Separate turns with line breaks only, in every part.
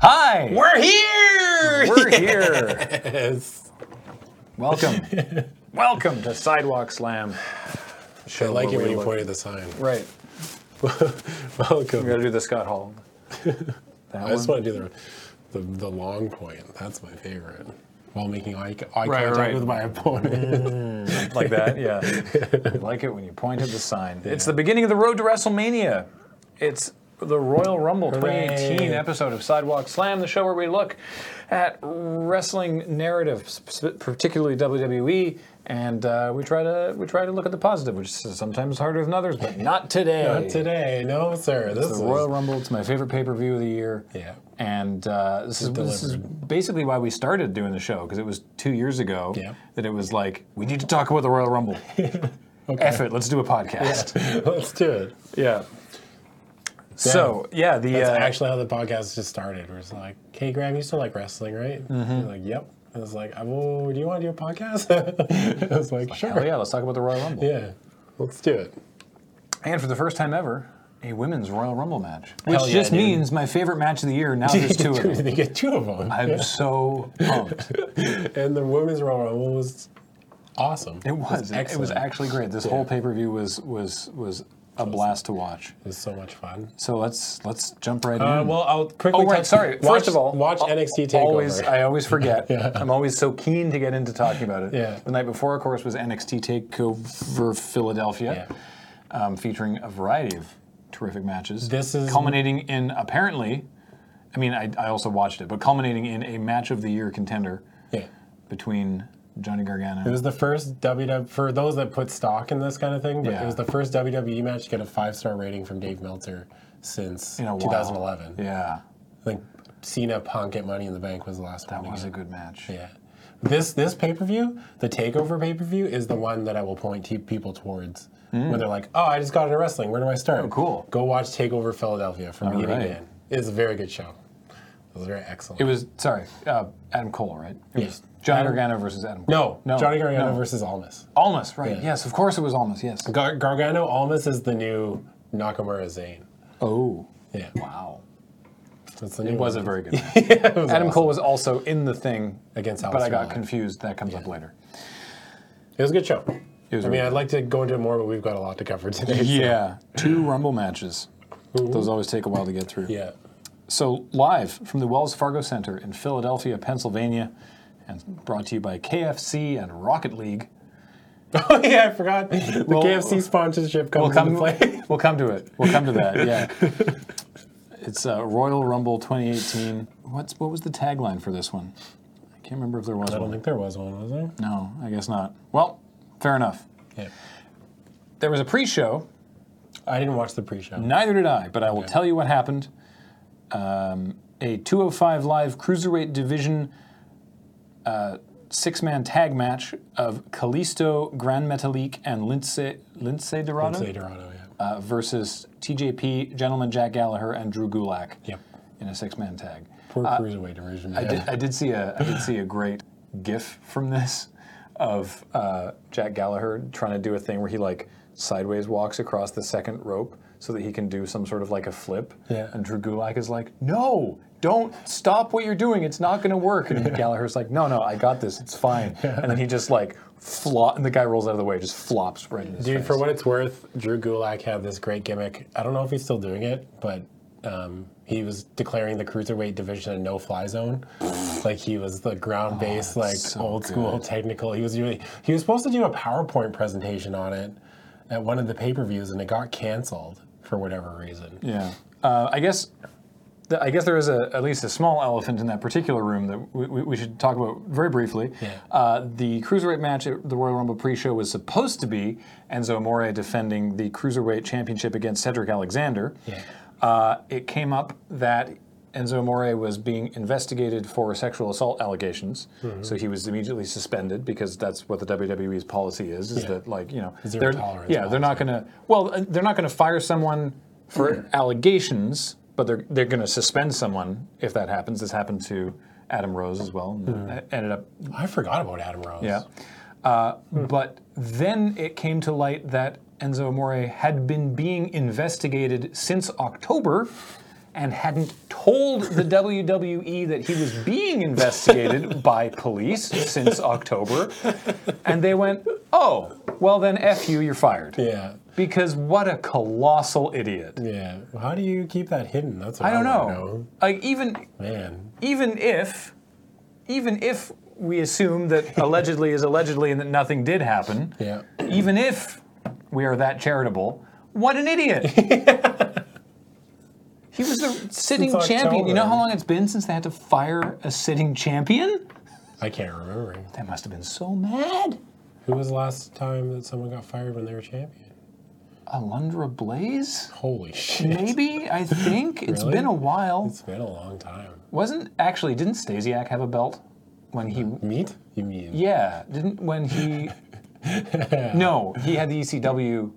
Hi.
We're here.
We're here.
Yes.
Welcome. Welcome to Sidewalk Slam.
I like it
where
when
we
you
look.
pointed the sign.
Right. We
Welcome.
gotta do the Scott Hall. That
I just
one.
want to do the, the the long point. That's my favorite. While making eye, eye
Right,
contact
right.
with my opponent.
like that, yeah. I like it when you point at the sign. It's the beginning of the road to WrestleMania. It's the Royal Rumble 2018
Hooray.
episode of Sidewalk Slam, the show where we look at wrestling narrative, sp- particularly WWE, and uh, we try to we try to look at the positive, which is sometimes harder than others, but not today.
Not today, no sir. This
The
is
Royal Rumble. It's my favorite pay per view of the year.
Yeah.
And uh, this, is, this is basically why we started doing the show because it was two years ago
Yeah.
that it was like we need to talk about the Royal Rumble. F it, let's do a podcast.
Let's do it.
Yeah. So yeah, the
That's
uh,
actually how the podcast just started. We're just like, "Hey, Graham, you still like wrestling, right?"
Mm-hmm.
He's like, "Yep." I was like, "Oh, do you want to do a podcast?" I was like,
oh
"Sure."
yeah, let's talk about the Royal Rumble.
Yeah, let's do it.
And for the first time ever, a women's Royal Rumble match, which
Hell yeah,
just
dude.
means my favorite match of the year. Now there's two of
Dude,
them.
They get two of them.
I'm so pumped.
and the women's Royal Rumble was awesome.
It was. It, was
excellent.
actually great. This whole pay per view was was was a blast to watch.
It was so much fun.
So let's let's jump right
Uh,
in.
well, I'll quickly.
oh right,
touch-
sorry.
watch-
First of all,
watch
I'll-
NXT Takeover.
Always, I always forget.
Yeah.
I'm always so keen to get into talking about it.
Yeah.
The night before, of course, was NXT Takeover Philadelphia,
Yeah.
um, featuring a variety of terrific matches.
This is-
culminating in apparently. I mean, I, I also watched it, but culminating in a match of the year contender
yeah.
between Johnny Gargano.
It was the first WWE for those that put stock in this kind of thing. But
Yeah.
it was the first WWE match to get a five-star rating from Dave Meltzer since
in a while.
2011.
Yeah,
I think Cena Punk at Money in the Bank was the last
that
one.
was a good match.
Yeah. This this pay per view, the Takeover pay per view, is the one that I will point te- people towards when they're like, "Oh, I just got into wrestling. Where do I start?" Oh,
cool.
Go watch Takeover Philadelphia from beginning
right.
to end. It's a very good show. It was very excellent.
It was sorry, uh, Adam Cole, right? It
Yeah.
was Johnny Gargano versus Adam. Cole.
no,
no,
Johnny Gargano
no.
versus Almas.
Almas, right?
Yeah.
Yes, of course it was Almas. Yes.
Gar- Gargano Almas is the new Nakamura Zane.
Oh,
Yeah,
wow.
that's the new
It was a
one.
very good. Match. Adam Cole was also in the thing,
against
but
Alice
I got
Miller.
confused. That comes up later.
It was a good show.
It was
I
really
mean, I'd like to go into it more, but we've got a lot to cover today. so-
Yeah, two Rumble matches. Those always take a while to get through.
yeah.
So live from the Wells Fargo Center in Philadelphia, Pennsylvania, and brought to you by KFC and Rocket League.
Oh yeah, I forgot the
Well-
KFC sponsorship comes
We'll come.
into play.
We'll come to it. We'll come to that. Yeah. it's uh, Royal Rumble 2018. What's what was the tagline for this one? I can't remember if there was
I don't
one.
think there was one, was there?
No, I guess not. Well, fair enough.
Yeah.
There was a pre-show.
I didn't watch the pre-show.
Neither did I, but I will tell you what happened. Um, a 205 Live Cruiserweight Division uh, six-man tag match of Kalisto, Grand Metalik, and Lince Lince Dorado
Say Dorado, oh, yeah.
uh, versus TJP, Gentleman Jack Gallagher, and Drew Gulak
yep.
in a six-man tag.
Poor cruiserweight division.
Uh, I, did, I did see a I did see a great GIF from this of uh, Jack Gallagher trying to do a thing where he like sideways walks across the second rope so that he can do some sort of like a flip.
Yeah.
And Drew Gulak is like, "No, don't stop what you're doing. It's not going to work." And Gallagher's like, "No, no, I got this. It's fine." And then he just like flop, and the guy rolls out of the way, just flops right in his
Dude,
face.
for what it's worth, Drew Gulak had this great gimmick. I don't know if he's still doing it, but um, he was declaring the cruiserweight division a no-fly zone. like he was the ground-based,
Oh,
like
so
old school
good.
technical. He was doing. He was supposed to do a PowerPoint presentation on it at one of the pay-per-views, and it got canceled for whatever reason.
Yeah, uh, I guess. th- I guess there is a, at least a small elephant in that particular room that we, we- we should talk about very briefly.
Yeah.
Uh, the cruiserweight match at the Royal Rumble pre-show was supposed to be Enzo Amore defending the cruiserweight championship against Cedric Alexander.
Yeah.
Uh, it came up that Enzo Amore was being investigated for sexual assault allegations,
Mm-hmm.
so he was immediately suspended because that's what the WWE's policy is: is
Yeah.
that like you know
Zero
they're,
tolerance
yeah they're not going to well uh, they're not going to fire someone
Mm-hmm.
for allegations, but they're they're going to suspend someone if that happens. This happened to Adam Rose as well, and
Mm-hmm.
that ended up
I forgot about Adam Rose.
yeah. Uh, But then it came to light that Enzo Amore had been being investigated since October and hadn't told the WWE that he was being investigated by police since October. And they went, oh, well then F you, you're fired.
Yeah.
Because what a colossal idiot.
Yeah. How do you keep that hidden? That's what
I don't
wanna
know. Like even
Man.
even if even if we assume that allegedly is allegedly and that nothing did happen,
Yeah.
even if we are that charitable, what an idiot. he was the sitting
Since
champion. You know
October.
how long it's been since they had to fire a sitting champion?
I can't remember.
They must have been so mad.
Who was the last time that someone got fired when they were champion?
Alundra Blaze?
Holy shit.
Maybe, I think. It's
Really?
been a while.
It's been a long time.
Wasn't actually didn't Stasiak have a belt when he
Meat? You mean?
Yeah, didn't when he No, he had the ECW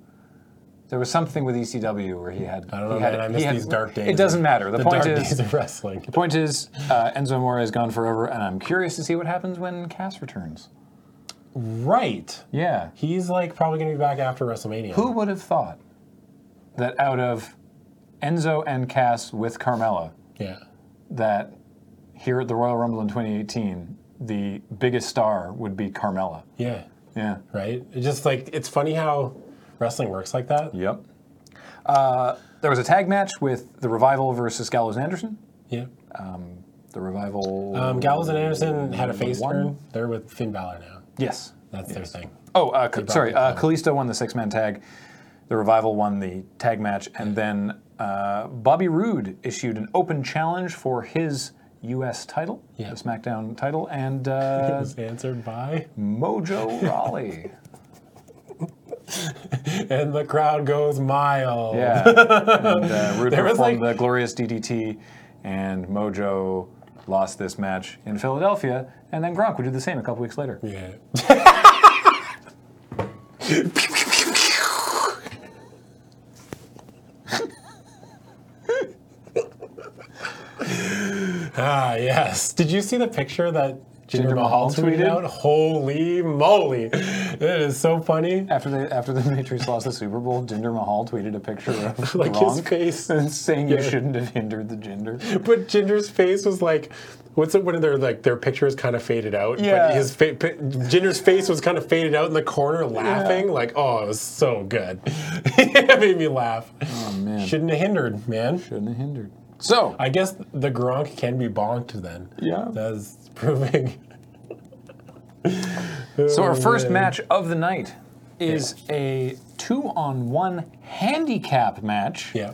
there was something with ECW where he had.
I don't know,
he had,
man. I
he
miss
had-
these dark days.
It doesn't matter. The, point
dark
is,
days of wrestling.
Point is, uh, Enzo Amore is gone forever, and I'm curious to see what happens when Cass returns.
Right.
Yeah.
He's like probably gonna be back after WrestleMania.
Who would have thought that out of Enzo and Cass with Carmella,
Yeah.
that here at the Royal Rumble in 2018, the biggest star would be Carmella?
Yeah.
Yeah.
Right. It's just like it's funny how wrestling works like that.
Yep. Uh, there was a tag match with The Revival versus Gallows and Anderson.
Yeah.
The Revival.
Um, Gallows and Anderson had a face
One.
turn. They're with Finn Balor now.
yes.
That's their thing.
Oh, uh, Ca- sorry.
it
Uh, Kalisto won the six man tag. The Revival won the tag match. And then uh, Bobby Roode issued an open challenge for his U.S. title,
Yeah.
the SmackDown title, and uh,
Was answered by,
Mojo Raleigh.
and the crowd goes miles.
Yeah. and uh, Roode
There was,
performed
like-
the glorious DDT, and Mojo lost this match in Philadelphia. And then Gronk would do the same a couple weeks later.
Yeah. ah, yes. Did you see the picture that Jinder
Jinder Mahal
Mahal tweeted
tweeted?
out? Holy moly. It is so funny.
After the after the Patriots lost the Super Bowl, Jinder Mahal tweeted a picture of
Like his
Gronk
face.
and saying
Yeah.
you shouldn't have hindered the gender.
But Ginger's face was like, what's it when their like their pictures kind of faded out?
Yeah.
But his fa- pi- Ginger's face was kind of faded out in the corner, laughing like, oh, it was so good. it made me laugh.
Oh man,
Shouldn't have hindered, man.
shouldn't have hindered. So
I guess the Gronk can be bonked then.
Yeah.
That's proving.
so our first
man.
match of the night is a two-on-one handicap match
Yeah.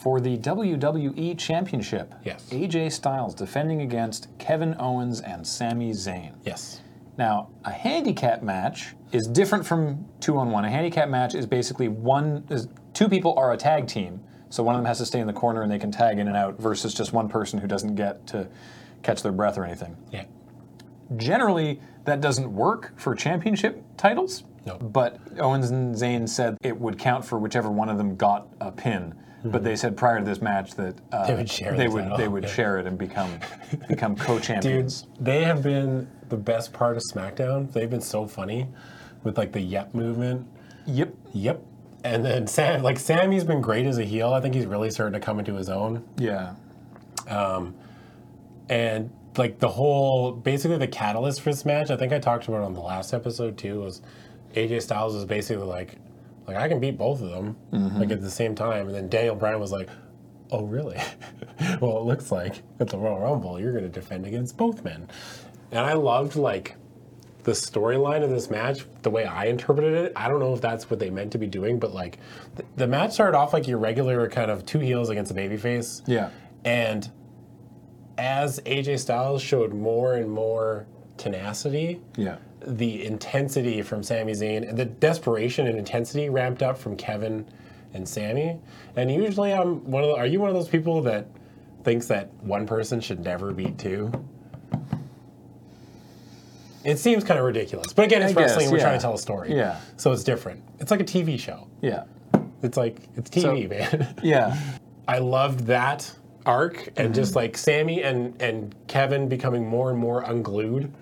for the WWE Championship.
Yes.
AJ Styles defending against Kevin Owens and Sami Zayn.
Yes.
Now, a handicap match is different from two on one. A handicap match is basically one, is, two people are a tag team, so one of them has to stay in the corner and they can tag in and out versus just one person who doesn't get to catch their breath or anything.
Yeah.
Generally, that doesn't work for championship titles.
No.
But Owens and Zayn said it would count for whichever one of them got a pin. But they said prior to this match that uh,
Hmm. They would share
they
the
would
title,
they would
yeah.
share it and become become co-champions.
They have been the best part of SmackDown. They've been so funny with like the Yep movement.
Yep.
Yep. And then Sam, like Sammy's been great as a heel. I think he's really starting to come into his own.
Yeah.
And like the whole, basically the catalyst for this match, I think I talked about it on the last episode too, was AJ Styles was basically like, like I can beat both of them like at the same time. And then Daniel Bryan was like, oh really? well, it looks like at the Royal Rumble you're going to defend against both men. And I loved like the storyline of this match, the way I interpreted it, I don't know if that's what they meant to be doing, but like th- the match started off like your regular kind of two heels against a babyface.
Yeah.
And as AJ Styles showed more and more tenacity,
Yeah.
the intensity from Sami Zayn and the desperation and intensity ramped up from Kevin and Sammy. And usually, I'm one of. The, are you one of those people that thinks that one person should never beat two? It seems kind of ridiculous, but again, it's
I guess,
wrestling. and We're
yeah.
trying to tell a story,
Yeah.
So it's different. It's like a TV show.
Yeah.
It's like it's TV, man.
Yeah.
I loved that arc
Mm-hmm.
and just like Sammy and and Kevin becoming more and more unglued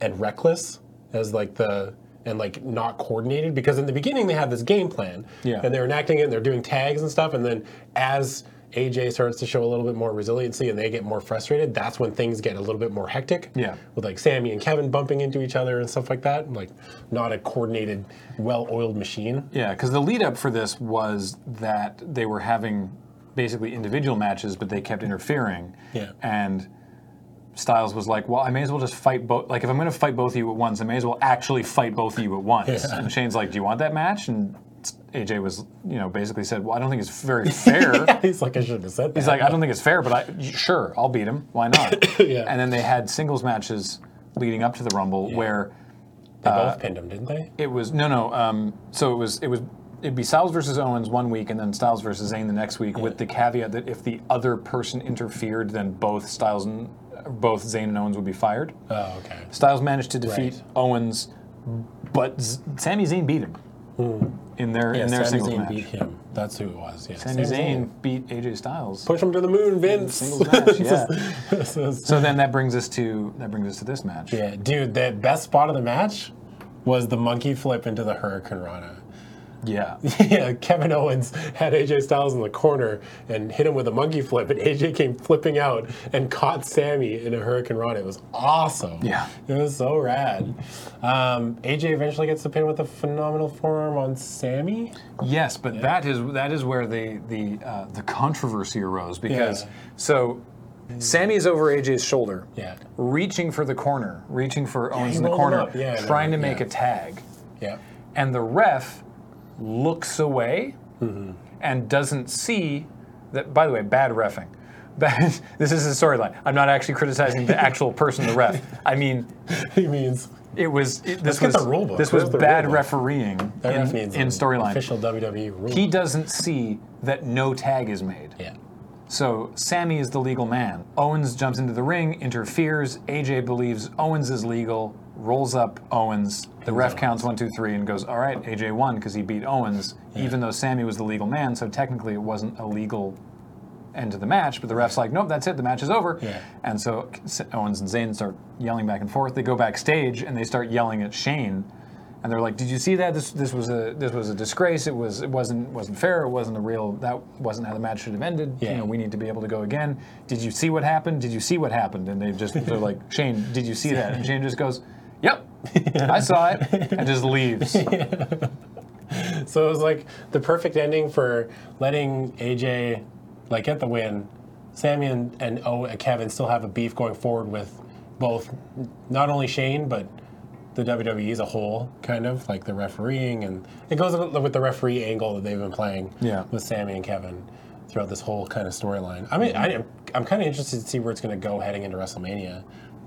and reckless as like the and like not coordinated because in the beginning they had this game plan
Yeah.
and they're enacting it and they're doing tags and stuff and then as AJ starts to show a little bit more resiliency and they get more frustrated, that's when things get a little bit more hectic.
Yeah.
With like Sammy and Kevin bumping into each other and stuff like that. Like not a coordinated, well oiled machine.
Yeah, because the lead up for this was that they were having basically individual matches, but they kept interfering.
Yeah.
And Styles was like, "Well, I may as well just fight both. Like, if I'm going to fight both of you at once, I may as well actually fight both of you at once."
Yeah.
And Shane's like, "Do you want that match?" And AJ was, you know, basically said, "Well, I don't think it's very fair."
He's like, I shouldn't have said that.
He's like, I don't think it's fair, but I sure I'll beat him. Why not?
Yeah.
And then they had singles matches leading up to the Rumble where
they
uh,
both pinned him, didn't they?
it was no no. Um, so it was it was it'd be Styles versus Owens one week and then Styles versus Zayn the next week with the caveat that if the other person interfered, then both Styles and both Zayn and Owens would be fired.
Oh, okay.
Styles managed to defeat
Right.
Owens, but Z- Sami Zayn beat him in their in their
Hmm. Sami
singles
Zayn
match.
beat him. That's who it was. Yeah.
Sami Zayn beat AJ Styles.
Push him to the moon, Vince.
singles match, yeah.
This is-
So then that brings us to that brings us to this match.
Yeah, dude, the best spot of the match was the monkey flip into the Hurricane Rana.
Yeah.
Yeah, Kevin Owens had AJ Styles in the corner and hit him with a monkey flip, and AJ came flipping out and caught Sammy in a Hurricane Rana. It was awesome.
Yeah.
It was so rad. Um, AJ eventually gets the pin with a phenomenal forearm on Sammy.
Yes, but that is that is where the the uh, the controversy arose because
Yeah.
so Sammy is over AJ's shoulder,
Yeah.
reaching for the corner, reaching for Owens
he
in the
rolled him
corner,
up. Yeah, I
trying to
remember.
make a tag,
Yeah.
and the ref looks away
Mm-hmm.
and doesn't see that. By the way, bad refing. Bad- this is a storyline. I'm not actually criticizing the actual person, the ref. I mean,
He means
it was it,
Let's
this
get
was
the rule book.
this
Where's
was
the rule
bad
book?
refereeing
that ref
in,
means
in
an
storyline
Official WWE rule.
he doesn't see that no tag is made.
yeah.
So Sammy is the legal man. Owens jumps into the ring, interferes. AJ believes Owens is legal, rolls up Owens. The ref counts one, two, three, and goes, all right, AJ won because he beat Owens, even though Sammy was the legal man, so technically it wasn't a legal end to the match. But the ref's like, nope, that's it, the match is over.
Yeah.
And so S- Owens and Zayn start yelling back and forth. They go backstage and they start yelling at Shane. And they're like, "Did you see that? This this was a this was a disgrace. It was it wasn't wasn't fair. It wasn't a real. That wasn't how the match should have ended. You
Yeah.
know, we need to be able to go again. Did you see what happened? Did you see what happened?" And they just they're like, "Shane, did you see that?" And Shane just goes, "Yep, I saw it," and just leaves.
So it was like the perfect ending for letting AJ like get the win. Sammy and, and o, uh, Kevin still have a beef going forward with both, not only Shane but the WWE as a whole, kind of like the refereeing and it goes with the referee angle that they've been playing
Yeah.
with Sammy and Kevin throughout this whole kind of storyline. I
Mm-hmm.
mean, I, I'm kind of interested to see where it's going to go heading into WrestleMania.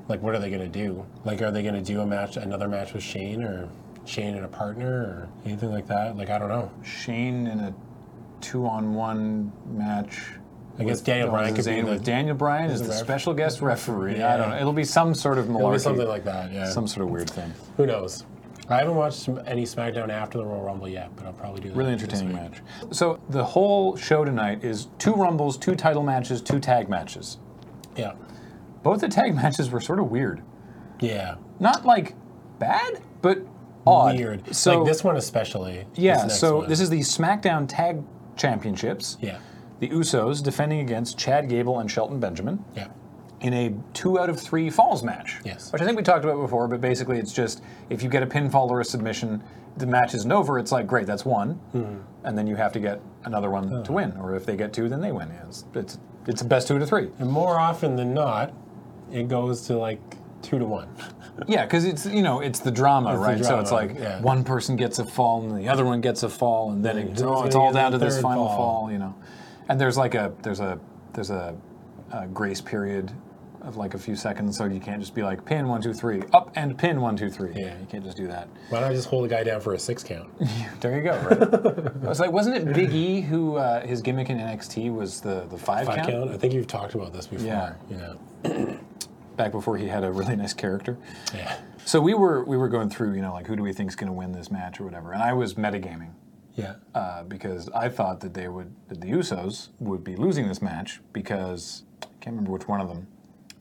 Like, what are they going to do? Like, are they going to do a match, another match with Shane or Shane and a partner or anything like that? Like, I don't know.
Shane in a two-on-one match.
I guess Daniel Bryan could be
Zayn
the,
with Daniel Bryan as
the
the
ref.
special guest referee. I
Yeah.
don't know. It'll be some sort of
or
malarkey,
something like that. Yeah.
some sort of weird thing.
Who knows? I haven't watched any SmackDown after the Royal Rumble yet, but I'll probably do that.
Really
this
entertaining
week.
match. So the whole show tonight is two rumbles, two title matches, two tag matches.
Yeah.
Both the tag matches were sort of weird.
Yeah.
Not like bad, but odd.
Weird.
So
like this one especially.
yeah.
This next
so
one.
this is the SmackDown Tag Championships.
Yeah.
The Usos defending against Chad Gable and Shelton Benjamin.
Yeah.
in a two out of three falls match.
Yes.
Which I think we talked about before, but basically it's just if you get a pinfall or a submission, the match isn't over. It's like, great, that's one. And then you have to get another one to win. Or if they get two, then they win. It's, it's, it's best two to three.
And more often than not, it goes to like two to one.
Yeah, because it's you know it's the drama,
the
right? So it's
drama,
like
yeah.
one person gets a fall and the other one gets a fall, and then it,
who's
oh, it's
gonna
all
get
down to
the
this
third
final fall.
fall?
you know. And there's like a there's a there's a, a grace period of like a few seconds, so you can't just be like pin one two three up and pin one two three.
Yeah.
you can't just do that.
Why not just hold a guy down for a six count?
There you go. Right? I was like, wasn't it Big E who uh, his gimmick in NXT was the the five,
Five
count?
count? I think you've talked about this before.
Yeah.
Yeah.
back before he had a really nice character?
Yeah.
So we were we were going through you know like who do we think's going to win this match or whatever, and I was metagaming.
Yeah.
uh, because I thought that they would, that the Usos would be losing this match because I can't remember which one of them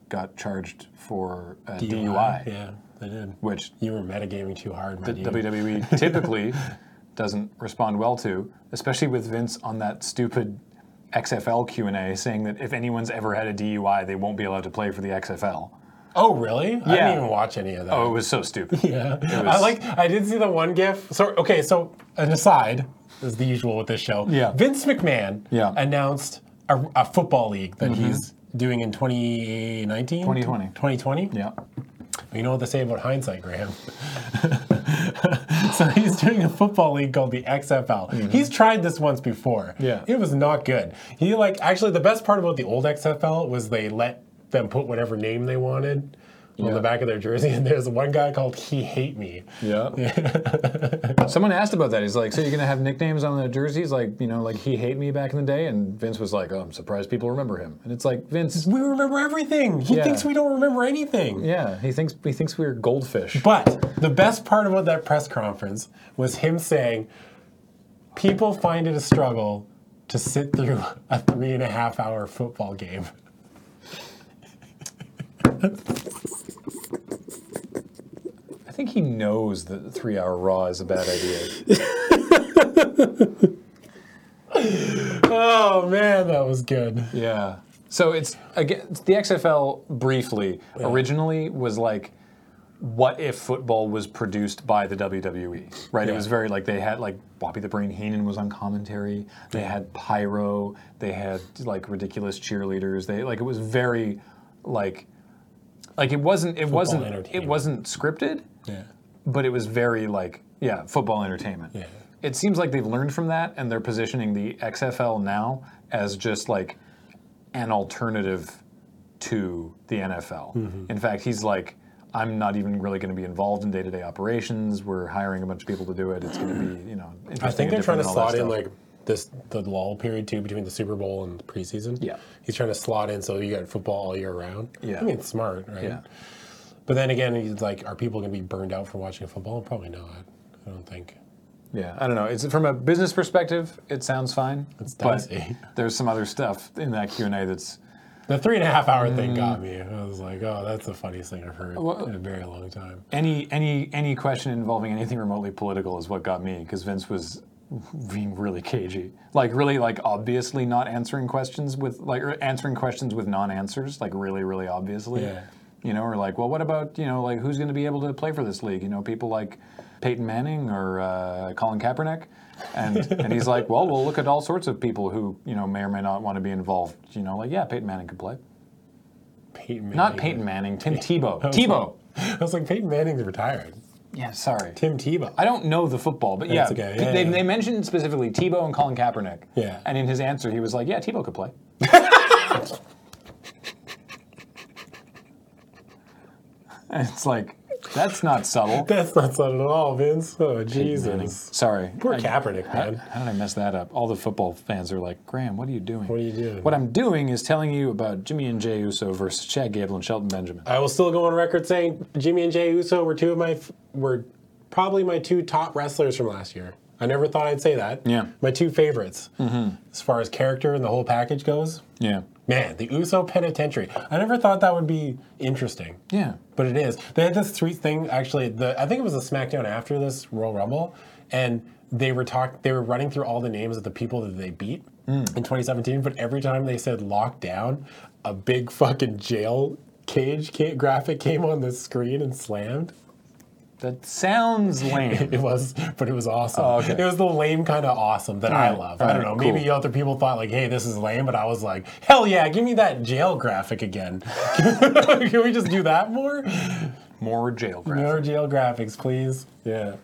got charged for uh, a DUI,
Yeah, they did.
which E
You were metagaming too hard, my dude.
WWE typically doesn't respond well to, especially with Vince on that stupid XFL Q and A, saying that if anyone's ever had a DUI, they won't be allowed to play for the XFL.
Oh, really? I
Yeah.
didn't even watch any of that.
Oh, it was so stupid.
Yeah, I like. I did see the one GIF. So okay, so an aside is the usual with this show.
Yeah.
Vince McMahon.
Yeah. Mm-hmm.
announced a, a football league that he's doing in 2019
2020.
2020
yeah.
you know what they say about hindsight graham so he's doing a football league called the xfl he's tried this once before
Mm-hmm. Yeah.
it was not good he like actually the best part about the old xfl was they let them put whatever name they wanted on
Yeah.
the back of their jersey and there's one guy called he hate me
Yeah. Someone asked about that. He's like, "So you're gonna have nicknames on the jerseys, like you know, like he hate me back in the day?" And Vince was like, "Oh, I'm surprised people remember him." And it's like Vince,
we remember everything he
Yeah.
thinks we don't remember anything
yeah, he thinks he thinks we're goldfish.
But the best part about that press conference was him saying, "People find it a struggle to sit through a three and a half hour football game."
I think he knows that three hour Raw is a bad idea.
Oh man, that was good.
yeah. So it's again the XFL briefly originally was like. What if football was produced by the WWE? Right, it
Yeah.
was very like they had like Bobby the Brain Heenan was on commentary. They had pyro. They had like ridiculous cheerleaders. They like it was very like like it wasn't it wasn't it
entertainment.
wasn't scripted.
Yeah.
but it was very like yeah football entertainment
Yeah.
it seems like they've learned from that and they're positioning the xfl now as just like an alternative to the nfl in fact he's like i'm not even really going to be involved in day-to-day operations we're hiring a bunch of people to do it it's going to be you know interesting
I think
and
they're trying to
different and all that
slot in
stuff.
like this the lull period too between the Super Bowl and preseason.
Yeah.
He's trying to slot in so you got football all year round.
Yeah.
I mean, it's smart, right?
Yeah.
But then again, he's like, are people going to be burned out from watching football? Probably not. I don't think.
yeah i don't know it's from a business perspective it sounds fine it's
dicey.
there's some other stuff in that q&a that's
The three and a half hour
Mm.
thing got me. I was like, oh, that's the funniest thing I've heard in a very long time.
any any any question involving anything remotely political is what got me because Vince was being really cagey, like really like obviously not answering questions with like or answering questions with non-answers, like really really obviously.
Yeah.
You know, or like, well, what about you know, like who's going to be able to play for this league? You know, people like Peyton Manning or uh, Colin Kaepernick, and and he's like, well, we'll look at all sorts of people who you know may or may not want to be involved. You know, like yeah, Peyton Manning could play.
Peyton Manning.
Not Peyton Manning, Tim Tebow.
was like-
Tebow.
I was like, Peyton Manning's retired.
Yeah, sorry.
Tim Tebow.
I don't know the football, but yeah,
That's okay.
p-
Yeah,
they,
yeah.
they mentioned specifically Tebow and Colin Kaepernick.
Yeah.
And in his answer, he was like, "Yeah, Tebow could play." And it's like that's not subtle.
That's not subtle at all, Vince. Oh, Jesus.
Sorry.
Poor
I-
Kaepernick,
How,
man.
how did I mess that up? All the football fans are like, Graham, what are you doing?
What are you doing?
What I'm doing is telling you about Jimmy and Jay Uso versus Chad Gable and Shelton Benjamin.
I will still go on record saying Jimmy and Jay Uso were two of my, f- were probably my two top wrestlers from last year. I never thought I'd say that.
Yeah. Mm-hmm.
My two favorites, as far as character and the whole package goes.
Yeah.
Man, the Uso Penitentiary. I never thought that would be interesting.
Yeah.
But it is. They had this tweet thing actually. The I think it was the SmackDown after this Royal Rumble, and they were talk. They were running through all the names of the people that they beat
Mm.
in 2017. But every time they said lockdown, a big fucking jail cage ca- graphic came on the screen and slammed.
That sounds lame.
It was, but it was awesome.
Oh, okay.
It was the lame kind of awesome that I
Alright,
love. I
alright,
don't know.
cool.
Maybe other people thought like, "Hey, this is lame," but I was like, "Hell yeah, give me that jail graphic again. Can we just do that more?"
More jail graphics.
No jail graphics, please. Yeah.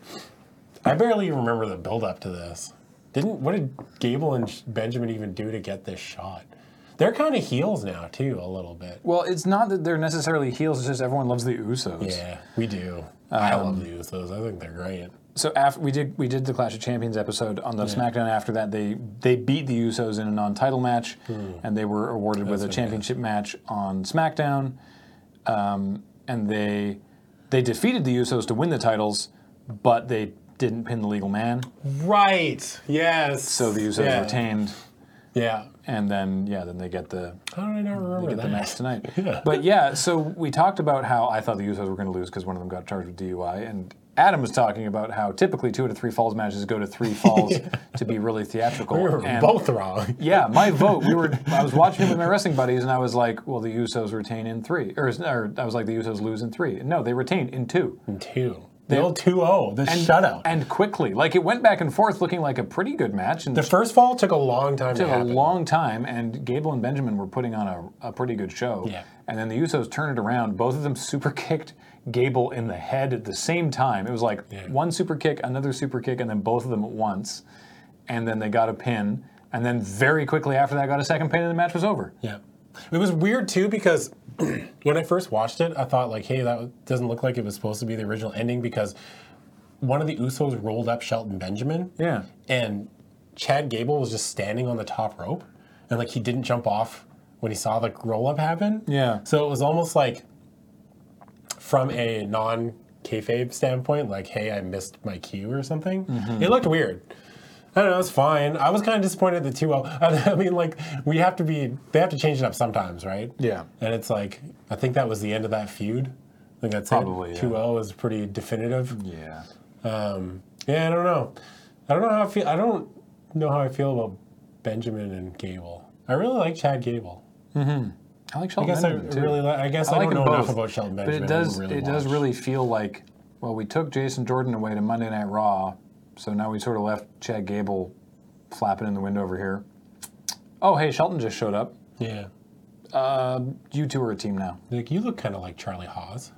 I barely even remember the build up to this. Didn't what did Gable and Sh- Benjamin even do to get this shot? They're kind of heels now too, a little bit.
Well, it's not that they're necessarily heels. It's just everyone loves the Usos.
Yeah, we do. I love the Usos. I think they're great.
So after we did we did the Clash of Champions episode on the SmackDown. After that, they they beat the Usos in a non-title match,
Hmm.
and they were awarded with a championship match on SmackDown. Um, and they they defeated the Usos to win the titles, but they didn't pin the Legal Man,
Right. Yes.
so the Usos
yeah.
retained.
Yeah.
And then yeah, then they get the
How did I not remember
get
that?
the match tonight. But yeah, so we talked about how I thought the Usos were going to lose because one of them got charged with DUI, and Adam was talking about how typically two out of three falls matches go to three falls to be really theatrical.
We were
and-
both wrong.
yeah, my vote. We were. I was watching it with my wrestling buddies, and I was like, "Well, the Usos retain in three, or, or I was like, the Usos lose in three. No, they retain in two,
Two. The old 2 0, the shutout.
and quickly. Like it went back and forth, looking like a pretty good match, and
the first fall took a long time to
took a
happen.
long time. And Gable and Benjamin were putting on a, a pretty good show.
Yeah.
And then the Usos turned it around. Both of them super kicked Gable in the head at the same time. It was like one super kick, another super kick, and then both of them at once. And then they got a pin. And then very quickly after that, got a second pin, and the match was over.
Yeah. It was weird too because when I first watched it, I thought like, hey, that doesn't look like it was supposed to be the original ending because one of the Usos rolled up Shelton Benjamin.
Yeah.
And Chad Gable was just standing on the top rope and like he didn't jump off when he saw the roll up happen.
Yeah.
So it was almost like from a non kayfabe standpoint, like, hey, I missed my cue or something.
Mm-hmm.
It looked weird. I don't know, it's fine. I was kind of disappointed at the 2 I mean, like, we have to be, they have to change it up sometimes, right?
Yeah.
And it's like, I think that was the end of that feud. I think that's
Probably,
it.
yeah.
2 0 is pretty definitive.
Yeah.
Um, yeah, I don't know. I don't know how I feel. I don't know how I feel about Benjamin and Gable. I really like Chad Gable.
I like
I
Shelton
guess I
Benjamin too.
really like. I guess I,
like
don't know
them
enough
both,
about Shelton
but
Benjamin.
it
to
does it does
watch.
really feel like well, we took Jason Jordan away to Monday Night Raw, so now we sort of left Chad Gable flapping in the wind over here. Oh hey, Shelton just showed up.
Yeah.
Uh, you two are a team now.
Like you look kind of like Charlie Hawes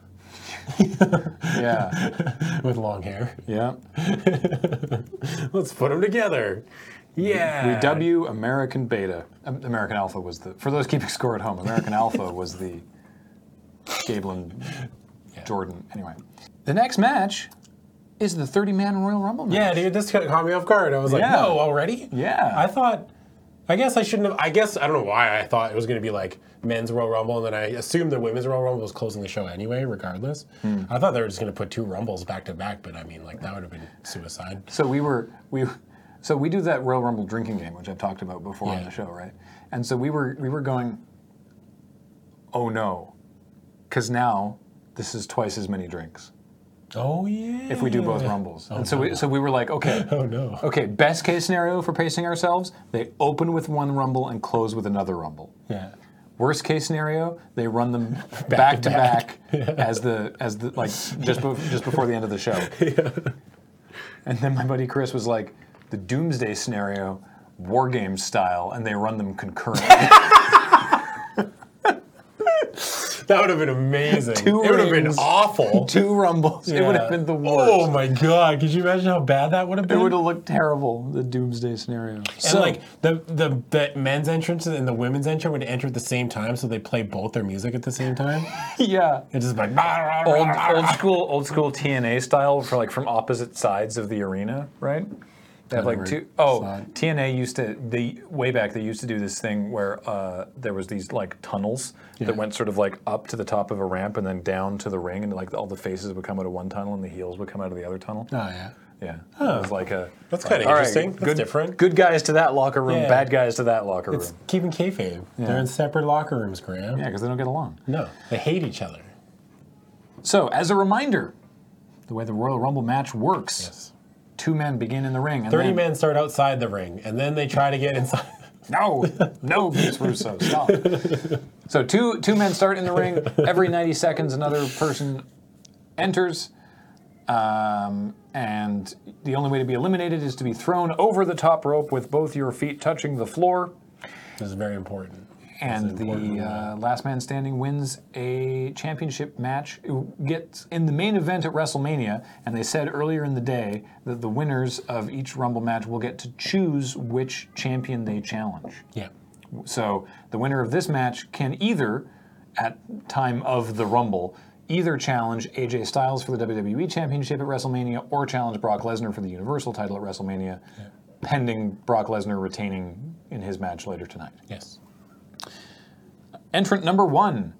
Yeah,
with long hair.
yeah.
Let's put them together. Yeah.
The W American Beta, Um, American Alpha was the for those keeping score at home. American Alpha was the Gable and Jordan. Anyway, the next match is the 30-man Royal Rumble match.
Yeah, dude, this caught me off guard. I was like,
Yeah.
no, already?
Yeah.
I thought, I guess I shouldn't have, I guess, I don't know why I thought it was going to be like men's Royal Rumble, and then I assumed the women's Royal Rumble was closing the show anyway, regardless. I thought they were just going to put two Rumbles back to back, but I mean, like, that would have been suicide.
So we were we, so we do that Royal Rumble drinking game, which I've talked about before on
Yeah.
the show, right? And so we were we were going, oh no, because now this is twice as many drinks
Oh, yeah.
if we do both Rumbles. and so we so we were like, okay,
Oh, no.
okay, best case scenario for pacing ourselves, they open with one Rumble and close with another Rumble.
Yeah.
Worst case scenario, they run them back, to back, as the as the like just be, just before the end of the show. And then my buddy Chris was like, the doomsday scenario, war game style, and they run them concurrently.
That would have been amazing.
Two
it would have been
rings.
awful.
Two rumbles. It would have
Yeah.
been the
Oh,
worst.
my God. Could you imagine how bad that would have been?
It would have looked terrible. The doomsday scenario.
And like the, the the men's entrance and the women's entrance would enter at the same time, so they play both their music at the same time.
yeah.
It's just like
Old, old school, old school TNA style for like from opposite sides of the arena, right? They have like
Covered
two oh
side.
TNA used to they way back they used to do this thing where uh, there was these like tunnels that went sort of like up to the top of a ramp and then down to the ring and like all the faces would come out of one tunnel and the heels would come out of the other tunnel.
Oh yeah,
Yeah, it was like a
that's
like,
kind of
all right,
interesting. That's
good,
different.
Good guys to that locker room,
Yeah.
bad guys to that locker
It's
room.
keeping kayfabe. They're in separate locker rooms, Graham.
Yeah, because they don't get along.
No, they hate each other.
So as a reminder, the way the Royal Rumble match works. Two men begin in the ring. And
Thirty
then,
men start outside the ring, and then they try to get inside.
No, no, Vince Russo, stop. so two two men start in the ring. Every 90 seconds, another person enters, um, and the only way to be eliminated is to be thrown over the top rope with both your feet touching the floor.
This is very important.
And the uh, last man standing wins a championship match. It Gets in the main event at WrestleMania, and they said earlier in the day that the winners of each Rumble match will get to choose which champion they challenge.
Yeah,
So the winner of this match can either, at time of the Rumble, either challenge AJ Styles for the WWE Championship at WrestleMania or challenge Brock Lesnar for the Universal title at WrestleMania, pending Brock Lesnar retaining in his match later tonight.
yes,
Entrant number one,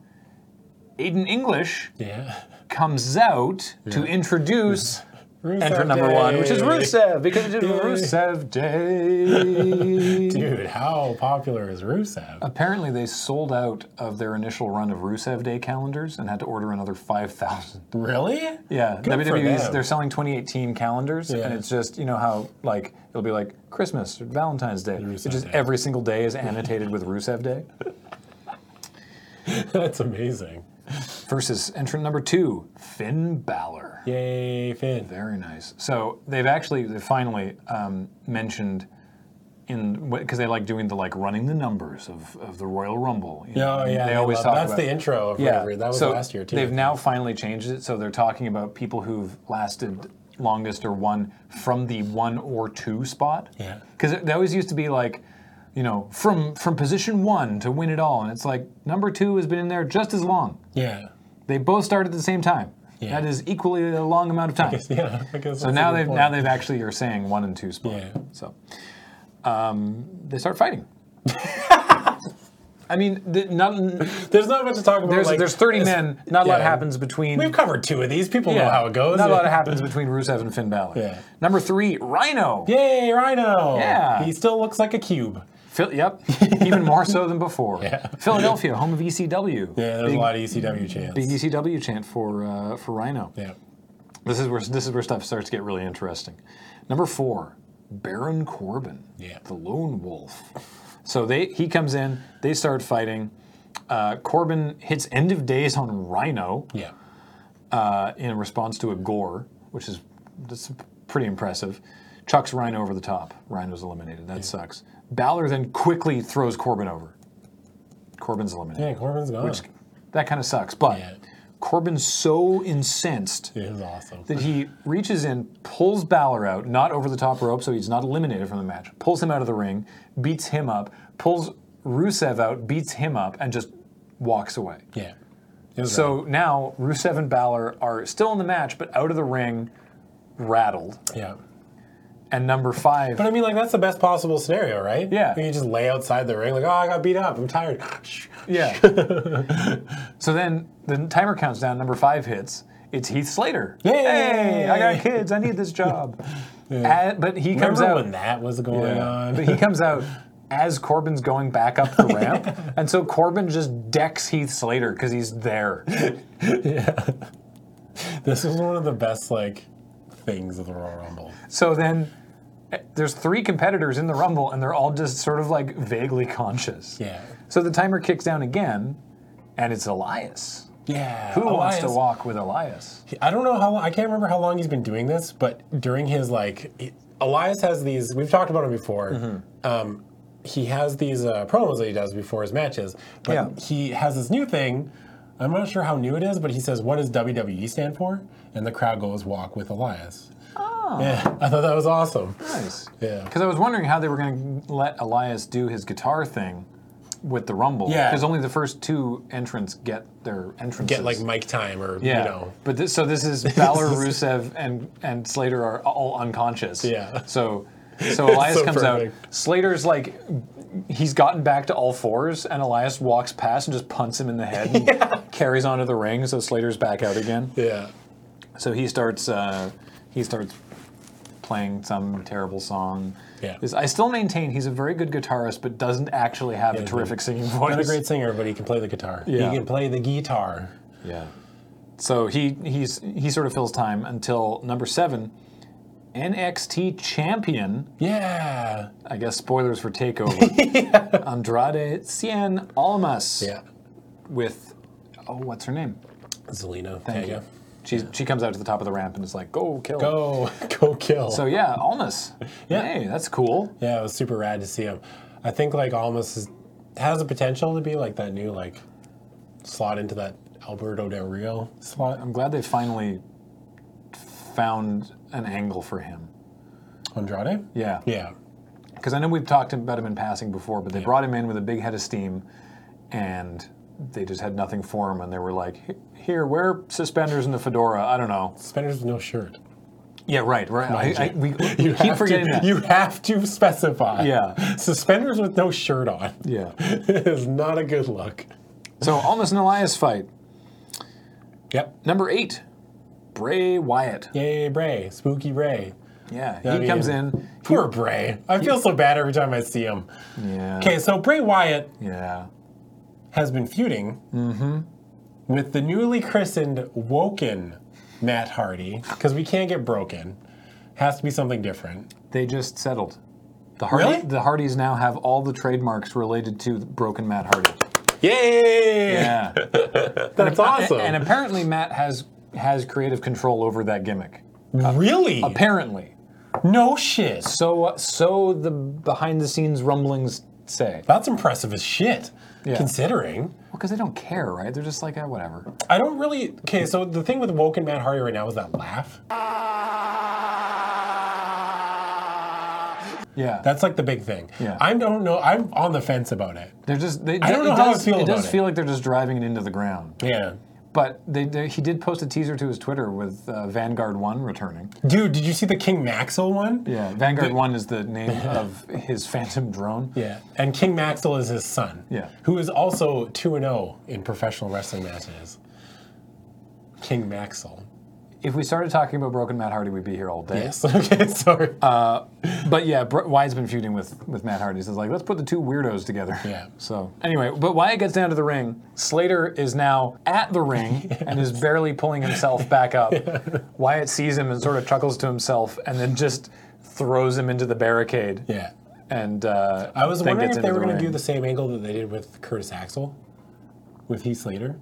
Aiden English,
yeah.
comes out to introduce
Rusev
enter number one, which is
Day.
Rusev because it is Rusev Day.
Dude, how popular is Rusev?
Apparently, they sold out of their initial run of Rusev Day calendars and had to order another 5,000.
Really?
Yeah,
Good for
WWE's,
them.
they're selling 2018 calendars,
Yeah.
and it's just, you know, how, like, it'll be like Christmas or Valentine's Day. It's
Rusev
just
Day.
every single day is annotated with Rusev Day
That's amazing.
versus entrant number two, Finn Balor.
Yay, Finn.
Very nice. So they've actually they finally um, mentioned in because they like doing the like running the numbers of, of the Royal Rumble. you know,
Oh,
and
yeah.
They
I
always
love-
talk
That's
about,
the intro of
yeah.
River. That was
so
last year, too.
They've now finally changed it, so they're talking about people who've lasted longest or won from the one or two spot.
Yeah.
Because they always used to be like, you know, from from position one to win it all, and it's like number two has been in there just as long.
Yeah.
They both started at the same time.
Yeah.
That is equally a long amount of time.
Yeah. I guess
So now they've now they've actually are saying one and two spot.
Yeah.
So um, they start fighting. I mean, the, not,
There's not much to talk about.
there's
like,
there's 30
it's-
men. Not a lot
yeah.
happens between.
We've covered two of these. People know
yeah,
how it goes.
Not a lot happens between Rusev and Finn Balor.
Yeah.
Number three, Rhino.
Yay, Rhino!
Yeah.
He still looks like a cube.
Phil- yep. Even more so than before.
Yeah.
Philadelphia, home of ECW.
Yeah, there's
big,
a lot of E ECW chants.
big ECW chant for uh, for Rhino.
yeah.
This is where this is where stuff starts to get really interesting. Number four, Baron Corbin,
Yeah.
the lone wolf. So they he comes in, they start fighting. Uh, Corbin hits end of days on Rhino
Yeah.
uh, in response to a gore, which is that's pretty impressive. Chucks Rhino over the top. Rhino's eliminated. That sucks. Balor then quickly throws Corbin over. Corbin's eliminated.
Yeah, Corbin's gone.
Which that kind of sucks. But
Yeah.
Corbin's so incensed
It is awesome.
that he reaches in, pulls Balor out, not over the top rope, so he's not eliminated from the match, pulls him out of the ring, beats him up, pulls Rusev out, beats him up, and just walks away.
Yeah. It was
So now Rusev and Balor are still in the match, but out of the ring, rattled.
awesome. yeah.
And number five,
But I mean, like, that's the best possible scenario, right?
Yeah.
You can just lay outside the ring, like, oh, I got beat up. I'm tired.
yeah. so then the timer counts down, number five hits. It's Heath Slater.
Yay!
Hey, I got kids. I need this job. And- but he comes
Remember
out.
when that was going
Yeah.
on?
But he comes out as Corbin's going back up the ramp, and so Corbin just decks Heath Slater because he's there.
This was one of the best, like, things of the Royal Rumble.
So then eh, there's three competitors in the Rumble, and they're all just sort of like vaguely conscious.
Yeah.
So the timer kicks down again, and it's Elias.
Yeah.
Who wants to
Elias-
walk with Elias?
I don't know how long, I can't remember how long he's been doing this, but during his like, he- Elias has these. We've talked about him before. Um, he has these uh, promos that he does before his matches, but
Yeah.
he has this new thing. I'm not sure how new it is, but he says, "What does WWE stand for?" And the crowd goes, "Walk with Elias." Oh. Yeah, I thought that was awesome.
Nice.
Yeah.
Because I was wondering how they were going to let Elias do his guitar thing with the Rumble.
Yeah.
Because only the first two entrants get their entrances.
Get like mic time or
Yeah,
you know.
but this, so this is Balor, Rusev, and and Slater are all unconscious.
Yeah.
So so Elias
so
comes out.
perfect.
Slater's like he's gotten back to all fours, and Elias walks past and just punts him in the head and carries onto the ring. So Slater's back out again.
Yeah.
So he starts uh, he starts playing some terrible song.
Yeah.
This- I still maintain he's a very good guitarist, but doesn't actually have a
he's
terrific singing
Not a
voice.
great singer, but he can play the guitar.
Yeah.
He can play the guitar.
Yeah. So he he's he sort of fills time until number seven, NXT champion.
Yeah.
I guess spoilers for Takeover. Andrade Cien Almas
Yeah.
with oh what's her name?
Zelina.
Thank you. She she comes out to the top of the ramp and is like go kill.
Go, go kill.
So yeah, Almas.
Yeah.
Hey, that's cool.
Yeah, it was super rad to see him. I think like almost is, has the potential to be like that new like slot into that Alberto Del Rio slot.
I'm glad they finally found an angle for him.
Andrade.
Yeah.
Yeah,
because I know we've talked about him in passing before, but they brought him in with a big head of steam, and they just had nothing for him, and they were like, "H- "Here, wear suspenders and the fedora." I don't know.
Spenders with no shirt.
Yeah, right, right. I, I, we
You
keep
have
forgetting
to,
that.
You have to specify.
Yeah.
suspenders with no shirt on
yeah.
is not a good look.
So almost an Elias fight.
Yep.
Number eight, Bray Wyatt.
Yay, Bray. Spooky Bray.
Yeah,
I
he
mean,
comes in.
Poor Bray. I feel so bad every time I see him.
Yeah.
Okay, so Bray Wyatt
Yeah.
has been feuding with the newly christened Woken Matt Hardy because we can't get broken. Has to be something different.
They just settled. The Hardy,
Really?
the Hardys now have all the trademarks related to Broken Matt Hardy.
Yay!
Yeah,
That's awesome.
and apparently Matt has has creative control over that gimmick.
really?
Apparently,
no shit.
so uh, so the behind the scenes rumblings say.
That's impressive as shit,
Yeah.
considering.
Well, because they don't care, right? They're just like, eh, whatever.
I don't really. Okay, so the thing with Woken Matt Hardy right now is that laugh.
Yeah,
That's like the big thing.
Yeah.
I don't know. I'm on the fence about it.
they're just. They,
I don't know
it
how I
does,
feel
It does
about it.
feel like they're just driving it into the ground.
Yeah.
But they, they, he did post a teaser to his Twitter with uh, Vanguard One returning.
Dude, did you see the King Maxwell one?
Yeah, Vanguard One is the name of his phantom drone.
Yeah, and King Maxwell is his son.
Yeah.
who is also two and zero in professional wrestling matches. King Maxwell.
If we started talking about Broken Matt Hardy, we'd be here all day.
Yes. okay. Sorry.
Uh, But yeah, Br- Wyatt's been feuding with, with Matt Hardy. So it's like, let's put the two weirdos together.
Yeah.
So anyway, but Wyatt gets down to the ring. Slater is now at the ring and is barely pulling himself back up. Wyatt sees him and sort of chuckles to himself and then just throws him into the barricade.
yeah.
And uh,
I was
then
wondering
gets
if they
into
were going
ring.
to do the same angle that they did with Curtis Axel, with Heath Slater,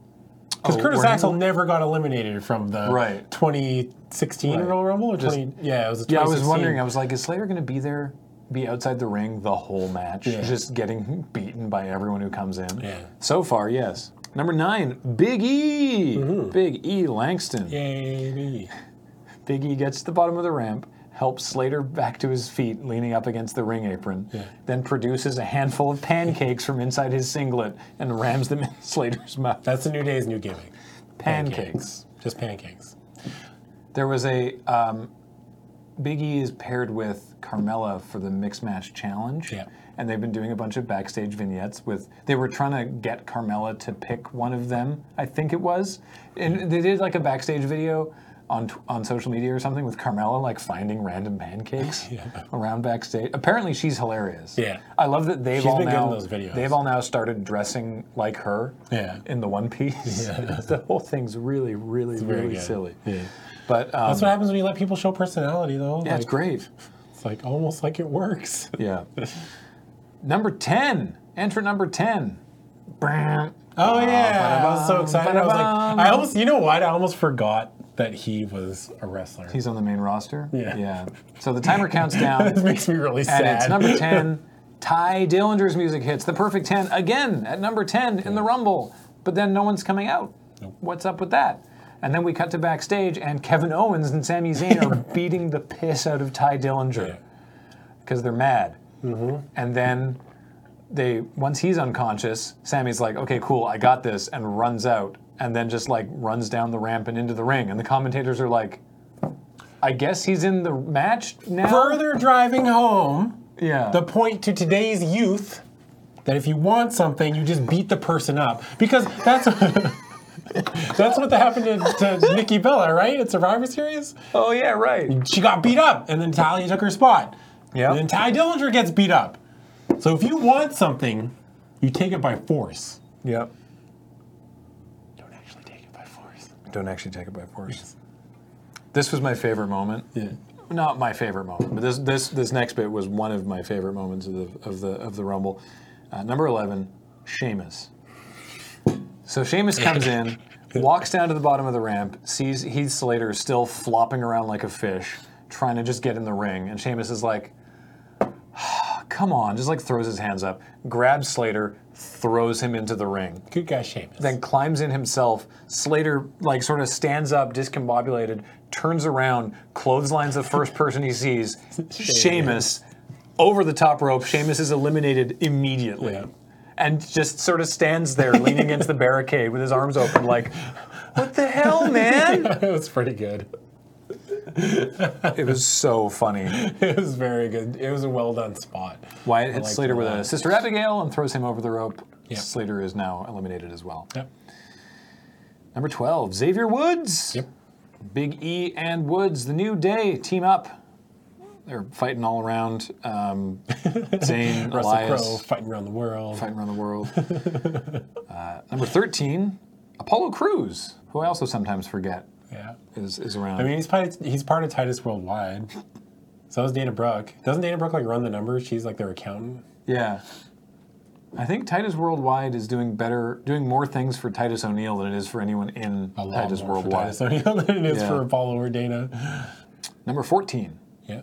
because
Oh,
Curtis
were-
Axel never got eliminated from the
Right.
2016
Right.
Royal Rumble. Or 20, yeah, it was. A
Yeah, I was
2016.
wondering. I was like, is Slater going to be there, be outside the ring the whole match, just getting beaten by everyone who comes in?
Yeah.
So far, yes. Number nine, Big E.
Mm-hmm.
Big E Langston.
Yay!
Big E gets to the bottom of the ramp, helps Slater back to his feet, leaning up against the ring apron, then produces a handful of pancakes from inside his singlet and rams them in Slater's mouth.
That's the new day's new gimmick.
Pancakes.
Just pancakes.
There was a. Um, Big E is paired with Carmella for the Mixed Match Challenge.
Yeah.
And they've been doing a bunch of backstage vignettes with. They were trying to get Carmella to pick one of them, I think it was. And they did like a backstage video on, tw- on social media or something with Carmella like finding random pancakes around backstage. Apparently, she's hilarious.
Yeah.
I love that they've all
been good in
now
those videos.
they've all now started dressing like her.
Yeah.
In the one piece. the whole thing's really, really,
very
really
good.
silly. But um,
That's what happens when you let people show personality, though.
yeah, it's
Like,
great.
It's like almost like it works.
Yeah. number 10. Enter number 10. Bam.
Oh yeah, I was so excited. I was
ba-da-bum.
like, I almost, you know what? I almost forgot that he was a wrestler.
He's on the main roster?
Yeah.
So the timer counts down,
this makes me really sad.
and it's number 10. Ty Dillinger's music hits the perfect 10 again at number 10 in the Rumble, but then no one's coming out. What's up with that? And then we cut to backstage, and Kevin Owens and Sami Zayn are beating the piss out of Ty Dillinger.
Yeah. Mm-hmm.
because they're mad. And then they once he's unconscious, Sammy's like, "Okay, cool, I got this," and runs out, and then just like runs down the ramp and into the ring. And the commentators are like, "I guess he's in the match now."
Further driving home
yeah,
the point to today's youth that if you want something, you just beat the person up because that's that's what happened to, to Nikki Bella, right? At Survivor Series,
oh yeah, right.
she got beat up, and then Talia took her spot.
Yeah.
And then Ty Dillinger gets beat up. So if you want something, you take it by force.
Yep.
Don't actually take it by force.
Don't actually take it by force. This was my favorite moment.
Yeah.
Not my favorite moment, but this this this next bit was one of my favorite moments of the of the of the Rumble. Uh, number eleven, Sheamus. So Sheamus comes in, walks down to the bottom of the ramp, sees Heath Slater still flopping around like a fish, trying to just get in the ring, and Sheamus is like, "Come on!" Just like throws his hands up, grabs Slater, throws him into the ring
Good guy Sheamus.
then climbs in himself. Slater like sort of stands up, discombobulated, turns around, clotheslines the first person he sees, Sheamus, over the top rope. Sheamus is eliminated immediately.
Yeah.
And just sort of stands there, leaning against the barricade with his arms open, like, "What the hell, man!"
it was pretty good.
It was so funny.
It was very good. It was a well done spot.
Wyatt
liked
hits Slater
it a
with a
lot.
sister Abigail and throws him over the rope.
Yeah.
Slater is now eliminated as well.
Yep.
Number twelve, Xavier Woods.
Yep.
Big E and Woods, the new day, team up. They're fighting all around. Um, Zane,
Russell
Elias,
Crowe fighting around the world.
fighting around the world. uh, number 13, Apollo Crews, who I also sometimes forget
Yeah.
is, is around.
I mean, he's part, he's part of Titus Worldwide. So is Dana Brooke. Doesn't Dana Brooke like run the numbers? She's like their accountant.
yeah. I think Titus Worldwide is doing better, doing more things for Titus O'Neil than it is for anyone in
A lot
Titus
more for
Worldwide.
Titus O'Neil than it is
Yeah.
for Apollo or Dana.
Number 14,
Yeah.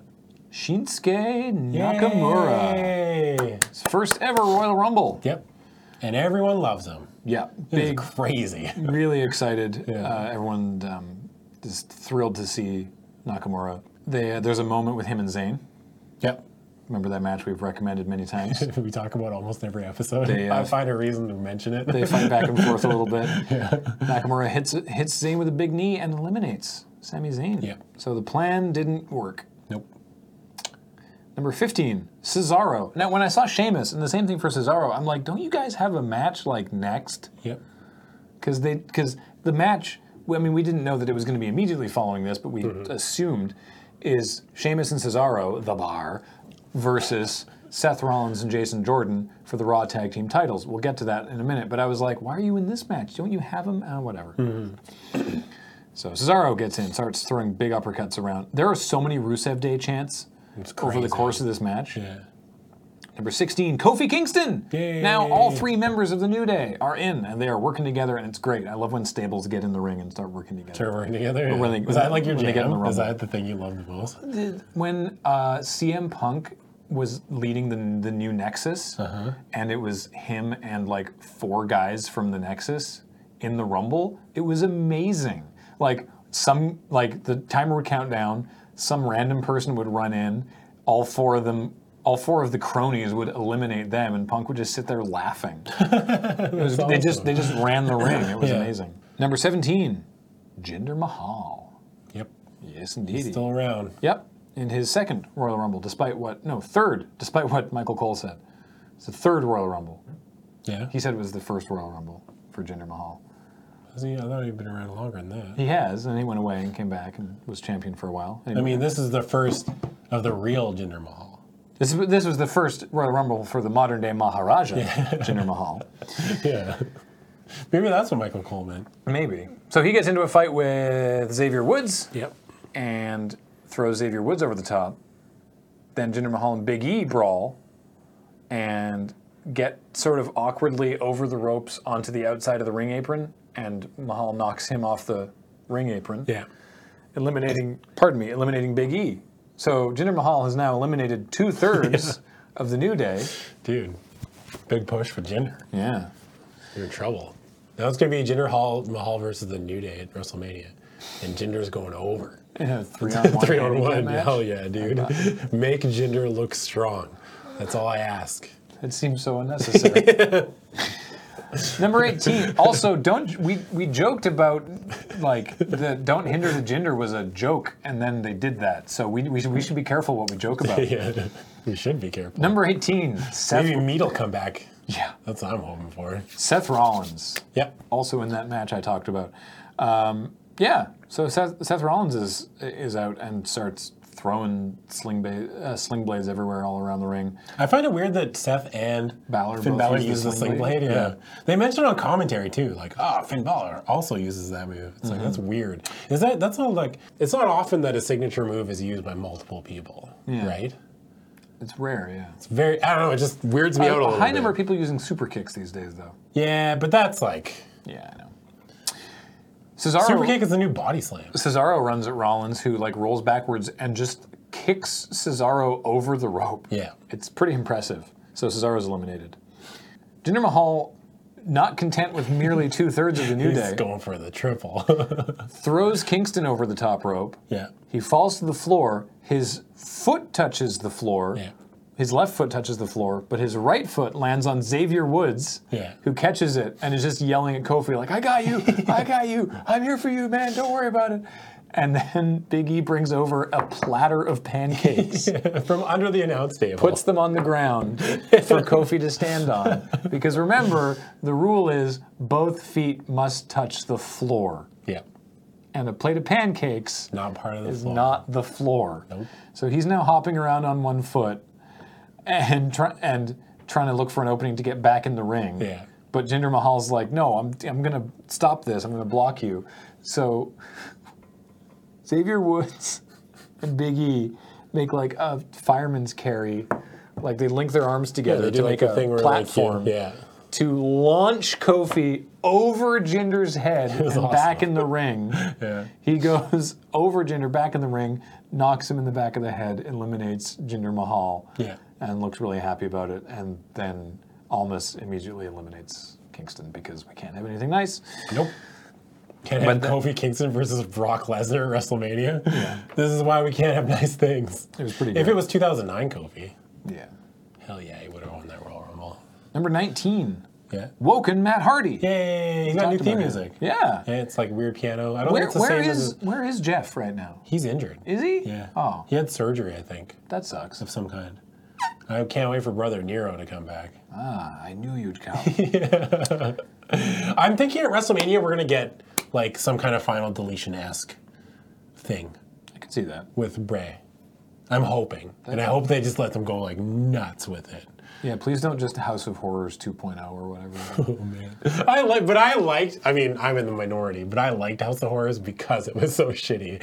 Shinsuke Nakamura.
Yay!
His first ever Royal Rumble.
Yep. And everyone loves him.
Yeah,
It's
big,
crazy.
really excited.
Yeah.
Uh, everyone um, is thrilled to see Nakamura. They, uh, there's a moment with him and Zayn.
Yep.
Remember that match we've recommended many times?
we talk about almost every episode.
They, uh,
I find a reason to mention it.
They fight back and forth a little bit. Nakamura hits hits Zayn with a big knee and eliminates Sami Zayn.
Yeah.
So the plan didn't work.
nope.
Number 15, Cesaro. Now, when I saw Sheamus and the same thing for Cesaro, I'm like, don't you guys have a match like next?
Yep.
Because they because the match, well, I mean, we didn't know that it was going to be immediately following this, but we
Mm-hmm.
assumed is Sheamus and Cesaro, the bar, versus Seth Rollins and Jason Jordan for the Raw Tag Team titles. We'll get to that in a minute. But I was like, why are you in this match? Don't you have them? Uh, whatever.
Mm-hmm.
So Cesaro gets in, starts throwing big uppercuts around. There are so many Rusev Day chants over the
crazy.
course of this match.
Yeah.
Number 16, Kofi Kingston.
Yay.
Now all three members of the New Day are in and they are working together and it's great. I love when stables get in the ring and start working together.
They're working together.
when they-
Was that like your
when they get in
jam?
the
Is
Rumble.
that the thing you love the most?
When uh, CM Punk was leading the, the new Nexus and it was him and like four guys from the Nexus in the Rumble, it was amazing. Like some like the timer would count down, some random person would run in, all four of them all four of the cronies would eliminate them and Punk would just sit there laughing.
That's
They
awesome.
just they just ran the ring. It was
Yeah.
amazing. Number seventeen, Jinder Mahal.
Yep.
Yes, indeed.
Still around.
Yep, in his second Royal Rumble, despite what no third, despite what Michael Cole said, it's the third Royal Rumble.
Yeah.
He said it was the first Royal Rumble for Jinder Mahal.
Has he- I thought he'd been around longer than that.
He has, and he went away and came back and was champion for a while. And
I mean, this is the first of the real Jinder Mahal.
this this was the first Royal Rumble for the modern day Maharaja Jinder Mahal.
Yeah. Maybe that's what Michael Cole meant.
Maybe. So he gets into a fight with Xavier Woods.
Yep.
and throws Xavier Woods over the top. Then Jinder Mahal and Big E brawl and get sort of awkwardly over the ropes onto the outside of the ring apron, and Mahal knocks him off the ring apron,
Yeah.
eliminating, pardon me, eliminating Big E. So Jinder Mahal has now eliminated two thirds of the New Day.
Dude, big push for Jinder.
Yeah.
You're in trouble. Now it's going to be Jinder Hall, Mahal versus the New Day at WrestleMania. And Jinder's going over.
three on one.
Three on
handicap
one.
match.
Hell yeah, dude. Make Jinder look strong. That's all I ask.
It seems so unnecessary. Number 18. Also, don't we we joked about like the don't hinder the gender was a joke and then they did that. So we we should, we should be careful what we joke about.
Yeah. We should be careful.
Number 18. Seth
Maybe Meat will come back.
yeah,
That's what I'm hoping for.
Seth Rollins.
Yep.
Also in that match I talked about. Um, yeah. So Seth, Seth Rollins is is out and starts throwing sling ba- uh, sling blades everywhere all around the ring.
I find it weird that Seth and
Balor
Finn
both
Balor
use the
use the
sling
sling
blade.
blade. Yeah.
Yeah.
they mentioned on commentary too, like, ah, Finn Balor also uses that move. It's like that's weird. Is that that's not like it's not often that a signature move is used by multiple people, right?
It's rare, yeah.
It's very I don't know. It just weirds me out a
a
little
high
bit.
number of people using super kicks these days though.
Yeah, but that's like
Yeah, I know. Cesaro
super kick is the new body slam.
Cesaro runs at Rollins, who like rolls backwards and just kicks Cesaro over the rope.
Yeah.
It's pretty impressive. So Cesaro's eliminated. Jinder Mahal, not content with merely two thirds of the New
He's
Day,
going for the triple.
throws Kingston over the top rope.
yeah,
He falls to the floor. His foot touches the floor.
Yeah.
His left foot touches the floor, but his right foot lands on Xavier Woods,
Yeah.
who catches it and is just yelling at Kofi, like, I got you, I got you, I'm here for you, man, don't worry about it. And then Big E brings over a platter of pancakes,
from under the announce table.
puts them on the ground for Kofi to stand on. Because remember, the rule is both feet must touch the floor.
yeah,
and a plate of pancakes
Not part of the
is
floor.
not the floor.
Nope.
So he's now hopping around on one foot and try, and trying to look for an opening to get back in the ring.
Yeah.
But Jinder Mahal's like, no, I'm I'm gonna stop this. I'm gonna block you. So Xavier Woods and Big E make like a fireman's carry, like they link their arms together
They
to
do
make
like
a
a thing where
platform
like you, yeah,
to launch Kofi over Jinder's head and
was awesome.
back in the ring.
yeah.
He goes over Jinder, back in the ring, knocks him in the back of the head, eliminates Jinder Mahal,
Yeah.
and looks really happy about it. And then Almas immediately eliminates Kingston because we can't have anything nice.
Nope. Can't have
But
Kofi Kingston versus Brock Lesnar at WrestleMania. This is why we can't have nice things.
It was pretty
If
good.
it was 2009 Kofi,
Yeah.
hell yeah, he would have won that Royal Rumble.
Number 19,
Yeah.
Woken Matt Hardy.
Yay! He's got new
Talked
theme
about it.
music.
Yeah.
Yeah, it's like weird piano. I don't
Where,
think it's the
where
same
is
as
where is Jeff right now?
he's injured.
Is he?
Yeah.
Oh,
He had surgery, I think,
that sucks.
of some kind. I can't wait for brother Nero to come back.
Ah, I knew you'd come.
I'm thinking at WrestleMania we're gonna get like some kind of final deletion esque thing
I can see that.
with Bray. I'm hoping, and I hope they just let them go like nuts with it.
Yeah, please don't just House of Horrors 2.0 or whatever.
Oh man, I like, but I liked. I mean, I'm in the minority, but I liked House of Horrors because it was so shitty.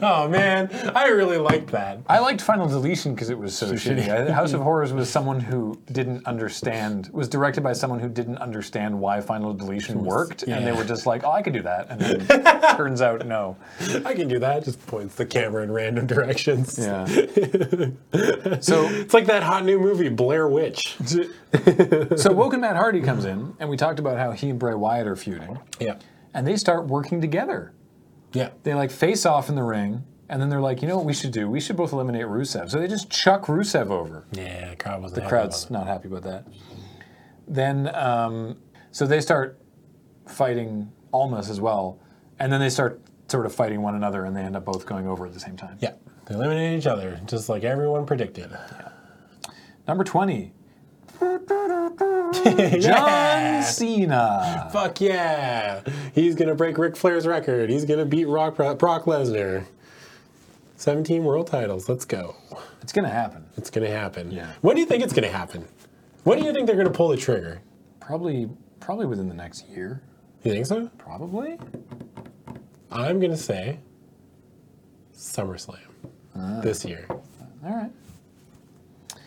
oh man, I really liked that.
I liked Final Deletion because it was so shitty. I- House of Horrors was someone who didn't understand, was directed by someone who didn't understand why Final Deletion worked, and they
yeah.
were just like, oh, I could do that. And then turns out, no.
I can do that. Just points the camera in random directions.
Yeah. so,
It's like that hot new movie Blair Witch.
so Woken Matt Hardy comes in, and we talked about how he and Bray Wyatt are feuding,
Yeah,
and they start working together.
yeah.
They like face off in the ring, and then they're like, you know what we should do? We should both eliminate Rusev. So they just chuck Rusev over.
Yeah, the crowd wasn't. The
crowd's not happy about that. Then, um, so they start fighting Almas as well, and then they start sort of fighting one another, and they end up both going over at the same time.
Yeah, they eliminated each other, just like everyone predicted.
Number 20,
yeah.
John Cena.
Fuck yeah! He's gonna break Ric Flair's record. He's gonna beat Rock, Brock Lesnar. 17 world titles. Let's go.
It's going to happen.
It's gonna happen.
Yeah.
When do you think it's gonna happen? When do you think they're gonna pull the trigger?
Probably, probably within the next year.
You think so?
Probably.
I'm gonna say SummerSlam this year.
All right.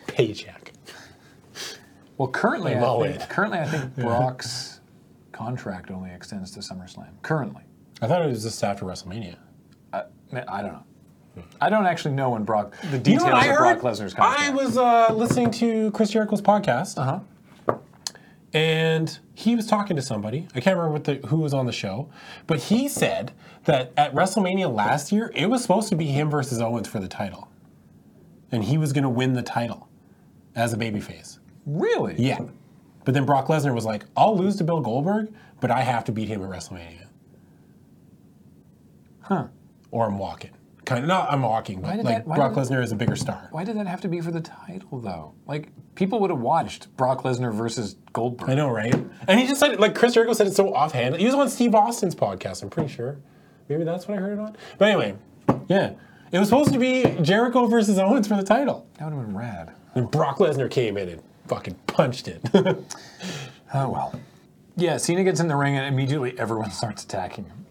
Paycheck.
Well, currently,
I'm
I
all
think,
in.
currently I think Brock's contract only extends to SummerSlam. Currently.
I thought it was just after WrestleMania.
I- I don't know. I don't actually know when Brock Hmm. the
You
details
know what I
of
heard?
Brock Lesnar's contract.
I was uh, listening to Chris Jericho's podcast.
Uh-huh.
and he was talking to somebody. I can't remember what the, who was on the show, but he said that at WrestleMania last year, it was supposed to be him versus Owens for the title, and he was going to win the title as a babyface.
Really?
Yeah, but then Brock Lesnar was like, "I'll lose to Bill Goldberg, but I have to beat him at WrestleMania." Huh? Or I'm walking. Kind of not. I'm walking, but
did
like
that- why
Brock
did-
Lesnar is a bigger star.
Why did that have to be for the title though? Like people would have watched Brock Lesnar versus Goldberg.
I know, right? And he just said, it like Chris Jericho said it so offhand. He was on Steve Austin's podcast, I'm pretty sure. Maybe that's what I heard it on. But anyway, yeah. It was supposed to be Jericho versus Owens for the title.
That would have been rad.
And Brock Lesnar came in and fucking punched it.
Oh well. Yeah, Cena gets in the ring and immediately everyone starts attacking him.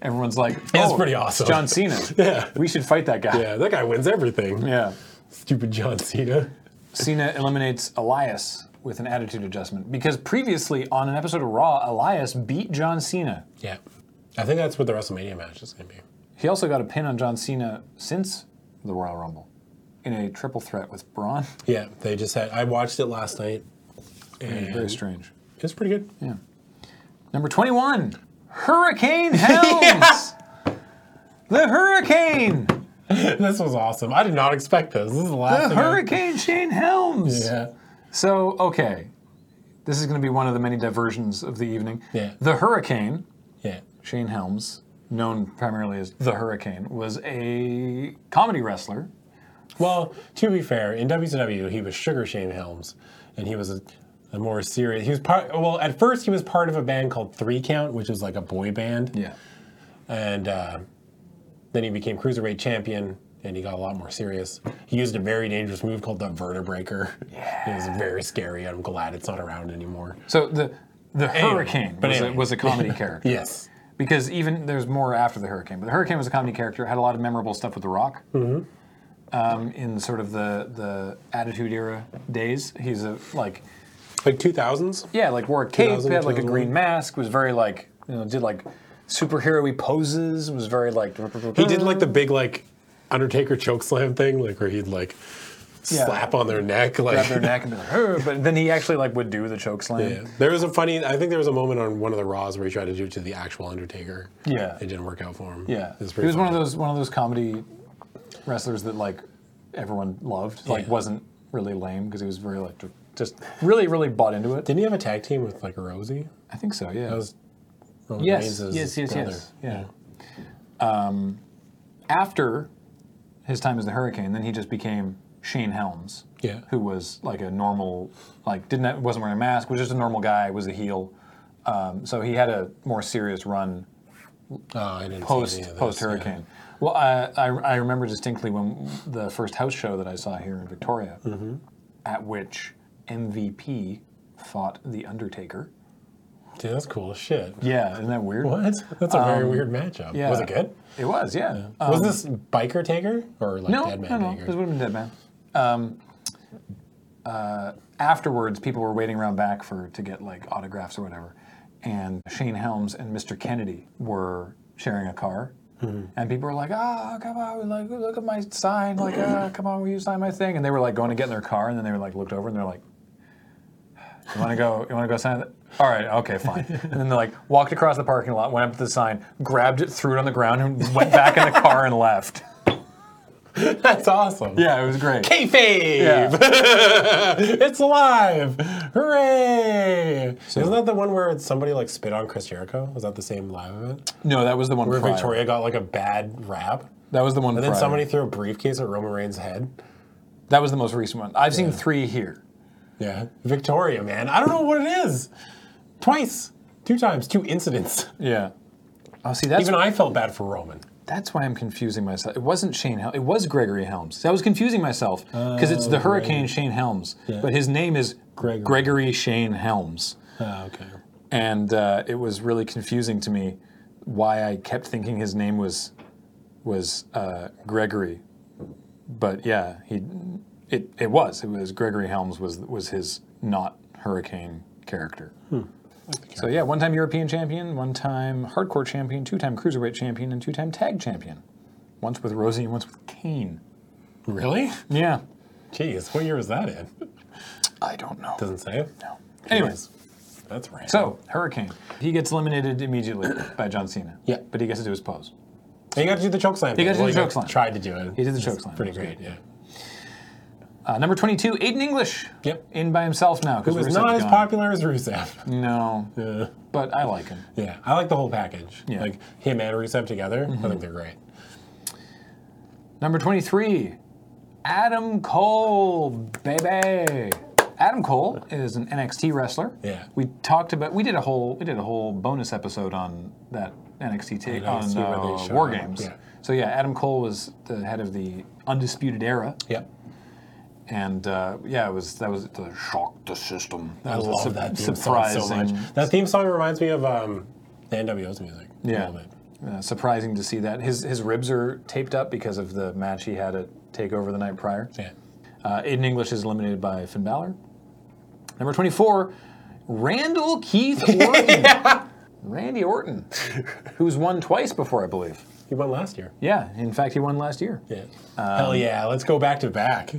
Everyone's like,
That's
"Oh,
pretty awesome."
it's John Cena.
Yeah.
We should fight that guy."
yeah, that guy wins everything.
yeah.
Stupid John Cena.
Cena eliminates Elias with an attitude adjustment because previously on an episode of Raw, Elias beat John Cena.
Yeah. I think that's what the WrestleMania match is going to be.
He also got a pin on John Cena since the Royal Rumble in a triple threat with Braun.
Yeah, they just had, I watched it last night. And
Very strange.
it's pretty good.
Number 21, Hurricane Helms! The Hurricane!
This was awesome. I did not expect this. This is the last
The
thing I-
Hurricane Shane Helms!
Yeah.
So, okay. This is going to be one of the many diversions of the evening.
Yeah.
The Hurricane,
Yeah.
Shane Helms, known primarily as The Hurricane, was a comedy wrestler.
Well, to be fair, in WCW, he was Sugar Shane Helms, and he was a, a more serious. He was part. Well, at first, he was part of a band called Three Count, which was like a boy band.
Yeah.
and uh, then he became cruiserweight champion. And he got a lot more serious. He used a very dangerous move called the vertebraker. Yeah. It was very scary. I'm glad it's not around anymore.
So the the Hurricane
but
was, a,
anyway.
was a comedy character.
Yes.
Because even there's more after the Hurricane, but the Hurricane was a comedy character. Had a lot of memorable stuff with The Rock.
Mm-hmm.
Um, in sort of the the Attitude Era days, he's a like
Like 2000s?
yeah, like wore a cape,
2000,
had like a
2001.
green mask, was very like you know did like superhero-y poses, was very like
He did like the big like Undertaker choke slam thing, like where he'd like slap on their neck, like
grab their neck and be like, "Huh," but then he actually like would do the choke slam.
Yeah. There was a funny. I think there was a moment on one of the Raws where he tried to do it to the actual Undertaker.
Yeah.
It didn't work out for him.
Yeah,
It was
he
pretty
was one of
funny.
those one of those comedy wrestlers that like everyone loved. Like
Yeah.
wasn't really lame because he was very like ju- just really really bought into it.
Didn't he have a tag team with like Rosie?
I think so. Yeah.
That was Roman
yes.
Reigns'
Yes. Yes.
brother.
Yes. Yeah. Um, after his time as the Hurricane, then he just became Shane Helms.
Yeah.
Who was like a normal, like didn't have- wasn't wearing a mask, was just a normal guy, was a heel. Um, so he had a more serious run
Oh, I didn't see
post
any of this,
post
yeah.
hurricane. Well, I, I I remember distinctly when the first house show that I saw here in Victoria,
Mm-hmm.
at which MVP fought the Undertaker.
Dude, that's cool as shit.
Yeah, isn't that weird?
What? That's a very weird matchup.
Um, yeah.
Was it good?
It was, yeah. Um,
was this biker taker or like
no,
dead man
no, no,
taker?
this would have been Dead Man. Um, uh, afterwards, people were waiting around back for to get like autographs or whatever, and Shane Helms and Mr. Kennedy were sharing a car, and people were like, "Ah, come on, like look at my sign, like ah, come on, will you sign my thing?" And they were like going to get in their car, and then they were like looked over and they're like. You want to go? You want to go sign it? All right, okay, fine. And then they like walked across the parking lot, went up to the sign, grabbed it, threw it on the ground, and went back in the car and left.
That's awesome.
Yeah, it was great.
Kayfabe! it's live! Hooray! Isn't that the one where somebody like spit on Chris Jericho? Was that the same live event?
No, that was the one
Where
prior.
Victoria got like a bad rap, and
That was the one. And
then somebody threw a briefcase at Roman Reigns' head.
That was the most recent one. I've seen three here.
Yeah, Victoria, man, I don't know what it is. Twice, two times, two incidents.
Yeah. Oh, see, that's
Even I felt bad for Roman.
that's why I'm confusing myself. It wasn't Shane. Hel- it was Gregory Helms. I was confusing myself because it's the Hurricane Shane Helms, but his name is
Oh, Gregory.
Gregory Shane Helms,
Oh, okay.
and uh, it was really confusing to me why I kept thinking his name was was uh, Gregory, but yeah, he it it was it was Gregory Helms was was his not Hurricane character.
Hmm.
So yeah, one time European champion, one time hardcore champion, two time cruiserweight champion, and two time tag champion. Once with Rosie and once with Kane.
Really?
Yeah.
Jeez, what year was that in?
I don't know.
Doesn't say.
No.
Anyways, that's right.
So Hurricane. He gets eliminated immediately by John Cena.
Yeah.
But he gets to do his pose.
he got to do the choke slam. He
got to do the choke slam.
Tried to do it.
He did the
It's
choke slam.
Pretty
It was
great. Yeah.
Uh, number twenty two, Aiden English.
Yep.
In by himself now
It
because
was not as popular as Rusev.
No.
Yeah.
But I like him.
Yeah, I like the whole package.
Yeah. Mm-hmm.
Like him and Rusev together, I think they're great.
Number 23, Adam Cole, baby. Adam Cole is an NXT wrestler.
Yeah.
We talked about we did a whole we did a whole bonus episode on that NXT take on
On NXT where they
uh,
showed
War
up,
Games.
yeah.
So yeah, Adam Cole was the head of the Undisputed Era,
Yep.
and uh, yeah, it was that was the shock the system. That
I
was a
love
sup-
that theme
surprising,
song so much. That theme song reminds me of um, the NWO's music. a
Yeah.
little bit.
Uh, surprising to see that his his ribs are taped up because of the match he had at Takeover the night prior.
Yeah.
Uh, Aiden English is eliminated by Finn Balor. Number 24, Randall Keith Orton. Randy Orton, who's won twice before, I believe.
He won last year.
Yeah, in fact, he won last year.
Yeah. Hell
Um,
yeah. Let's go back to back.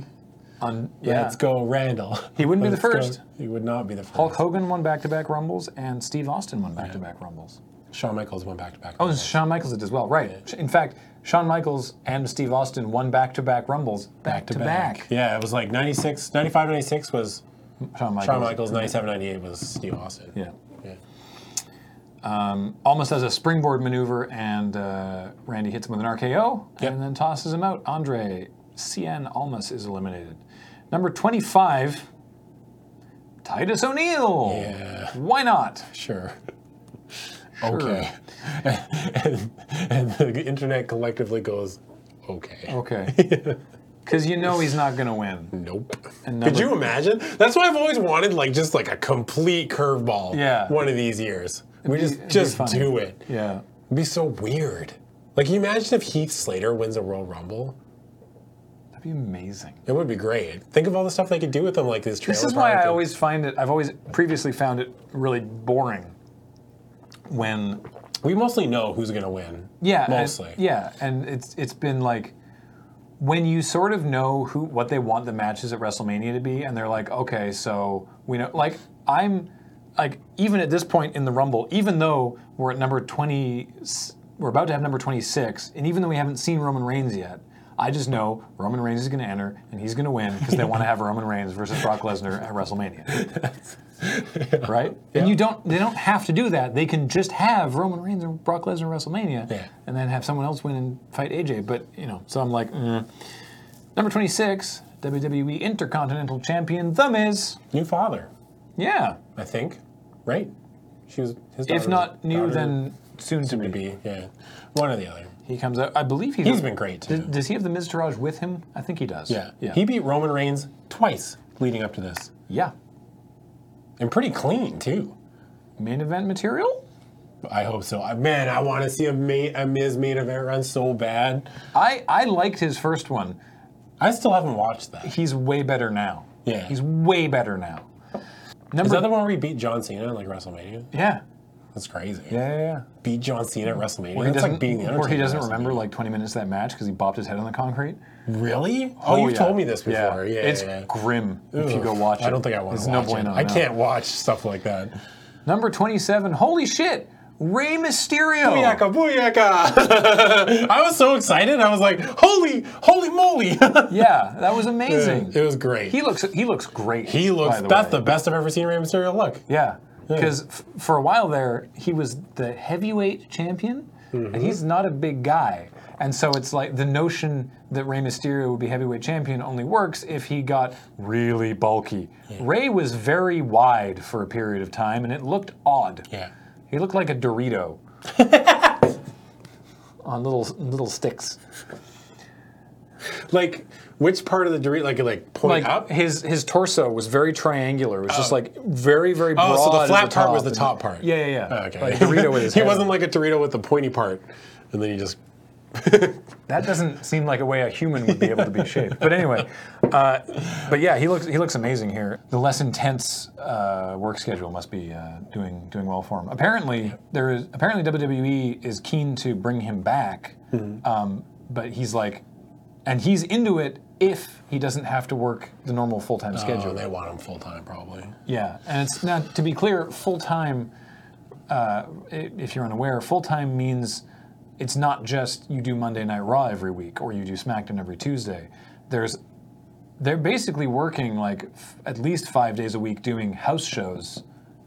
On, yeah,
Let's go, Randall.
He wouldn't be the
Let's
first.
Go. He would not be the first.
Hulk Hogan won back to back Rumbles, and Steve Austin won back to back Rumbles.
Shawn Michaels went back to back.
Oh, and Shawn Michaels did as well, right. In fact, Shawn Michaels and Steve Austin won back to back Rumbles back to back.
Yeah, it was like 96, 95, 96 was
Shawn Michaels.
Shawn Michaels, 97, 98 was Steve Austin.
Yeah. Um,
Yeah.
almost as a springboard maneuver, and uh, Randy hits him with an RKO
Yep.
and then tosses him out. Andre Cien Almas is eliminated. Number 25, Titus O'Neil.
Yeah.
Why not?
Sure. okay. and, and the internet collectively goes, okay.
Okay. Because you know he's not going to win.
Nope.
And
Could
number-
you imagine? That's why I've always wanted like just like a complete curveball.
Yeah.
One of these years, we
be-
just
it'd be
just
funny.
do it.
Yeah.
It'd be so weird. Like, can you imagine if Heath Slater wins a Royal Rumble?
That'd be amazing.
It would be great. Think of all the stuff they could do with him, like this.
This
trailer
is why
park
I
and-
always find it, I've always previously found it really boring when
we mostly know who's gonna win.
Yeah, and-
mostly.
yeah, and it's it's been like when you sort of know who what they want the matches at WrestleMania to be, and they're like, okay, so we know. Like I'm like even at this point in the Rumble, even though we're at number twenty, we're about to have number twenty six, and even though we haven't seen Roman Reigns yet. I just know Roman Reigns is going to enter and he's going to win because they want to have Roman Reigns versus Brock Lesnar at WrestleMania, right? And you don't—they don't have to do that. They can just have Roman Reigns and Brock Lesnar at WrestleMania,
Yeah.
and then have someone else win and fight AJ. But you know, so I'm like, mm. number 26, WWE E Intercontinental Champion, The Miz.
New father,
Yeah,
I think. Right? She was his daughter
if
was-
not new,
daughter
then soon to
to
be.
be. Yeah, one or the other.
He comes out. I believe he's.
He's been great too.
Does, does he have the Miz Taraj with him? I think he does.
Yeah.
yeah,
He beat Roman Reigns twice leading up to this.
yeah.
And pretty clean, too.
Main event material.
I hope so. I- Man, I want to see a, ma- a Miz main event run so bad.
I I liked his first one.
I still haven't watched that.
He's way better now.
Yeah.
he's way better now. Number
Is that the one where he beat John Cena at like WrestleMania?
yeah.
That's crazy.
Yeah, yeah, yeah.
Beat John Cena at WrestleMania?
He
That's like
doesn't-
being the
or he
Undertaker at
doesn't remember
WrestleMania.
like 20 minutes of that match because he bopped his head on the concrete.
Really? Oh, you've
yeah.
told me this before. Yeah,
it's
yeah, yeah.
grim if you go
Ugh.
watch it.
I don't think I want
It's
to watch
no bueno,
it. I
no.
can't watch stuff like that.
Number 27. Holy shit! Ray Mysterio.
Booyaka, booyaka! I was so excited. I was like, holy, holy moly!
Yeah, that was amazing.
it was great.
He looks he looks great.
He looks.
by the
that's
way.
the best I've ever seen Rey Mysterio look.
yeah. Because f- for a while there, he was the heavyweight champion,
Mm-hmm.
and he's not a big guy. And so it's like the notion that Rey Mysterio would be heavyweight champion only works if he got really bulky. Rey was very wide for a period of time, and it looked odd.
Yeah.
He looked like a Dorito on little little sticks.
Like, which part of the Dorito? Like, like point
Like
up.
his his torso was very triangular. It was just like very very broad.
Oh, so the
at
flat part was
top.
the top part.
Yeah, yeah, yeah.
Oh, okay.
Like Dorito with his
he
head.
wasn't like a Dorito with the pointy part, and then he just.
That doesn't seem like a way a human would be able to be shaped. But anyway, uh, but yeah, he looks he looks amazing here. The less intense uh, work schedule must be uh, doing doing well for him. Apparently, there is apparently WWE is keen to bring him back, um, but he's like, and he's into it if he doesn't have to work the normal full time
Oh,
schedule.
they want him full time, probably.
Yeah, and it's now to be clear, full time. Uh, i- if you're unaware, full time means it's not just you do Monday Night Raw every week or you do SmackDown every Tuesday. There's they're basically working like f- at least five days a week doing house shows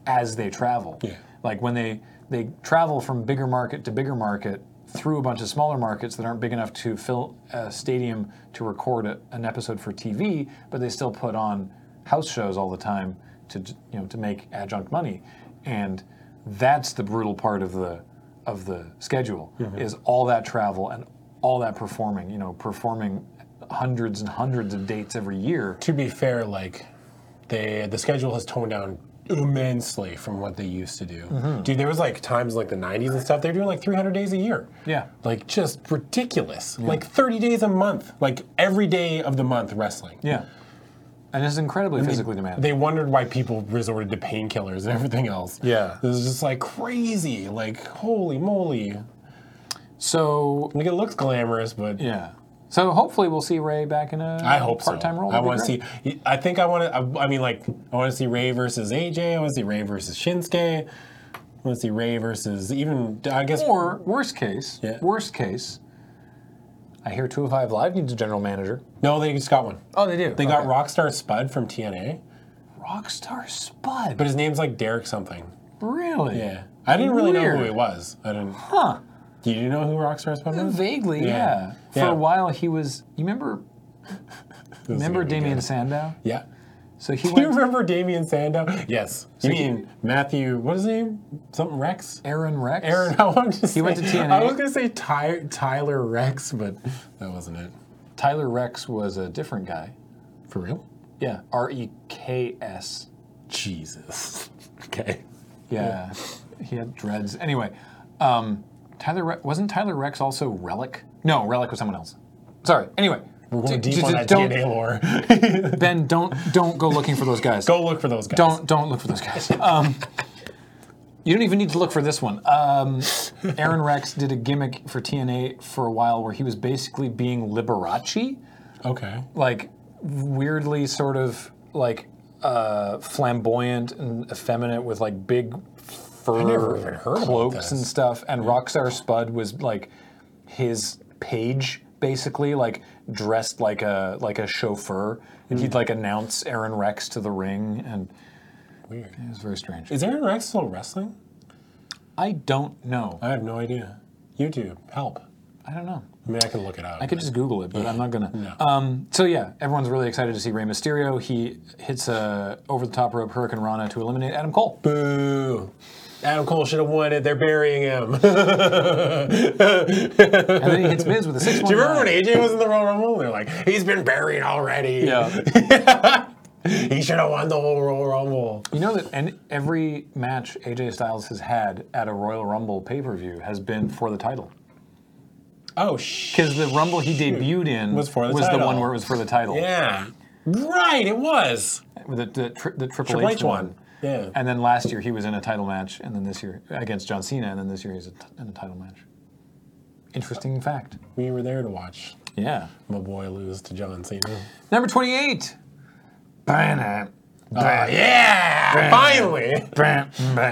as they travel.
Yeah.
Like when they they travel from bigger market to bigger market through a bunch of smaller markets that aren't big enough to fill a stadium to record a, an episode for TV, but they still put on house shows all the time to j- you know to make adjunct money, and that's the brutal part of the of the schedule is all that travel and all that performing. You know, performing hundreds and hundreds of dates every year.
To be fair, like, they the schedule has toned down immensely from what they used to do.
Mm-hmm.
Dude, there was like times like the '90s and stuff. They were doing like 300 days a year.
Yeah.
like just ridiculous. Like 30 days a month, like every day of the month wrestling.
Yeah. And it's incredibly physically demanding.
They wondered why people resorted to painkillers and everything else.
Yeah.
It was just like crazy. Like, holy moly.
so
Like, it looks glamorous, but
yeah. So hopefully we'll see Ray back in a
I hope
part-time
so.
role.
I
That'd be
want to
great.
see, I think I want to, I, I mean, like, I want to see Ray versus AJ. I want to see Ray versus Shinsuke. I want to see Ray versus even, I guess,
Or worst case,
Yeah.
worst case, I hear 205 Live needs a general manager.
no, they just got one.
Oh, they do.
They got Rockstar Spud from TNA,
Rockstar Spud.
but his name's like Derek something.
really?
Yeah. I didn't really know who
Weird.
he was. I didn't.
Huh.
Do you know who Rockstar Spud was?
Vaguely, yeah.
Yeah.
For
Yeah.
a while he was. You remember?
is
remember
gonna be
Damien Sandow?
Yeah.
So he
Do you
went
remember Damian Sandow? Yes. You mean Matthew? What is his name? Something Rex.
Aaron Rex.
Aaron. I wanted to. He
went to TNA.
I was gonna say Ty, Tyler Rex, but that wasn't it.
Tyler Rex was a different guy.
For real?
Yeah. R E K S.
Jesus. Okay.
Yeah. He had dreads. Anyway, um, Tyler Re- wasn't Tyler Rex also Relic? No, Relic was someone else. Sorry. Anyway,
We're going
d-
deep
d-
on
d-
that
don't,
DNA lore.
Ben, don't don't go looking for those guys.
Go look for those guys.
Don't don't look for those guys. Um, you don't even need to look for this one. Um, Aaron Rex did a gimmick for TNA for a while where he was basically being Liberace,
Okay.
like weirdly sort of like uh, flamboyant and effeminate with like big fur
never even heard about
cloaks and
this.
stuff. And Rockstar Spud was like his page basically like dressed like a like a chauffeur and
Hmm.
he'd like announce Aaron Rex to the ring and
Weird.
it was very strange.
Is Aaron Rex still wrestling?
I don't know.
I have no idea. YouTube, help.
I don't know.
I mean, I can look it up.
I could just Google it, but I'm not gonna. Um, so yeah, everyone's really excited to see Rey Mysterio. He hits a over the top rope Hurricane Rana to eliminate Adam Cole.
Boo. Adam Cole should have won it. They're burying him. Do
And then he hits Miz with a six.
you remember when AJ was in the Royal Rumble? They're like, he's been buried already.
Yeah.
He should have won the whole Royal Rumble.
you know that and every match AJ Styles has had at a Royal Rumble pay per view has been for the title.
Oh, shit.
Because the Rumble he debuted in
Was for the title.
one where it was for the title.
Yeah. Right, it was.
With The, the, tri- the Triple,
Triple
H,
H
one.
won. Yeah.
And then last year he was in a title match, and then this year against John Cena, and then this year he's a t- in a title match. Interesting fact.
We were there to watch
Yeah.
my boy lose to John Cena.
Number 28.
Uh, yeah! Finally!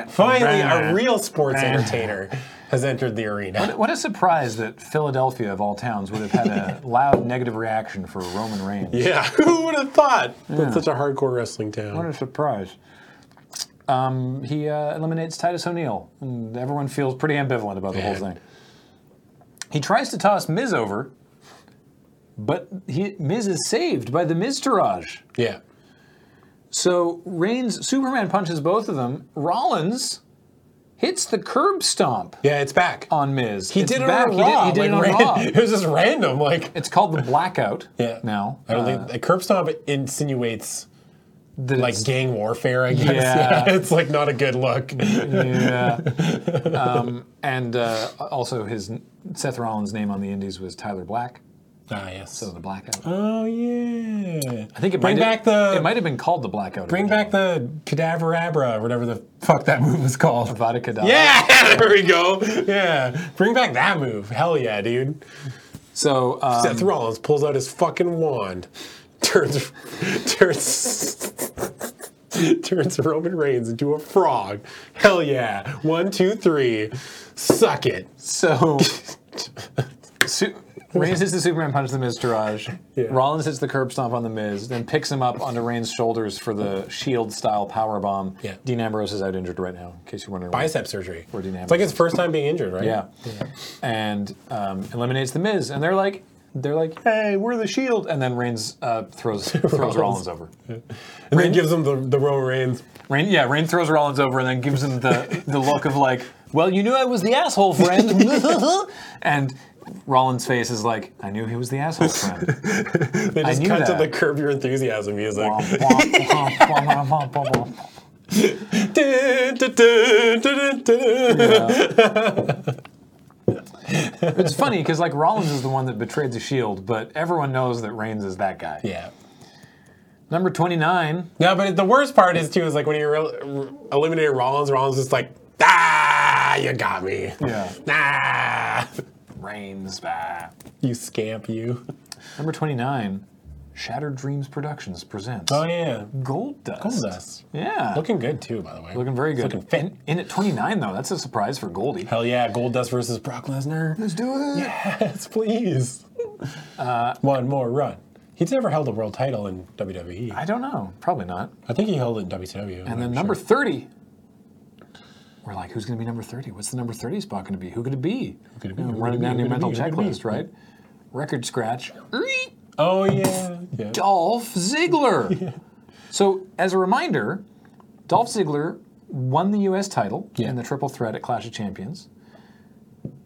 Finally, a real sports entertainer has entered the arena.
What a surprise that Philadelphia, of all towns, would have had a loud negative reaction for Roman Reigns.
Yeah, who would have thought? That's such a hardcore wrestling
What
town.
a surprise. Um, he uh, eliminates Titus O'Neil, and everyone feels pretty ambivalent about the whole
Yeah.
thing. He tries to toss Miz over, but he, Miz is saved by the Miz Taraj.
Yeah.
So Reigns, Superman punches both of them. Rollins hits the curb stomp
Yeah, it's back.
on Miz.
He
Oh, It's
did it
back.
on
He did,
Raw.
he did
like,
it on
ran-
Raw.
It was just random. Like
It's called the blackout.
yeah.
Now
I don't
Uh,
think a curb stomp insinuates
that
like
it's-
gang warfare. I guess.
Yeah.
Yeah. it's like not a good look.
yeah. um, and uh, also his Seth Rollins' name on the Indies was Tyler Black.
ah yes.
So the blackout.
oh yeah.
I think it
bring
might
back
have,
the
It might have been called the blackout.
bring back the cadaverabra or whatever the fuck that move was called.
Vada Kedavra.
Yeah, there we go. Yeah, bring back that move. Hell yeah, dude.
So uh,
Seth Rollins pulls out his fucking wand, turns turns turns Roman Reigns into a frog. Hell yeah! One, two, three. Suck it.
so. Su- Reigns hits the Superman punch to the Miz Taraj.
Yeah.
Rollins hits the curb stomp on the Miz, then picks him up onto Reigns' shoulders for the Shield style power bomb.
Yeah.
Dean Ambrose is out injured right now, in case you're wondering. why.
Bicep surgery.
Dean Ambrose.
It's like his first time being injured, right?
Yeah. And um, eliminates the Miz, and they're like, they're like, hey, we're the Shield, E and then Reigns uh, throws throws Rollins.
Rollins.
over.
And then gives him the, the Roman Reigns.
Rain, yeah, Reigns throws Rollins over, and then gives him the the look of like, well, you knew I was the asshole friend, and Rollins' face is like, I knew he was the asshole friend.
They
I
just
knew
cut
that.
to the Curb Your Enthusiasm music.
Womp, womp, womp, womp, womp, womp, womp.
Dun, dun, dun, dun, dun, dun.
it's funny because like Rollins is the one that betrayed the Shield, E but everyone knows that Reigns is that guy.
Yeah.
Number twenty nine.
No, but the worst part is too is like when he re- eliminated Rollins, Rollins is like, ah, you got me.
Yeah.
Nah.
Reigns. bah.
You scamp, you.
Number 29, Shattered Dreams Productions presents
Oh yeah.
Gold Dust.
Goldust.
Yeah.
Looking good too, by the way.
Looking very good.
Looking fit.
In, in at 29, though, that's a surprise for Goldie.
Hell yeah, Goldust versus Brock Lesnar.
Let's do it.
Yes, please.
Uh,
One more run. He's never held a world title in WWE. I,
I don't know. Probably not.
think he held it in E. WCW.
And then number 30. We're like, who's going to be number 30? What's the number 30 spot going to be? Who could it be? Who
could it be? Who
running
could it
down
be?
your
Who could it
mental
be? Who could it
checklist, right? Record scratch. Eek.
Oh yeah. yeah.
Dolph Ziggler. So, as a reminder, Dolph Ziggler won the U.S. title in the triple threat at Clash of Champions,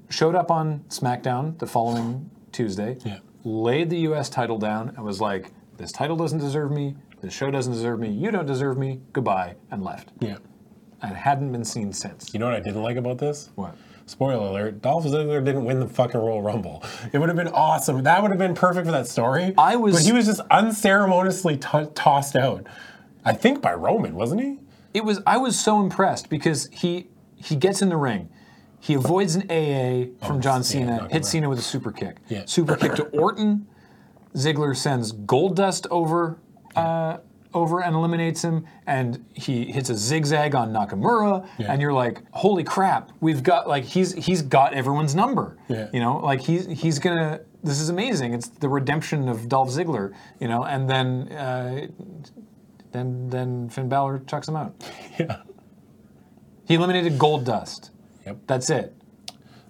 showed up on SmackDown the following Tuesday,
Yeah.
laid the U.S. title down, and was like, This title doesn't deserve me, this show doesn't deserve me, you don't deserve me, goodbye, and left.
Yeah.
And hadn't been seen since.
You know what I didn't like about this?
What?
Spoiler alert: Dolph Ziggler didn't win the fucking Royal Rumble. It would have been awesome. That would have been perfect for that story.
I was-
but he was just unceremoniously to tossed out. I think by Roman, wasn't he?
it was I was so impressed because he he gets in the ring. He avoids an AA from John Cena,
knock him
hits Cena with a super kick.
Yeah.
Super kick to Orton. Ziggler sends gold dust over uh, over and eliminates him, and he hits a zigzag on Nakamura,
Yeah.
and you're like, holy crap, we've got like he's he's got everyone's number.
Yeah.
You know, like he's he's gonna this is amazing. It's the redemption of Dolph Ziggler, you know, and then uh, then then Finn Balor chucks him out.
Yeah.
He eliminated Gold Dust.
Yep.
That's it.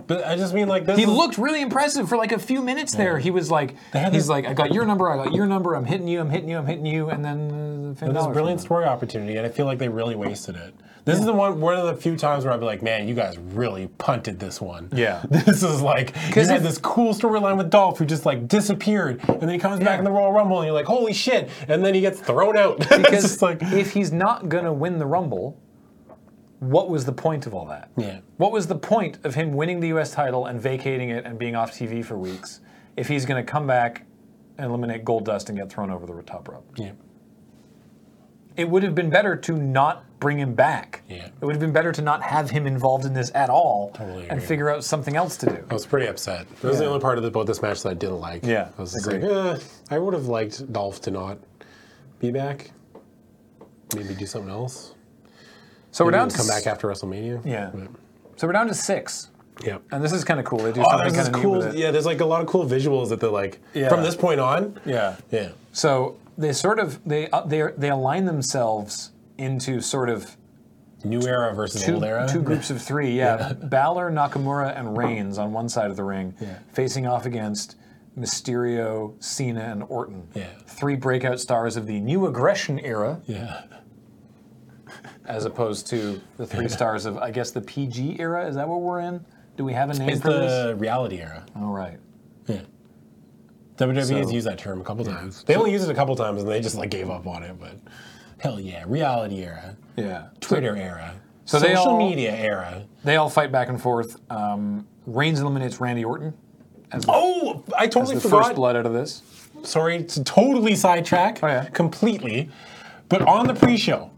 But I just mean like this.
He
is-
looked really impressive for like a few minutes there. He was like,
had
he's
this-
like, I got your number, I got your number, I'm hitting you, I'm hitting you, I'm hitting you, and then uh, Finn
This
Balor.
brilliant story opportunity, and I feel like they really wasted it. This is the one one of the few times where I'd be like, man, you guys really punted this one.
Yeah.
This is like you
if-
had this cool storyline with Dolph who just like disappeared and then he comes
Yeah.
back in the Royal Rumble and you're like, holy shit, and then he gets thrown out. Because it's
Because
just like
if he's not gonna win the Rumble, what was the point of all that?
Yeah.
What was the point of him winning the U.S. title and vacating it and being off TV for weeks if he's gonna come back and eliminate Gold Dust and get thrown over the top rope?
Yeah.
it would have been better to not bring him back.
Yeah.
It would have been better to not have him involved in this at all
Totally
and
agree.
figure out something else to do.
I was pretty upset. That was the only part of the, about this match that I didn't like.
Yeah,
I was just
agreed.
like, eh, I would have liked Dolph to not be back. Maybe do something else.
So we're
Maybe
down to
come
s-
back after WrestleMania.
Yeah.
But,
So we're down to 6.
yeah.
And this is kind of cool. They do
Oh,
something
there's this
kind of cool.
cool. Yeah, there's like a lot of cool visuals that they're like
Yeah.
from this point on.
yeah.
Yeah.
So they sort of they uh, they they align themselves into sort of
New era versus
two,
old era.
two groups of three. Yeah. Balor, Nakamura, and Reigns on one side of the ring,
Yeah.
facing off against Mysterio, Cena, and Orton.
Yeah.
Three breakout stars of the new aggression era.
Yeah.
as opposed to the three stars of I guess the PG era. Is that what we're in? Do we have a name
It's
for this?
the reality era.
All right.
Yeah. WWE has
So-
used that term a couple times. They only used it a couple times and they just like gave up on it, but hell yeah. Reality era.
Yeah.
Twitter era.
So they
social
all-
media era.
They all fight back and forth. Um, Reigns eliminates Randy Orton.
Oh, I totally
The
forgot.
first blood out of this.
Sorry to totally sidetrack
Oh, yeah.
completely, but on the pre-show,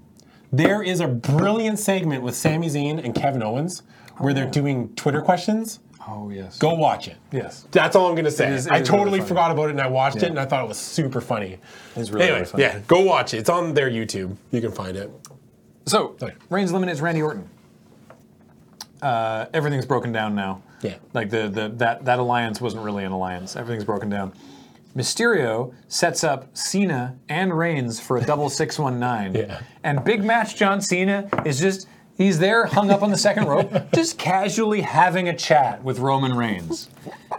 there is a brilliant segment with Sami Zayn and Kevin Owens where they're doing Twitter questions.
Oh yes.
Go watch it.
Yes.
That's all I'm gonna say.
is- it
I
is really
totally
funny.
forgot about it and I watched
Yeah.
it and I thought it was super funny.
It's really,
anyway,
really funny.
yeah, go watch it. It's on their YouTube. You can find it.
So
Okay.
Reigns eliminates Randy Orton. Uh, everything's broken down now.
Yeah.
Like the, the that that alliance wasn't really an alliance. Everything's broken down. Mysterio sets up Cena and Reigns for a double six one nine.
Yeah.
And big match John Cena is just he's there hung up on the second rope, just casually having a chat with Roman Reigns.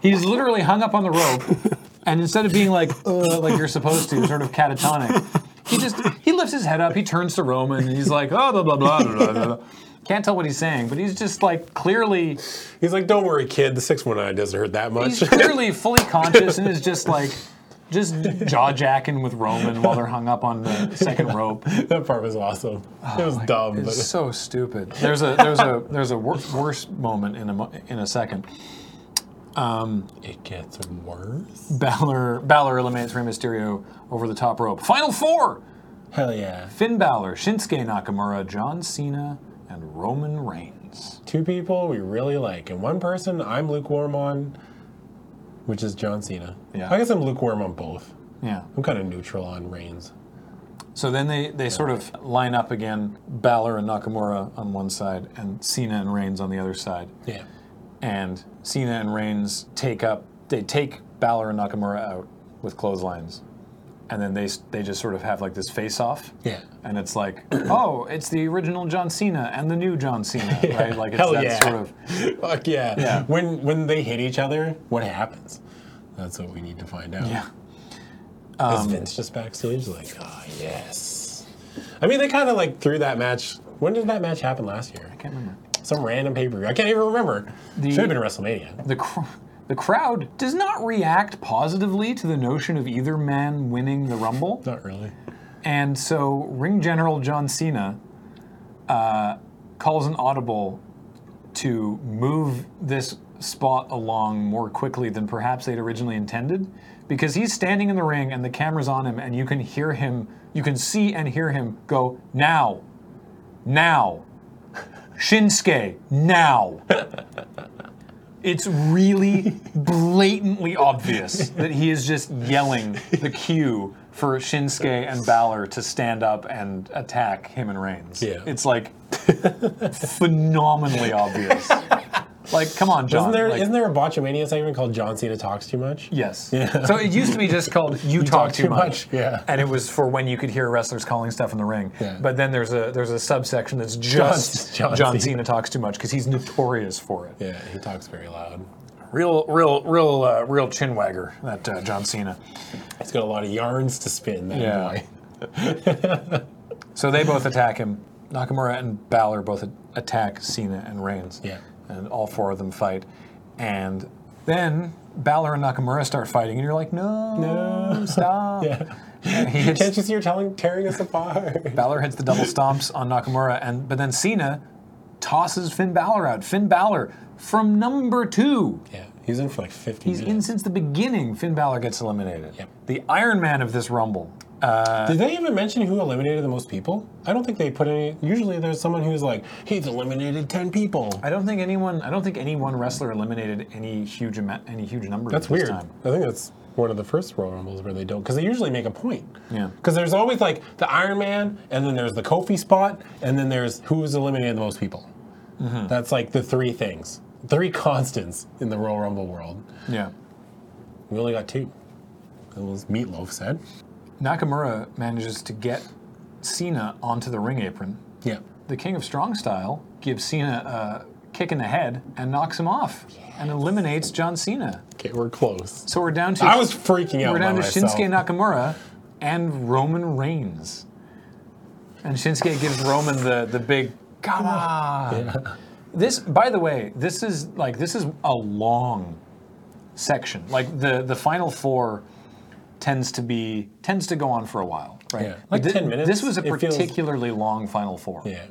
He's literally hung up on the rope, and instead of being like uh, like you're supposed to, sort of catatonic, he just he lifts his head up, he turns to Roman, and he's like oh blah blah blah blah blah. blah. Can't tell what he's saying, but he's just like clearly
He's like, don't worry, kid, the 619 doesn't hurt that much.
he's clearly fully conscious and is just like just jaw jacking with Roman while they're hung up on the second rope.
that part was awesome. it
Oh
was dumb, Um, but
It's so stupid. There's a there's a there's a wor- worse moment in a mo- in a second.
it gets worse.
Balor Balor eliminates Rey Mysterio over the top rope. Final four:
Hell yeah.
Finn Balor, Shinsuke Nakamura, John Cena, and Roman Reigns.
Two people we really like, and one person I'm lukewarm on, which is John Cena.
Yeah.
I guess I'm lukewarm on both.
Yeah.
I'm kind of neutral on Reigns.
So then they they sort of line up again. Balor and Nakamura on one side, and Cena and Reigns on the other side.
Yeah.
and Cena and Reigns take up they take Balor and Nakamura out with clotheslines, and then they they just sort of have like this face off.
Yeah.
And it's like, oh, it's the original John Cena and the new John Cena, right? Like it's
Hell
that
yeah.
sort of
Fuck yeah.
Yeah.
When when they hit each other, what happens? That's what we need to find out.
yeah.
Is Vince just backstage like, ah, yes. I mean, they kind of like threw that match. When did that match happen last year?
I can't remember.
Some random pay per view. I can't even remember.
The-
Should have been WrestleMania.
The cr- the crowd does not react positively to the notion of either man winning the Rumble.
Not really.
And so Ring General John Cena uh, calls an audible to move this spot along more quickly than perhaps they'd originally intended because he's standing in the ring and the camera's on him and you can hear him, you can see and hear him go, now, now, Shinsuke, now. It's really blatantly obvious that he is just yelling the cue for Shinsuke and Balor to stand up and attack him and Reigns.
Yeah.
It's like phenomenally obvious. like, come on, John.
Isn't there
like-
not there a botchamania segment called John Cena talks too much?
Yes. So it used to be just called "You, talk, too much,"
yeah.
and it was for when you could hear wrestlers calling stuff in the ring.
Yeah.
But then there's a there's a subsection that's just John,
John
Cena.
Cena.
talks too much because he's notorious for it.
Yeah, he talks very loud.
Real, real, real, uh, real chin wagger that uh, John Cena.
He's got a lot of yarns to spin. That
Yeah.
boy.
So they both attack him. Nakamura and Balor both a- attack Cena and Reigns.
Yeah.
And all four of them fight. And then Balor and Nakamura start fighting, and you're like, no,
No.
stop.
Yeah.
And he hits-
Can't you see you're telling, tearing us apart?
Balor hits the double stomps on Nakamura, and but then Cena tosses Finn Balor out. Finn Balor from number two.
yeah, he's in for like 50
He's in
minutes.
since the beginning. Finn Balor gets eliminated.
Yep.
The Iron Man of this Rumble.
Did they even mention who eliminated the most people? I don't think they put any. Usually there's someone who's like, he's eliminated 10 people.
I don't think anyone. I don't think any one wrestler eliminated any huge amount, any huge number.
That's
this
weird.
Time.
I think that's one of the first Royal Rumbles where they don't, because they usually make a point.
Yeah.
Because there's always like the Iron Man, and then there's the Kofi spot, and then there's who's eliminated the most people.
Mm-hmm.
That's like the three things, three constants in the Royal Rumble world.
Yeah.
We only got two. It was Meatloaf said.
Nakamura manages to get Cena onto the ring apron.
Yeah.
The King of Strong Style gives Cena a kick in the head and knocks him off, and eliminates John Cena.
Okay, we're close.
So we're down to
I was freaking out.
We're down
by
to
myself.
Shinsuke Nakamura and Roman Reigns. And Shinsuke gives Roman the, the big come on. This by the way, this is like this is a long section. Like the the final four tends to be tends to go on for a while, right?
Yeah. Like
Thi-
10 minutes,
This was a
it feels-
particularly long final four.
Yeah.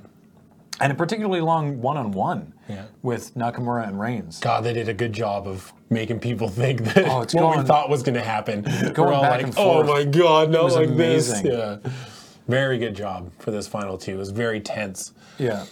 And a particularly long one on one
Yeah.
with Nakamura and Reigns.
God, they did a good job of making people think that
Oh, it's
what
going-
we thought was going to happen.
going
we're all
back
like,
and
oh
forth.
my God, not
was
like
amazing.
this. Yeah. Very good job for this final two. It was very tense.
Yeah,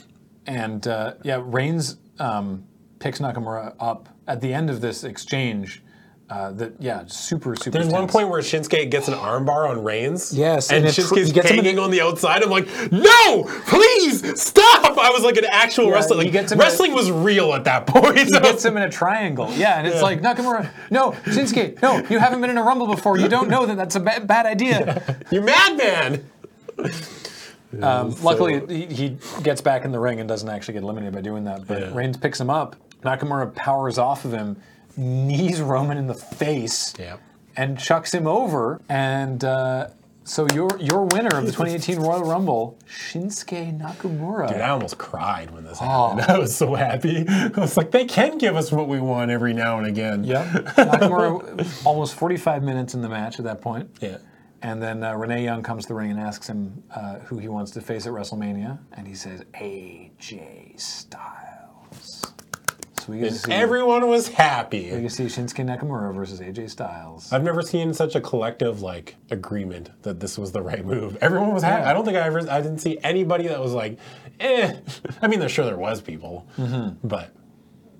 and uh, yeah, Reigns um, picks Nakamura up at the end of this exchange. Uh, that yeah, super super.
There's one
tense.
point where Shinsuke gets an armbar on Reigns.
Yes,
and,
and it's-
Shinsuke's
he gets him in-
hanging on the outside. I'm like, no, please stop! I was like an actual wrestler.
he
Like,
gets him in-
wrestling was real at that point.
He gets him in a triangle. Yeah, and it's like Nakamura, no Shinsuke, no, you haven't been in a rumble before. You don't know that that's a ba- bad idea.
You're madman.
Um, luckily, he, he gets back in the ring and doesn't actually get eliminated by doing that. But
Yeah.
Reigns picks him up. Nakamura powers off of him, knees Roman in the face.
Yep.
and chucks him over. And uh, so your your winner of the 2018 Royal Rumble, Shinsuke Nakamura.
Dude, I almost cried when this
Oh.
happened. I was so happy. I was like, they can give us what we want every now and again.
Yep. Nakamura almost 45 minutes in the match at that point.
Yeah.
And then uh, Renee Young comes to the ring and asks him uh, who he wants to face at WrestleMania, and he says AJ Styles. So we get to see,
Everyone was
we
happy.
get to see Shinsuke Nakamura versus AJ Styles.
I've never seen such a collective like agreement that this was the right move. Everyone was happy.
Yeah.
I don't think I ever. I didn't see anybody that was like, eh. I mean, there sure there was people,
Mm-hmm.
but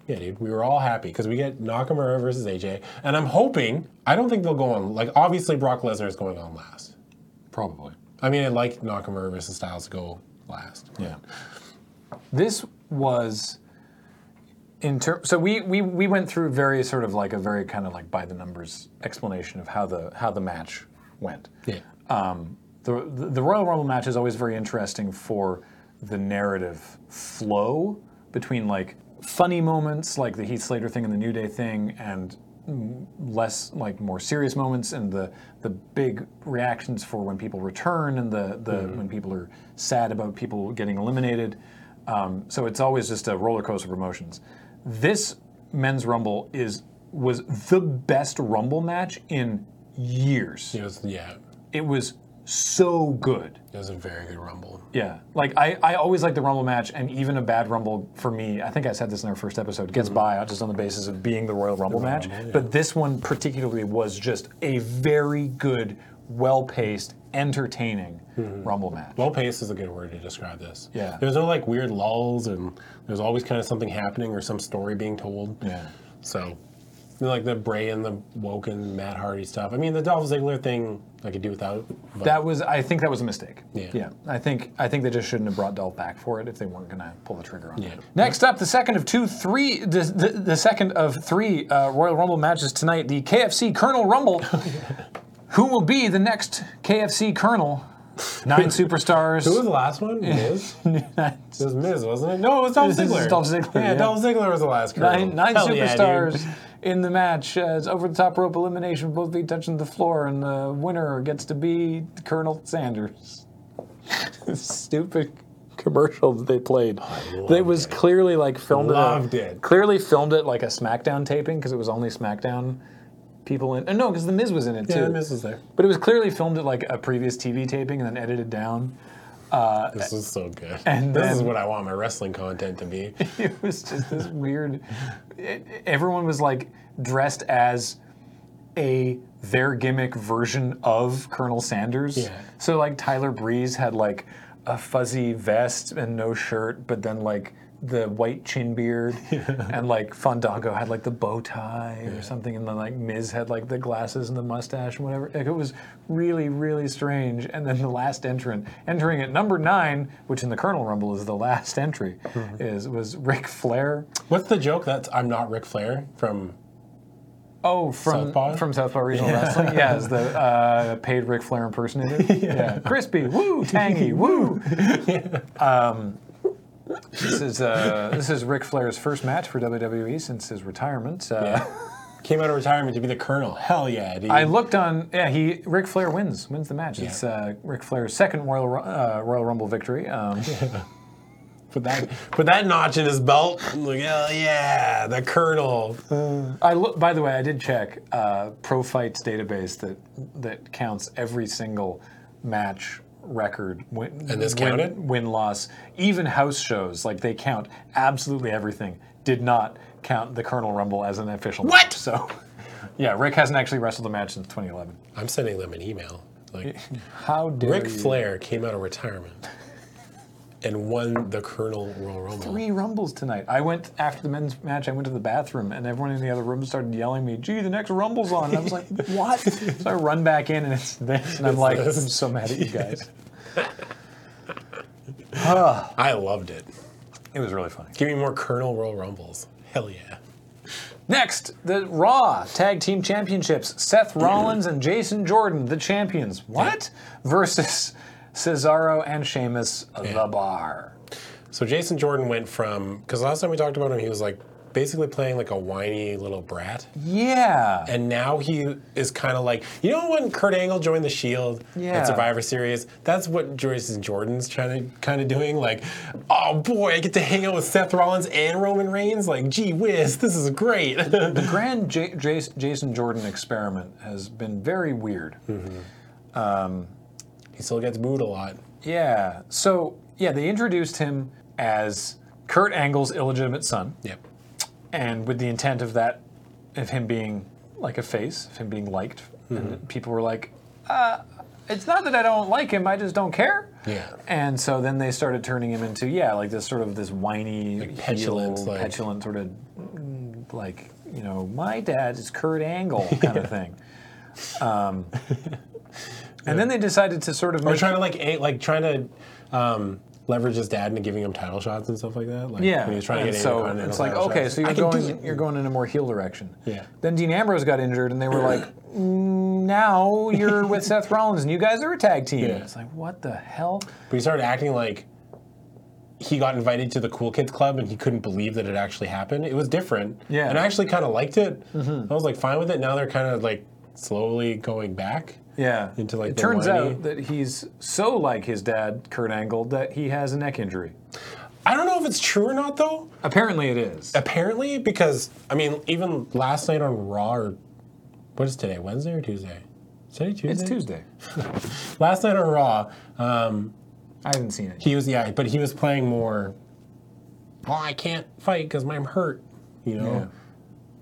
yeah, dude, we were all happy because we get Nakamura versus AJ, and I'm hoping. I don't think they'll go on. Like, obviously, Brock Lesnar is going on last.
Probably.
I mean, I like Nakamura versus Styles to go last.
Yeah. This was in ter- so we, we we went through very sort of like a very kind of like by the numbers explanation of how the how the match went.
Yeah.
The the Royal Rumble match is always very interesting for the narrative flow between like funny moments like the Heath Slater thing and the New Day thing and less like more serious moments and the the big reactions for when people return and the the when people are sad about people getting eliminated. Um, so it's always just a roller coaster of emotions. This men's rumble is was the best rumble match in years.
It was, yeah,
It was so good.
it was a very good rumble.
Yeah, like I, I always like the Rumble match, and even a bad Rumble for me, I think I said this in our first episode, gets by out just on the basis of being the Royal Rumble match.
Rumble, yeah.
But this one particularly was just a very good, well paced, entertaining Rumble match.
Well paced is a good word to describe this.
Yeah.
There's no like weird lulls and there's always kind of something happening or some story being told.
Yeah.
So you know, like the Bray and the Woken Matt Hardy stuff. I mean the Dolph Ziggler thing I could do without. But
That was, I think, that was a mistake.
Yeah.
yeah. I think, I think they just shouldn't have brought Dolph back for it if they weren't going to pull the trigger on
Yeah.
it. Next up, the second of two, three, the, the, the second of three uh, Royal Rumble matches tonight, the KFC Colonel Rumble. Who will be the next KFC Colonel? Nine superstars.
who was the last one? Miz? it was Miz, wasn't it? No, it was Dolph
This is
Ziggler.
Dolph Ziggler,
Yeah,
yeah.
Dolph Ziggler was the last girl.
Nine, nine
Hell yeah, dude.
superstars in the match. Uh, it's over the top rope elimination, both feet touching the floor, and the winner gets to be Colonel Sanders. Stupid commercial that they played. It was clearly like filmed. at a-
Loved it.
Clearly filmed it like a SmackDown taping because it was only SmackDown people in. uh, No, because the Miz was in it too.
Yeah, Miz was there.
But it was clearly filmed at like a previous TV taping and then edited down.
This is so good.
and
this
then-
is what I want my wrestling content to be.
it was just this weird. It, everyone was like dressed as a their gimmick version of Colonel Sanders.
Yeah.
So like Tyler Breeze had like a fuzzy vest and no shirt, but then like the white chin beard, and like Fandango had like the bow tie or something, and then like Miz had like the glasses and the mustache and whatever. Like, it was really really strange. And then the last entrant, entering at number nine, which in the Colonel Rumble is the last entry, is was Ric Flair.
What's the joke that's I'm not Ric Flair from
Oh, from
Southpaw?
from Southpaw Regional Wrestling. Yeah, as the uh, paid Ric Flair impersonator. yeah. crispy, woo, tangy, woo. um, this is uh, this is Ric Flair's first match for WWE since his retirement. Uh,
Came out of retirement to be the Colonel. Hell yeah, dude.
I looked on. Yeah, he Ric Flair wins wins the match. It's uh, Ric Flair's second Royal Ru- uh, Royal Rumble victory. Um,
Put that put that notch in his belt. I'm like, hell yeah, the colonel.
I look. By the way, I did check uh, Pro Fight's database that that counts every single match record. Win, and
this counted?
Win loss, even house shows like they count absolutely everything. Did not count the Colonel Rumble as an official.
What?
match, so, yeah, Rick hasn't actually wrestled a match since 2011.
I'm sending them an email. Like
How dare
Ric
you?
Flair came out of retirement and won the Colonel Royal Rumble.
Three rumbles tonight. I went after the men's match. I went to the bathroom, and everyone in the other room started yelling at me. Gee, the next rumble's on. And I was like, "What?" so I run back in, and it's this, and I'm like, "I'm
this.
so mad at you guys."
I loved it.
It was really funny.
Give me more Colonel Royal Rumbles. Hell yeah.
Next, the Raw Tag Team Championships Seth Rollins and Jason Jordan, the champions. What? Versus Cesaro and Sheamus, the bar.
So Jason Jordan went from because last time we talked about him, he was like basically playing like a whiny little brat.
Yeah.
and now he is kind of like you know when Kurt Angle joined the Shield
Yeah.
at Survivor Series. That's what Jason Jordan's trying to kind of doing. Like, oh boy, I get to hang out with Seth Rollins and Roman Reigns. Like, gee whiz, this is great.
the grand J- Jas Jason Jordan experiment has been very weird.
he still gets booed a lot.
Yeah. So, yeah, they introduced him as Kurt Angle's illegitimate son.
Yep.
and with the intent of that, of him being like a face, of him being liked,
Mm-hmm.
and people were like, uh, "It's not that I don't like him, I just don't care."
Yeah.
And so then they started turning him into yeah, like this sort of this whiny,
petulant,
heel,
like-
petulant sort of mm, like you know, my dad is Kurt Angle kind of thing. Um, and then they decided to sort of
Or
make
trying to like a- like trying to um, leverage his dad into giving him title shots and stuff like that. Like,
Yeah,
When he was trying
and
to get
so
Angle Continental
it's like
title
okay,
shots.
so
I
you're
can do
going
it.
you're going in a more heel direction.
Yeah.
Then Dean Ambrose got injured, and they were like, "Mm, now you're with Seth Rollins, and you guys are a tag team.
Yeah.
It's like what the hell?
But he started acting like he got invited to the Cool Kids Club and he couldn't believe that it actually happened. It was different.
Yeah. Mm-hmm.
And I actually kind of liked it. I was like fine with it. Now they're kind of like slowly going back.
Yeah.
Into, like,
it
the
turns
whiny-
out that he's so like his dad, Kurt Angle, that he has a neck injury.
I don't know if it's true or not though.
Apparently, it is.
Apparently, because I mean, even last night on Raw, or what is today? Wednesday or Tuesday? Is today Tuesday?
It's Tuesday.
Last night on Raw, uh,
I haven't seen it.
he was yeah, but he was playing more. Oh, I can't fight because I'm hurt. You know.
Yeah.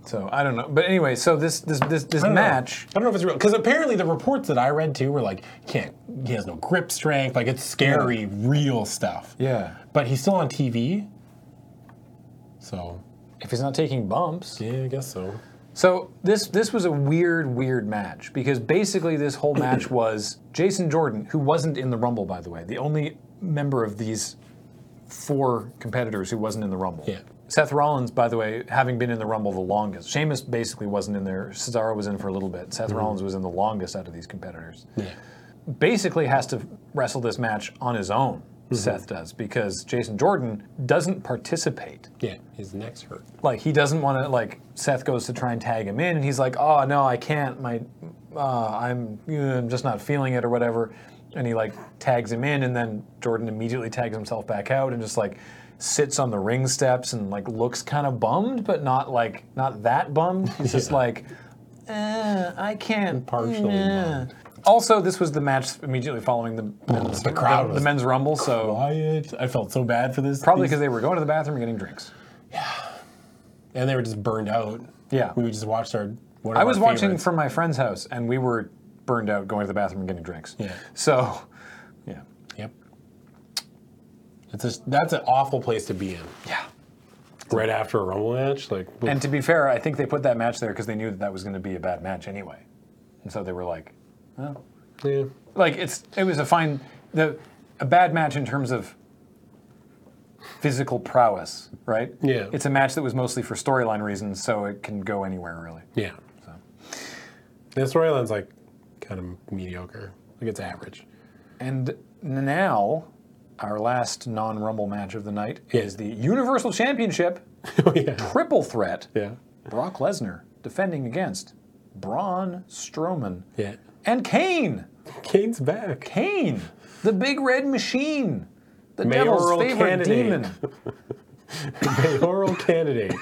So I don't know. But anyway, so this this this, this
I don't know.
match.
Oh. I don't know if it's real because apparently the reports that I read too were like, he can't he has no grip strength, like it's scary, real stuff.
Yeah.
But he's still on TV. So
If he's not taking bumps.
yeah, I guess so.
So this this was a weird weird match because basically this whole match was Jason Jordan, who wasn't in the Rumble by the way, the only member of these four competitors who wasn't in the Rumble.
Yeah.
Seth Rollins, by the way, having been in the Rumble the longest. Sheamus basically wasn't in there. Cesaro was in for a little bit. Seth Rollins was in the longest out of these competitors.
Yeah.
Basically has to wrestle this match on his own. Seth does because Jason Jordan doesn't participate
Yeah. His neck's hurt.
like he doesn't want to like Seth goes to try and tag him in and he's like oh no I can't my uh, I'm uh, I'm just not feeling it or whatever and he like tags him in and then Jordan immediately tags himself back out and just like sits on the ring steps and like looks kind of bummed but not like not that bummed he's just like eh, I can't
Partially bummed.
also this was the match immediately following the men's,
The crowd
the,
was
men's rumble so
Wyatt. I felt so bad for this.
probably
these-
because they were going to the bathroom and getting drinks
and they were just burned out.
yeah
We just watched our. One of
I was
our
watching
favorites.
from my friend's house, and we were burned out going to the bathroom and getting drinks.
Yeah.
So, yeah.
Yep. It's a, that's an awful place to be in.
Yeah.
Right after a rumble match, like
And to be fair, I think they put that match there because they knew that that was going to be a bad match anyway, and so they were like,
yeah.
like it's it was a fine the a bad match in terms of physical prowess, right?
Yeah.
It's a match that was mostly for storyline reasons, so it can go anywhere really.
Yeah. So. The storyline's like kind of mediocre. Like it's average.
And now, our last non-rumble match of the night
Yeah.
is the Universal Championship
oh yeah.
triple threat.
Yeah.
Brock Lesnar defending against Braun Strowman
Yeah.
and Kane.
Kane's back.
Kane, the big red machine, the
Mayoral
devil's favorite
candidate.
demon.
Mayoral candidate.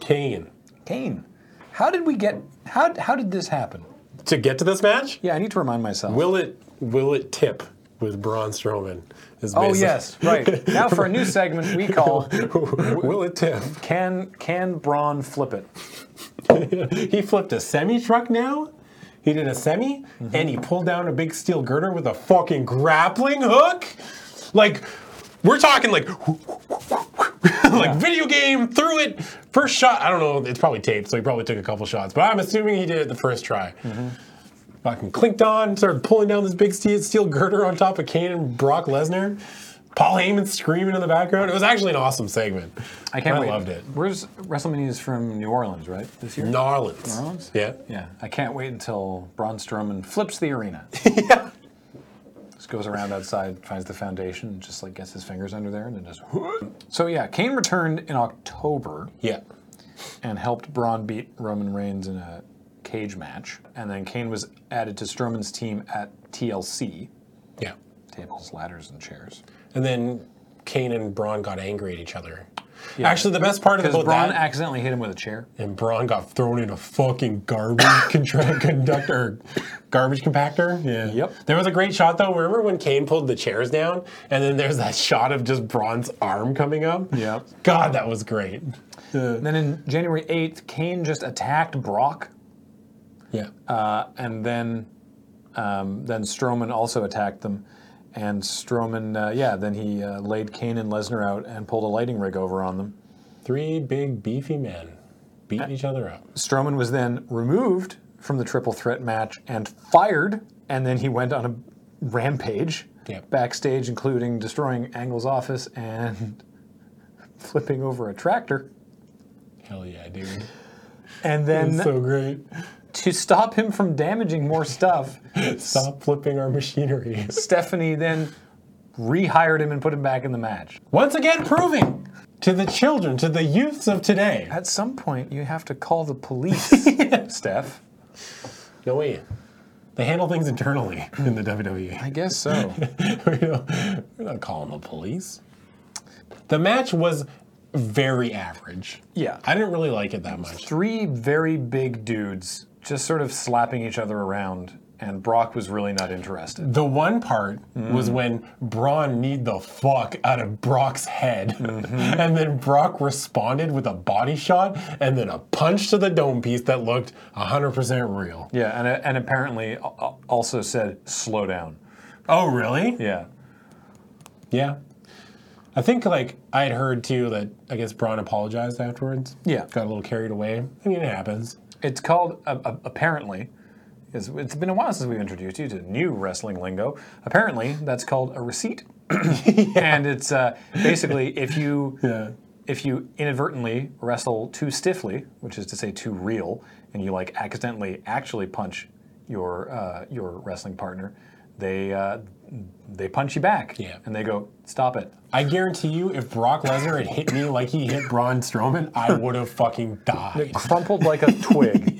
Kane.
Kane. How did we get? How how did this happen?
To get to this match,
Yeah, I need to remind myself.
will it will it tip with Braun Strowman? Is
oh
basically-
yes, right. Now for a new segment we call
will it tip?
"Can Can Braun Flip It?"
He flipped a semi truck now. He did a semi and he pulled down a big steel girder with a fucking grappling hook. Like, we're talking like, like video game, threw it, first shot. I don't know, it's probably taped, so he probably took a couple shots, but I'm assuming he did it the first try. Fucking clinked on, started pulling down this big steel, steel girder on top of Kane and Brock Lesnar. Paul Heyman screaming in the background. It was actually an awesome segment.
I can't.
I
wait.
loved it.
Where's WrestleMania's from New Orleans, right? This year.
New Orleans.
Orleans?
Yeah.
Yeah, I can't wait until Braun Strowman flips the arena.
yeah.
Just goes around outside, finds the foundation, and just like gets his fingers under there, and then just. So yeah, Kane returned in October
Yeah.
and helped Braun beat Roman Reigns in a cage match, and then Kane was added to Strowman's team at TLC,
Yeah.
tables, ladders, and chairs.
And then Kane and Braun got angry at each other. Actually, the best part of
Because
about
Braun
that,
accidentally hit him with a chair.
and Braun got thrown in a fucking garbage contra- conductor, garbage compactor. Yeah.
Yep.
There was a great shot though. Remember when Kane pulled the chairs down, and then there's that shot of just Braun's arm coming up.
Yep.
God, that was great.
And then in January 8th, Kane just attacked Brock,
Yeah.
uh, and then um, then Strowman also attacked them. And Strowman, uh, yeah, then he uh, laid Kane and Lesnar out and pulled a lighting rig over on them.
Three big beefy men beat each other up.
Strowman was then removed from the triple threat match and fired, and then he went on a rampage
Yep.
backstage, including destroying Angle's office and flipping over a tractor.
Hell yeah, dude.
And then
It's so great.
to stop him from damaging more stuff,
Stop flipping our machinery.
Stephanie then rehired him and put him back in the match.
Once again, proving to the children, to the youths of today.
At some point, you have to call the police, Steph.
No way. They handle things internally in the WWE.
I guess so.
we don't- we're not calling the police. The match was very average.
Yeah.
I didn't really like it that much.
Three very big dudes just sort of slapping each other around, and Brock was really not interested.
The one part was when Braun kneed the fuck out of Brock's head. and then Brock responded with a body shot and then a punch to the dome piece that looked 100% real.
Yeah, and, uh, and apparently a- a- also said, slow down.
Oh, really?
Yeah.
Yeah. I think like I had heard too that I guess Braun apologized afterwards.
Yeah.
Got a little carried away. I mean, it happens.
It's called, uh, uh, apparently, it's, it's been a while since we've introduced you to new wrestling lingo. Apparently, that's called a receipt. And it's uh, basically if you.
Yeah.
if you inadvertently wrestle too stiffly, which is to say too real, and you like accidentally actually punch your uh, your wrestling partner, they uh, they punch you back,
Yeah.
and they go stop it.
I guarantee you, if Brock Lesnar had hit me like he hit Braun Strowman, I would have fucking died.
Crumpled like a twig.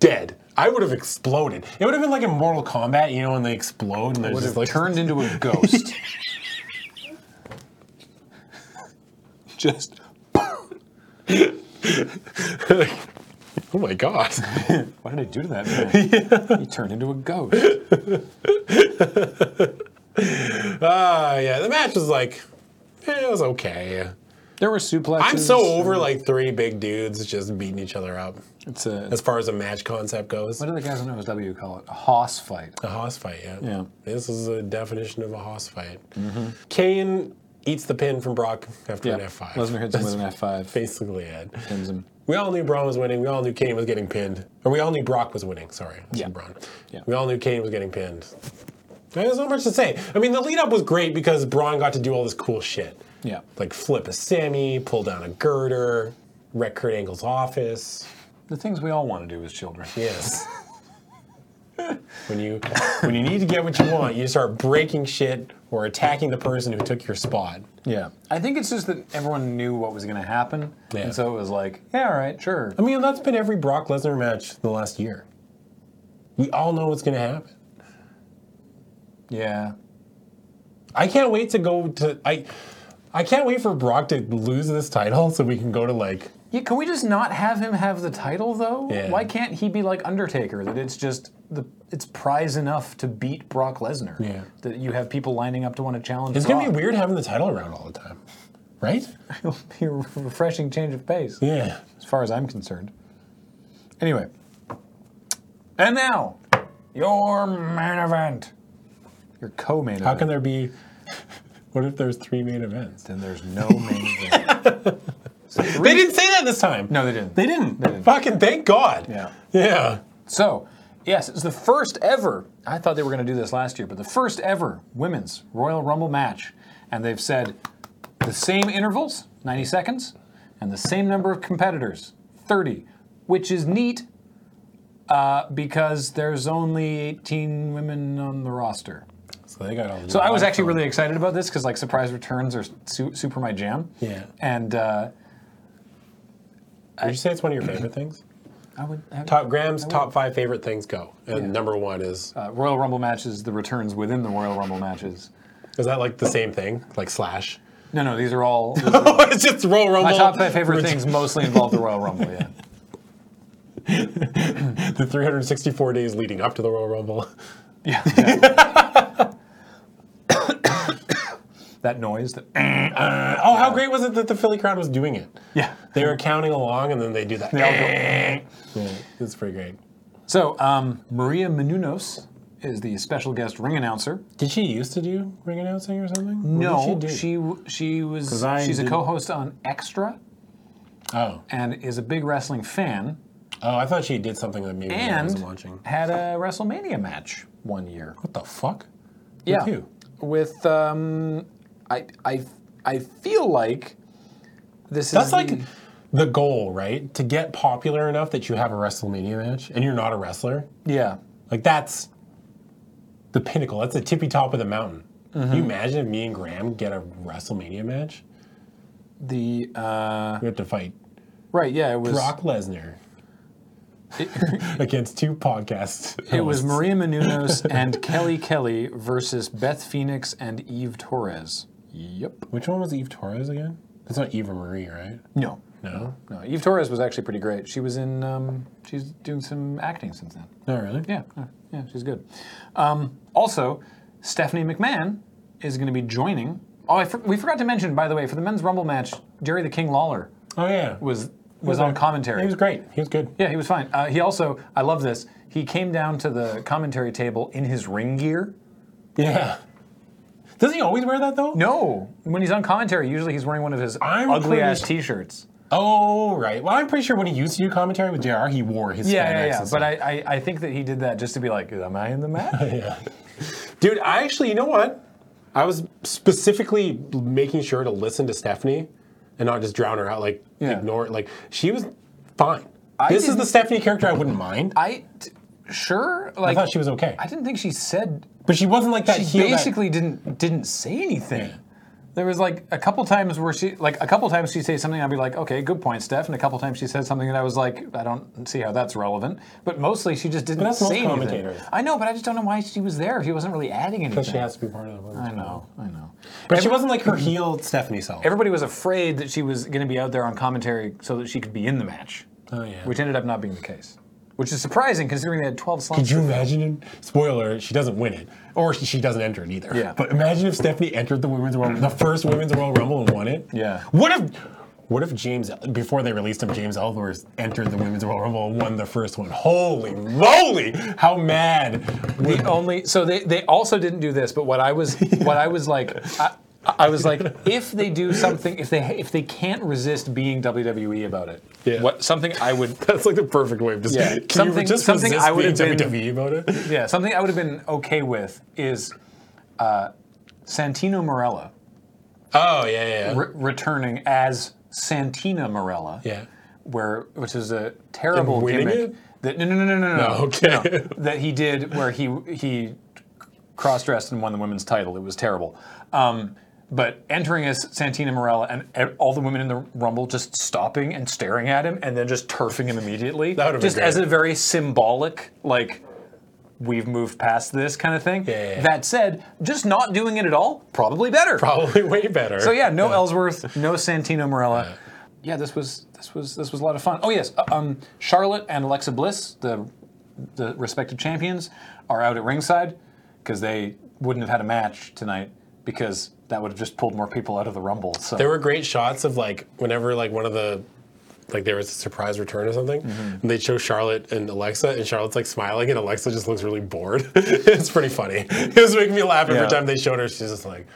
Dead. I would have exploded. It would have been like in Mortal Kombat, you know, when they explode and there's
would
just
have
like
turned into a ghost.
just. oh my god!
Why did I do to that man? He turned into a ghost.
Ah, yeah. The match was like, eh, it was okay.
There were suplexes.
I'm so over like three big dudes just beating each other up.
It's a.
As far as a match concept goes,
what do the guys on OSW call it? A hoss fight.
a hoss fight. Yeah.
Yeah. Mm-hmm.
This is a definition of a hoss fight. Kane eats the pin from Brock after an F5.
Lesnar hits him with an F five.
basically it.
Pins him.
We all knew Braun was winning. We all knew Kane was getting pinned. Or we all knew Brock was winning. Sorry. I said
Yeah.
Braun.
Yeah.
We all knew Kane was getting pinned. There's not much to say. I mean, the lead up was great because Braun got to do all this cool shit.
Yeah.
Like flip a Sammy, pull down a girder, wreck Kurt Angle's office.
The things we all want to do as children.
Yes. when you when you need to get what you want, you start breaking shit or attacking the person who took your spot.
Yeah. I think it's just that everyone knew what was going to happen.
Yeah. Um,
And so it was like, yeah, all right, sure.
I mean, that's been every Brock Lesnar match in the last year. We all know what's going to happen.
Yeah.
I can't wait to go to I I can't wait for Brock to lose this title so we can go to like
Yeah, can we just not have him have the title though?
Yeah.
Why can't he be like Undertaker? That it's just the it's prize enough to beat Brock Lesnar.
Yeah.
That you have people lining up to want to challenge.
it's going to be weird having the title around all the time. Right?
It'll be a refreshing change of pace,
Yeah.
as far as I'm concerned. Anyway. And now, your main event. Your co-main
How
event.
can there be What if there's three main events?
then there's no main event. So
They
three-
didn't say that this time.
No, they didn't.
They didn't.
They didn't.
Fucking thank God.
Yeah.
Yeah.
So, yes, it's the first ever. I thought they were going to do this last year, but the first ever women's Royal Rumble match. And they've said the same intervals, 90 seconds, and the same number of competitors, 30, which is neat uh, because there's only 18 women on the roster.
So they got all
So I was actually really excited about this because like surprise returns are su- super my jam.
Yeah.
And uh,
Would you say it's one of your favorite things?
I would. Have,
Top Graham's top five favorite things go. And number one is
uh, Royal Rumble matches, the returns within the Royal Rumble matches.
is that like the same thing? Like slash. Oh,
No, no, these are all.
it's just roll rumble.
My top five favorite things mostly involve the Royal Rumble. Yeah,
The 364 days leading up to the Royal Rumble.
yeah. yeah. that noise. That
Oh, how great was it that the Philly crowd was doing it?
yeah.
They were counting along and then they do that.
They
Yeah, it's pretty great.
So um, Maria Menounos is the special guest ring announcer.
Did she used to do ring announcing or something? What
no,
did she
she w- she was.
I
She's a
didn't-
co-host on Extra
do? Oh,
and is a big wrestling fan
oh, I thought she did something that maybe I
and
wasn't watching.
had a WrestleMania match one year.
What the fuck?
Yeah.
With who?
With um, I I I feel like this
That's
is
like
the-
the goal, right? To get popular enough that you have a WrestleMania match and you're not a wrestler.
yeah
Like that's the pinnacle. That's the tippy top of the mountain.
Mm-hmm.
Can you imagine if me and Graham get a WrestleMania match?
The uh,
We have to fight
right, yeah, it was
Brock Lesnar
it,
against two podcasts.
it was Maria Menounos and Kelly Kelly versus Beth Phoenix and Eve Torres. Yep.
Which one was Eve Torres again? It's not Eva Marie, right?
No.
No,
No, Eve Torres was actually pretty great. She was in um, she's doing some acting since then.
not really.
Yeah, yeah, yeah, she's good. Um, also, Stephanie McMahon is going to be joining. Oh, I for, we forgot to mention, by the way, for the men's rumble match, Jerry the King Lawler
Oh yeah,
was was on commentary.
He was great. He was good.
yeah, he was fine. Uh, he also, I love this. He came down to the commentary table in his ring gear.
Yeah. Does he always wear that though?
No, when he's on commentary, usually he's wearing one of his
I'm
ugly ass
pretty-
T-shirts.
Oh right. Well, I'm pretty sure when he used to do commentary with Jr., he wore his
Yeah,
spandex
yeah,
and
yeah.
stuff.
But I, I, I think that he did that just to be like, am I in the match?
yeah. Dude, I actually, you know what? I was specifically making sure to listen to Stephanie and not just drown her out, like
Yeah.
ignore it. Like she was fine. this is the
didn't-
Stephanie character I wouldn't mind. I,
I t- sure like
thought she was okay,
I didn't think she said
but she wasn't like that.
she
heel that-
basically didn't didn't say anything. There was like a couple times where she like a couple times she say something I'd be like, okay, good point, Steph. And a couple times she said something that I was like, I don't see how that's relevant. But mostly she just didn't
that's most
say anything.
commentators.
I know, but I just don't know why she was there. She wasn't really adding anything.
she has to be part of the.
I know, I know.
But she wasn't like her heel Stephanie self.
Everybody was afraid that she was going to be out there on commentary so that she could be in the match,
oh yeah.
which ended up not being the case, which is surprising considering they had 12 slots.
Could you imagine? Spoiler: She doesn't win it, or she- she doesn't enter it either.
Yeah.
But imagine if Stephanie entered the women's world, the first women's world rumble, and won it.
Yeah.
What if? What if James, before they released him, James Ellsworth entered the women's world rumble and won the first one? Holy moly! How mad! would-
The only so they, they also didn't do this, but what I was what I was like I, I was like if they do something if they if they can't resist being WWE about it,
Yeah.
what something I would
That's like the perfect way of just,
Yeah.
can you
Something-
just
something
resist
I would
being
have been-
WWE about it.
yeah something I would have been okay with is uh, Santino Morella
Oh yeah, yeah, yeah.
re- returning as Santina Morella,
yeah.
where which is a terrible
And winning
gimmick
it?
that no no no no no, no
okay.
that he did where he he cross dressed and won the women's title. It was terrible. Um, but entering as Santina Morella and e- all the women in the Rumble just stopping and staring at him and then just turfing him immediately.
That would've been
just as
great.
a very symbolic, like, we've moved past this kind of thing.
yeah, yeah.
That said, just not doing it at all, probably better.
Probably way better.
So yeah, no Ellsworth, no Santino Morella. Yeah, this was this was this was a lot of fun. Oh yes, uh, um, Charlotte and Alexa Bliss, the the respective champions, are out at ringside because they wouldn't have had a match tonight because that would have just pulled more people out of the Rumble. So
There were great shots of like whenever like one of the like there was a surprise return or something,
Mm-hmm.
and they show Charlotte and Alexa, and Charlotte's like smiling, and Alexa just looks really bored. it's pretty funny. It was making me laugh every
Yeah.
time they showed her. She's just like,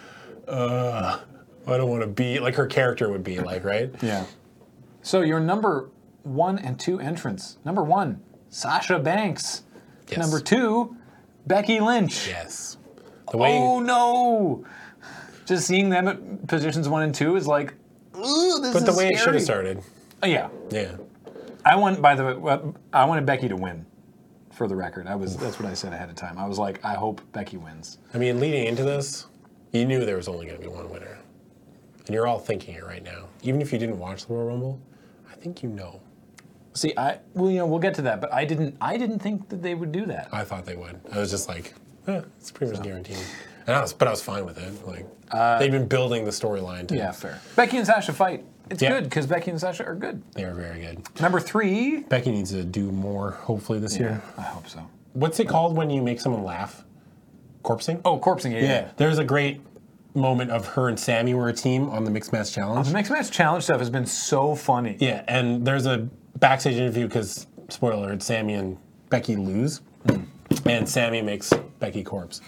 uh, I don't want to be like her character would be like, right?
yeah. So your number one and two entrants. Number one, Sasha Banks.
Yes.
Number two, Becky Lynch.
Yes. The way
Oh no! Just seeing them at positions one and two is like, ooh, this
but
is
the way it should
scary.
have started.
Uh, Yeah,
Yeah.
I want. By the way, well, I wanted Becky to win. For the record, I was. That's what I said ahead of time. I was like, I hope Becky wins.
I mean, leading into this, you knew there was only going to be one winner, and you're all thinking it right now. Even if you didn't watch the Royal Rumble, I think you know.
See, I well, you know, we'll get to that, but I didn't. I didn't think that they would do that.
I thought they would. I was just like, eh, it's pretty much guaranteed. And I was, but I was fine with it. Like they've been building the storyline. to-
Uh, Yeah, fair. Becky and Sasha fight. It's
Yeah.
good because Becky and Sasha are good.
they are very good.
Number three.
Becky needs to do more. Hopefully this year.
I hope so.
What's it called when you make someone laugh? Corpsing.
Oh, corpsing. Yeah. yeah.
yeah. There's a great moment of her and Sammy were a team on the mixed match challenge.
The mixed match challenge stuff has been so funny.
Yeah, and there's a backstage interview because spoiler alert, Sammy and Becky lose, and Sammy makes Becky corpse.
Hmm.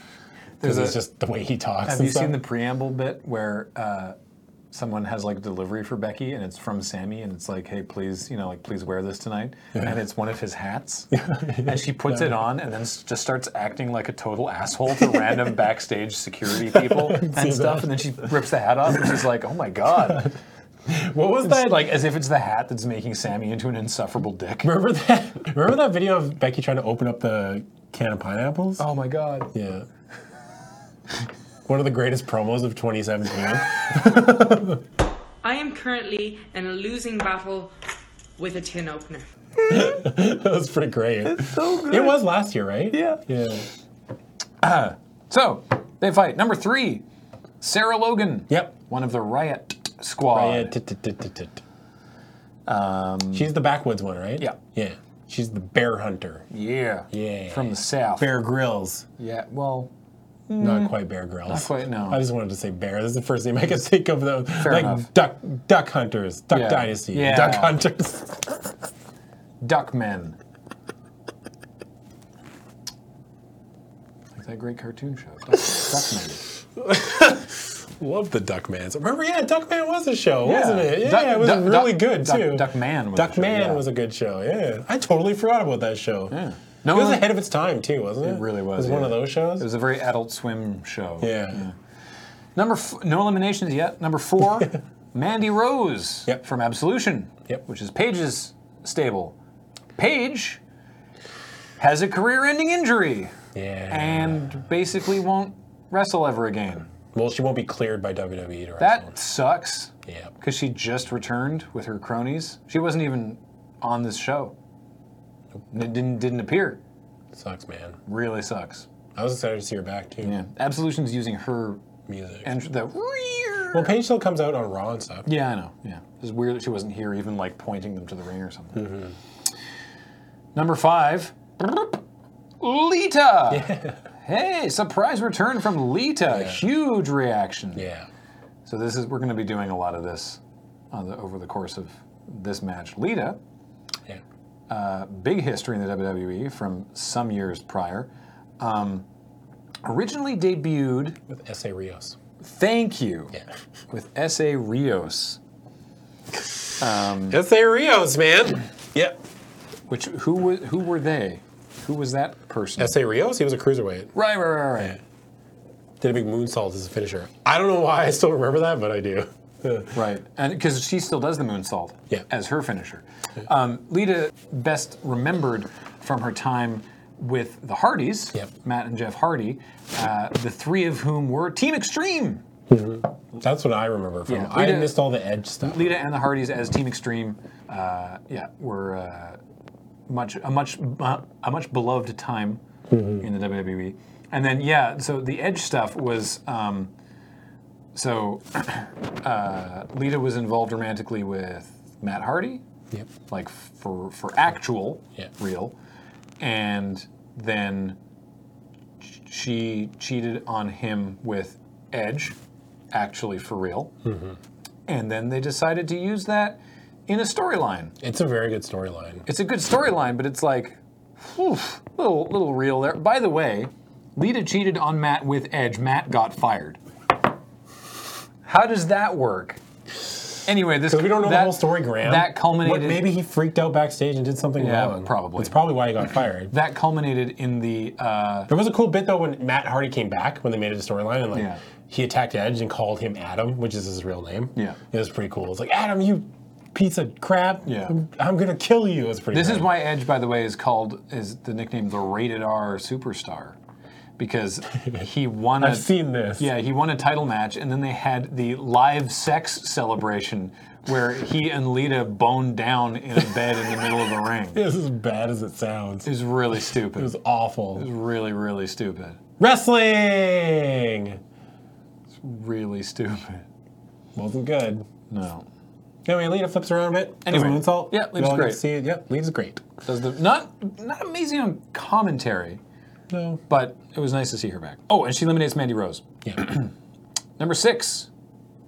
There's
Because it's
a-
just the way he talks.
Have
and
you
stuff.
seen the preamble bit where uh, someone has like delivery for Becky and it's from Sammy and it's like, hey, please, you know, like please wear this tonight, and it's one of his hats, and she puts it on and then s- just starts acting like a total asshole to random backstage security people and
seen
stuff,
that.
and then she rips the hat off and she's like, oh my god.
What was
It's
that?
like as if it's the hat that's making Sammy into an insufferable dick.
Remember that? Remember that video of Becky trying to open up the can of pineapples?
Oh my god.
Yeah. One of the greatest promos of 2017.
I am currently in a losing battle with a tin opener.
that was pretty great.
So good.
It was last year, right?
Yeah.
Yeah.
So they fight. Number three, Sarah Logan.
Yep.
One of the Riot Squad.
Yeah, tit, tit, tit, tit, tit. She's the backwoods one,
Um,
right?
Yeah.
Yeah. She's the bear hunter.
Yeah.
Yeah.
From the south.
Bear grills.
Yeah. Well,
Not quite bear grills.
Mm-hmm. not quite no.
I just wanted to say bear. This is the first name I could think of though.
Fair
like
enough.
duck duck hunters. Duck
Yeah.
dynasty.
Yeah.
Duck hunters.
Duckmen. Like that great cartoon show. Duck, Duckmen.
Love the Duckmans. Remember, yeah, Duckman was a show,
Yeah.
wasn't it? Yeah,
Duck-
it was
Duck-
really
Duck-
good
Duck-
too.
Duckman was a
Duckman
show, yeah.
was a good show. Yeah, I totally forgot about that show.
Yeah.
It
No,
was
no,
ahead of its time too, wasn't it?
It really was,
It was one
yeah.
of those shows.
It was a very adult swim show.
yeah.
Number f- no eliminations yet. Number four, Mandy Rose
Yep.
from Absolution,
Yep.
which is Paige's stable. Paige has a career-ending injury
Yeah.
and basically won't wrestle ever again.
well, she won't be cleared by WWE to wrestle.
That sucks
Yeah.
because she just returned with her cronies. She wasn't even on this show. It didn't didn't appear.
Sucks, man.
Really sucks.
I was excited to see her back too.
Yeah, Absolution's using her
Music.
and the.
well, Paige still comes out on Raw and stuff.
Yeah, I know. Yeah, it's weird that she wasn't here, even like pointing them to the ring or something. Mm-hmm. Number five, Lita. Hey, surprise return from Lita. Huge reaction.
Yeah.
So this is we're going to be doing a lot of this on the, over the course of this match. Lita,
Yeah.
big history in the WWE from some years prior. Um, originally debuted.
With S.A. Rios.
Thank you.
Yeah.
With S.A. Rios. Mm.
S.A. Rios, man. yeah.
Which who wa- who were they? Who was that person?
S.A. Rios? He was a cruiserweight.
Right, right, right, right.
Did a big moonsault as a finisher. I don't know why I still remember that, but I do.
Right. And because she still does the moonsault
Yeah.
as her finisher. Um, Lita best remembered from her time with the Hardys,
Yep.
Matt and Jeff Hardy, uh, the three of whom were Team Extreme.
That's what I remember from.
Yeah,
I
Lita-
missed all the Edge stuff.
Lita and the Hardys as Team Extreme, uh, yeah, were uh, much a much a much beloved time in the WWE. And then yeah, so the Edge stuff was um, so uh, Lita was involved romantically with Matt Hardy,
Yep.
like for for actual
Yeah.
real, and then sh- she cheated on him with Edge, actually for real,
Mm-hmm.
and then they decided to use that in a storyline.
It's a very good storyline.
It's a good storyline, but it's like, whew, little little real there. By the way, Lita cheated on Matt with Edge. Matt got fired. How does that work? Anyway, this
Because we don't know
that-
the whole story, Graham.
That culminated.
What, maybe he freaked out backstage and did something
Yeah,
wrong.
probably.
It's probably why he got fired.
that culminated in the uh,
There was a cool bit though when Matt Hardy came back when they made it a storyline and like
Yeah.
he attacked Edge and called him Adam, which is his real name.
Yeah.
It was pretty cool. It's like Adam, you piece of crap.
Yeah.
I'm, I'm gonna kill you. It was pretty.
this is
great.
why edge by the way is called is the nickname the rated r superstar because he won a
I've seen this.
yeah he won a title match and then they had the live sex celebration where he and lita boned down in a bed in the middle of the ring
This is as bad as it sounds.
it
It
was really stupid
was awful.
really really stupid
Wrestling
really stupid
wasn't good.
no
Anyway, Lita flips around a bit.
Anyway.
does an insult.
Yeah, Lita's great.
See it. Yep, Lita's great.
does the not not amazing on commentary
No.
but it was nice to see her back oh and she eliminates mandy rose
Yeah.
number six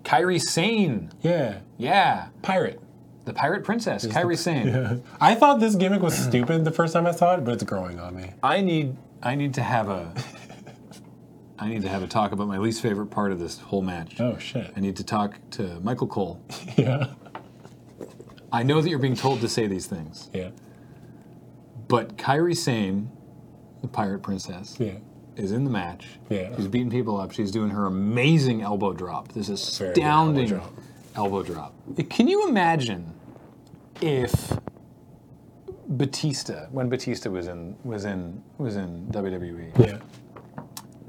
Kyrie Sane
yeah.
yeah
Pirate.
The Pirate Princess, Kyrie Sane.
I thought this gimmick was stupid the first time I saw it, but it's growing on me.
I need I need to have a I need to have a talk about my least favorite part of this whole match.
Oh shit.
I need to talk to Michael Cole.
Yeah.
I know that you're being told to say these things,
Yeah.
but Kyrie Sane, the Pirate Princess,
Yeah.
is in the match.
Yeah.
She's beating people up. She's doing her amazing elbow drop. This
Very good elbow
astounding
drop.
elbow drop. Can you imagine if Batista, when Batista was in was in was in WWE,
Yeah.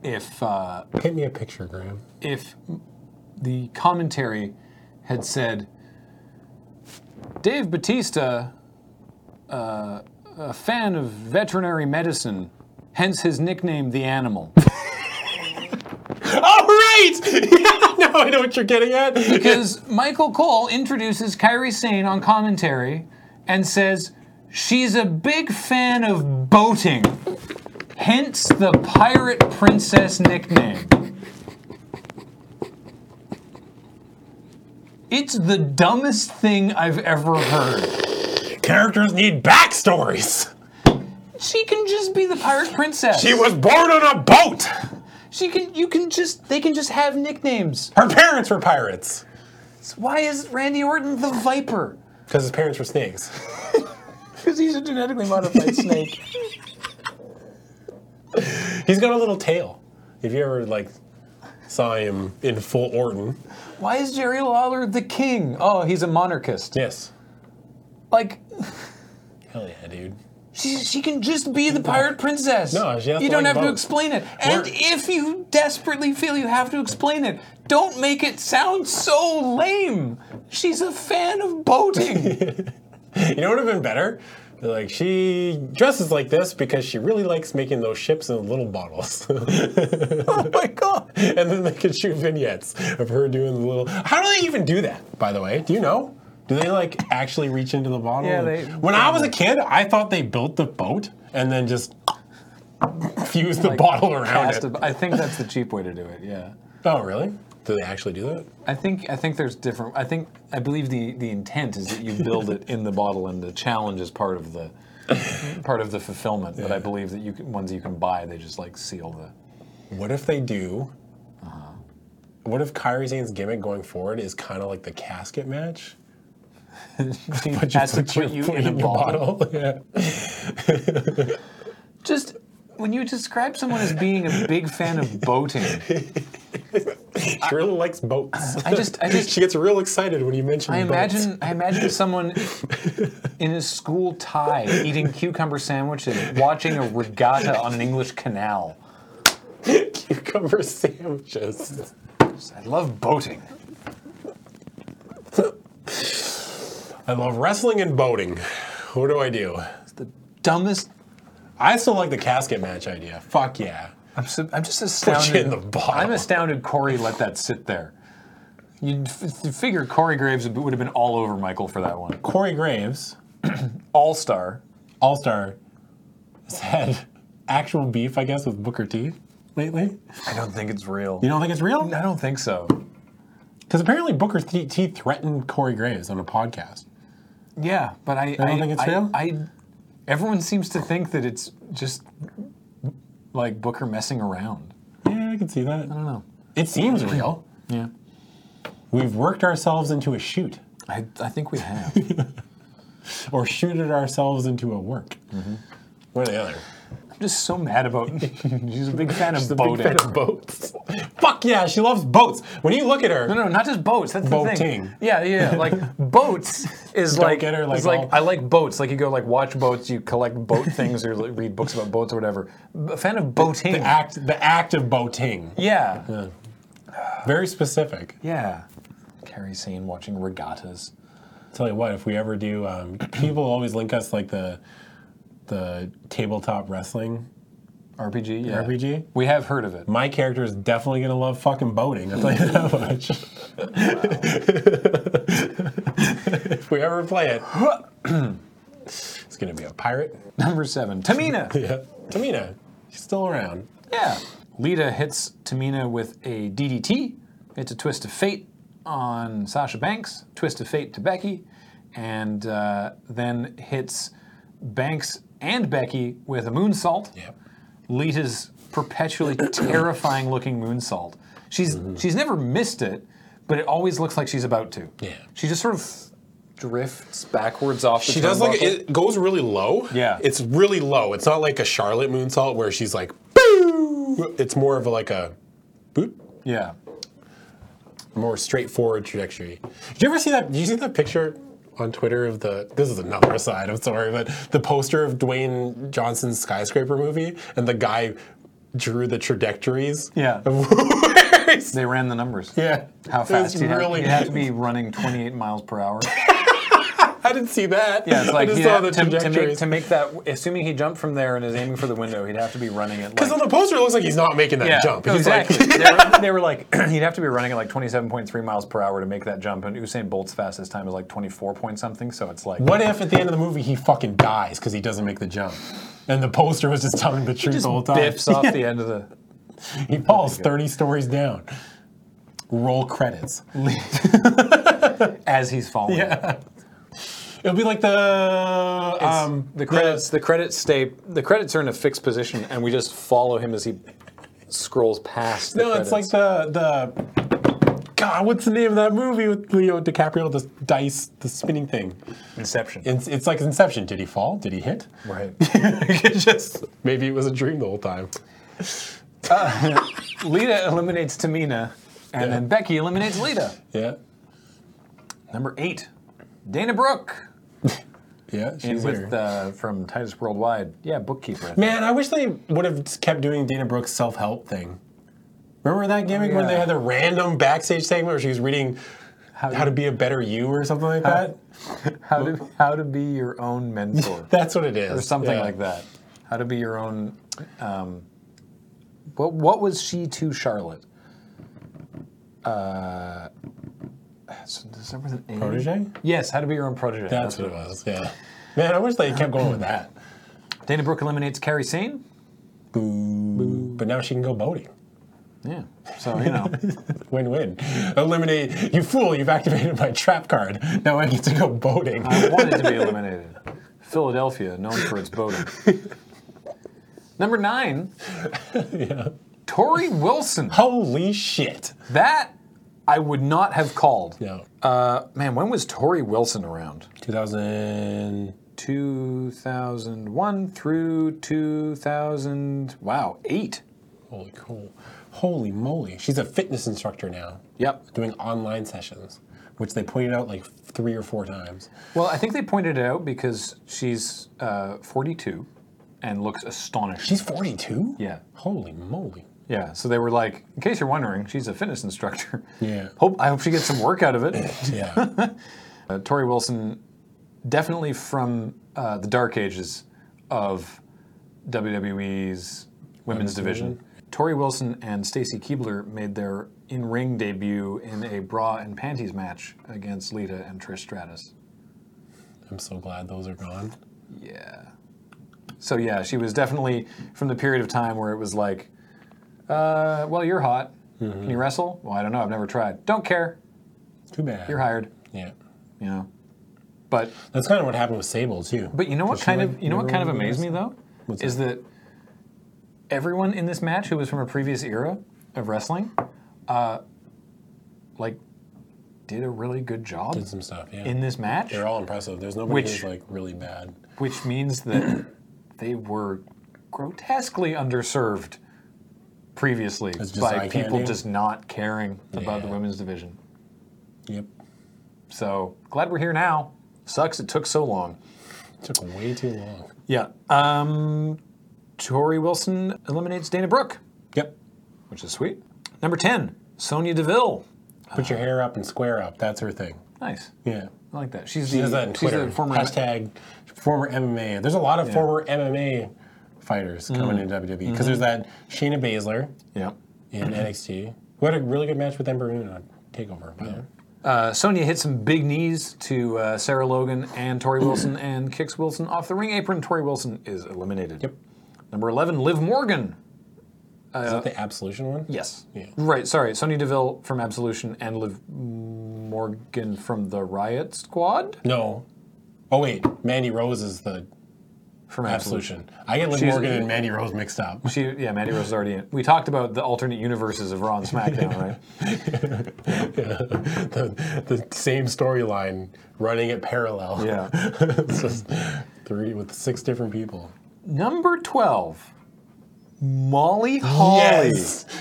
if uh,
Paint me a picture, Graham.
if the commentary had said Dave Batista, uh, a fan of veterinary medicine, hence his nickname, the Animal.
Oh, right! yeah, now I know what you're getting at.
Because Michael Cole introduces Kyrie Sane on commentary and says, She's a big fan of boating, hence the pirate princess nickname. It's the dumbest thing I've ever heard.
Characters need backstories.
She can just be the pirate princess.
She was born on a boat.
She can. You can just. They can just have nicknames.
Her parents were pirates.
Why is Randy Orton the Viper?
Because his parents were snakes.
Because he's a genetically modified snake.
He's got a little tail. If you ever like saw him in full Orton.
Why is Jerry Lawler the king? Oh, he's a monarchist.
Yes.
Like,
Hell yeah, dude.
she, she can just be the pirate princess.
No, she has
You
to
don't
like
have to
both.
explain it. And
Or-
if you desperately feel you have to explain it, don't make it sound so lame. She's a fan of boating.
You know what would have been better? They're Like she dresses like this because she really likes making those ships in little bottles,
oh my god.
and then they could shoot vignettes of her doing the little. How do they even do that? By the way, do you know? Do they like actually reach into the bottle?
Yeah, they-
when I was a kid, I thought they built the boat and then just fused the bottle around it.
I think that's the cheap way to do it. Yeah.
Oh, really? Do they actually do that?
I think I think there's different. I think I believe the the intent is that you build it in the bottle, and the challenge is part of the part of the fulfillment. But I believe that you can, ones you can buy, they just like seal the.
What if they do?
Uh-huh.
What if Kyrie Zane's gimmick going forward is kind of like the casket match?
She
But
has to
put
put
your
you
foot
in a bottle.
Yeah.
Just when you describe someone as being a big fan of boating,
She really likes boats.
I just I just
she gets real excited when you mention
I
boats.
imagine I imagine someone in a school tie eating cucumber sandwiches, watching a regatta on an English canal.
cucumber sandwiches.
I love boating.
I love wrestling and boating. What do I do?
Dumbest.
I still like the casket match idea. Fuck yeah.
I'm, so, I'm just
Put you
astounded.
in the bottle.
I'm astounded Corey let that sit there. You'd f- f- figure Corey Graves would have been all over Michael for that one.
Corey Graves,
All star.
All Star, has had actual beef, I guess, with Booker T lately.
I don't think it's real.
You don't think it's real?
I don't think so.
Because apparently Booker T, T threatened Corey Graves on a podcast.
Yeah, but I.
don't think it's
I,
real?
I. Everyone seems to think that it's just like Booker messing around.
Yeah, I can see that.
I don't know.
It seems real.
Yeah.
We've worked ourselves into a shoot.
I, I think we have.
or shooted ourselves into a work. One or the other.
I'm just so mad about. she's a big fan of
Big
boating.
fan of boats. Fuck yeah, she loves boats. When you look at her,
No, no, not just boats. That's the
Boating.
thing. Yeah, yeah, yeah. like boats is like,
get her,
is
like,
like
all-
I like boats. Like you go like watch boats, you collect boat things, or like, read books about boats or whatever. A fan of boating.
the act, the act of boating,
yeah, yeah.
very specific.
Carrie Sane watching regattas.
Tell you what, if we ever do, um, people always link us like the the tabletop wrestling.
RPG. Yeah.
RPG?
We have heard of it.
My character is definitely gonna love fucking boating. I will tell you that much. if we ever play it, it's gonna be a pirate.
Number seven, Tamina.
Yeah, Tamina, she's still around.
yeah. Lita hits Tamina with a DDT. It's a twist of fate on Sasha Banks. Twist of fate to Becky, and uh, then hits Banks and Becky with a moonsault.
Yep.
Lita's perpetually terrifying looking moonsault. She's
Mm-hmm.
she's never missed it, but it always looks like she's about to.
Yeah.
She just sort of drifts backwards off the
She does like
turnbuckle.
it goes really low.
Yeah.
it's really low. It's not like a Charlotte moonsault where she's like, boo. It's more of a, like a boop.
Yeah.
more straightforward trajectory. Did you ever see that? Did you see that picture on Twitter of the? This is another aside. I'm sorry, but the poster of Dwayne Johnson's skyscraper movie, and the guy drew the trajectories.
Yeah.
Of where he's-
They ran the numbers.
yeah.
How fast
It's
he
really.
had, he had to be running 28 miles per hour.
I didn't see that.
Yeah, it's
I
like
just
he
saw
had,
the
to, to make
trajectories.
to make that. Assuming he jumped from there and is aiming for the window, he'd have to be running at
Because
like
on the poster, it looks like he's not making that jump. He's
exactly.
like,
they, were, they were like, he'd have to be running at like 27.3 miles per hour to make that jump, and Usain Bolt's fastest time is like 24 point something. So it's like,
what if at the end of the movie he fucking dies because he doesn't make the jump? And the poster was just telling the truth the whole time.
biffs off the end of the.
He falls 30 stories down. Roll credits.
As he's falling,
It'll be like the
It's-
um
the credits. The, credits stay. The credits are in a fixed position, and we just follow him as he scrolls past. The
no, it's like
credits.
the the God, what's the name of that movie with Leo DiCaprio, the dice, the spinning thing?
Inception.
It's, it's like Inception. Did he fall? Did he hit?
right.
It's just maybe it was a dream the whole time.
Lita eliminates Tamina, and
Yeah.
then Becky eliminates Lita.
Yeah,
Number eight, Dana Brooke,
yeah. She's
in
here.
with uh, from Titus Worldwide. Yeah, bookkeeper. I think.
Man, I wish they would have kept doing Dana Brooks' self help thing. Remember that gimmick when
yeah.
they had the random backstage segment where she was reading how, to be a better you or something like that?
How to how to be your own mentor
That's what it is.
or something
Yeah.
like that. How to be your own. Um, what what was she to Charlotte? Uh, so does that with an A?
Protege?
Yes, how to be your own protege.
That's what it was, yeah. Man, I wish they kept going with that.
Dana Brooke eliminates Carrie Sane.
But now she can go boating.
Yeah. So you know,
Win win. Eliminate, you fool, you've activated my trap card. Now I get to go boating.
I wanted to be eliminated. Philadelphia, known for its boating. Number nine. Tori Wilson.
Holy shit.
That I would not have called.
No.
Uh, man, when was Tori Wilson around?
2000.
2001 through 2000. Wow, eight.
Holy cool. Holy moly. She's a fitness instructor now.
Yep.
doing online sessions, which they pointed out like three or four times.
Well, I think they pointed it out because she's uh, 42 and looks astonished.
She's 42?
Yeah.
Holy moly.
Yeah. So they were like, in case you're wondering, she's a fitness instructor.
Yeah.
Hope I hope she gets some work out of it.
Yeah.
Uh, Tori Wilson, definitely from uh, the dark ages of WWE's women's, division. Tori Wilson and Stacy Keebler made their in-ring debut in a bra and panties match against Lita and Trish Stratus.
I'm so glad those are gone.
Yeah. So yeah, she was definitely from the period of time where it was like, uh, well, you're hot. Can you wrestle? Well, I don't know. I've never tried. Don't care.
Too bad.
You're hired.
Yeah.
You know. But
That's kind of what happened with Sable too.
But you know what
she,
kind
like,
of you know what
never
kind of
really
amazed me though
What's
is that everyone in this match who was from a previous era of wrestling, uh, like, did a really good job
did some stuff. Yeah.
in this match,
They're all impressive. There's nobody
Which-
who's like really bad.
which means that they were grotesquely underserved previously
It's just
by
eye
people
candy.
just not caring about the
Yeah.
women's division.
Yep.
So glad we're here now. Sucks it took so long.
Took way too long.
Yeah. Um, Tori Wilson eliminates Dana Brooke.
Yep.
which is sweet. Number 10, Sonia Deville.
Put your hair up and square up. That's her thing.
Nice.
Ah. Yeah.
I like that. She's
She
the,
does that on
she's
Twitter.
the former
Hashtag former MMA. There's a lot of former MMA fighters coming into WWE because E, there's that Shayna Baszler
Yeah.
in NXT who had a really good match with Ember Moon on Takeover. By the way.
Uh, Sonia hit some big knees to uh, Sarah Logan and Tori Wilson and kicks Wilson off the ring apron. Tori Wilson is eliminated.
Yep.
Number 11, Liv Morgan.
Is that the Absolution one?
Yes.
uh, Yeah.
Right, sorry. Sonia Deville from Absolution and Liv Morgan from the Riot Squad?
No. Oh wait, Mandy Rose is the
From
Absolution. I get Liv
She's-
Morgan and Mandy Rose mixed up.
She, yeah, Mandy Rose is already in. We talked about the alternate universes of Raw and SmackDown, right?
the, the same storyline running it parallel.
Yeah.
it's just three with six different people.
Number 12, Molly Holly.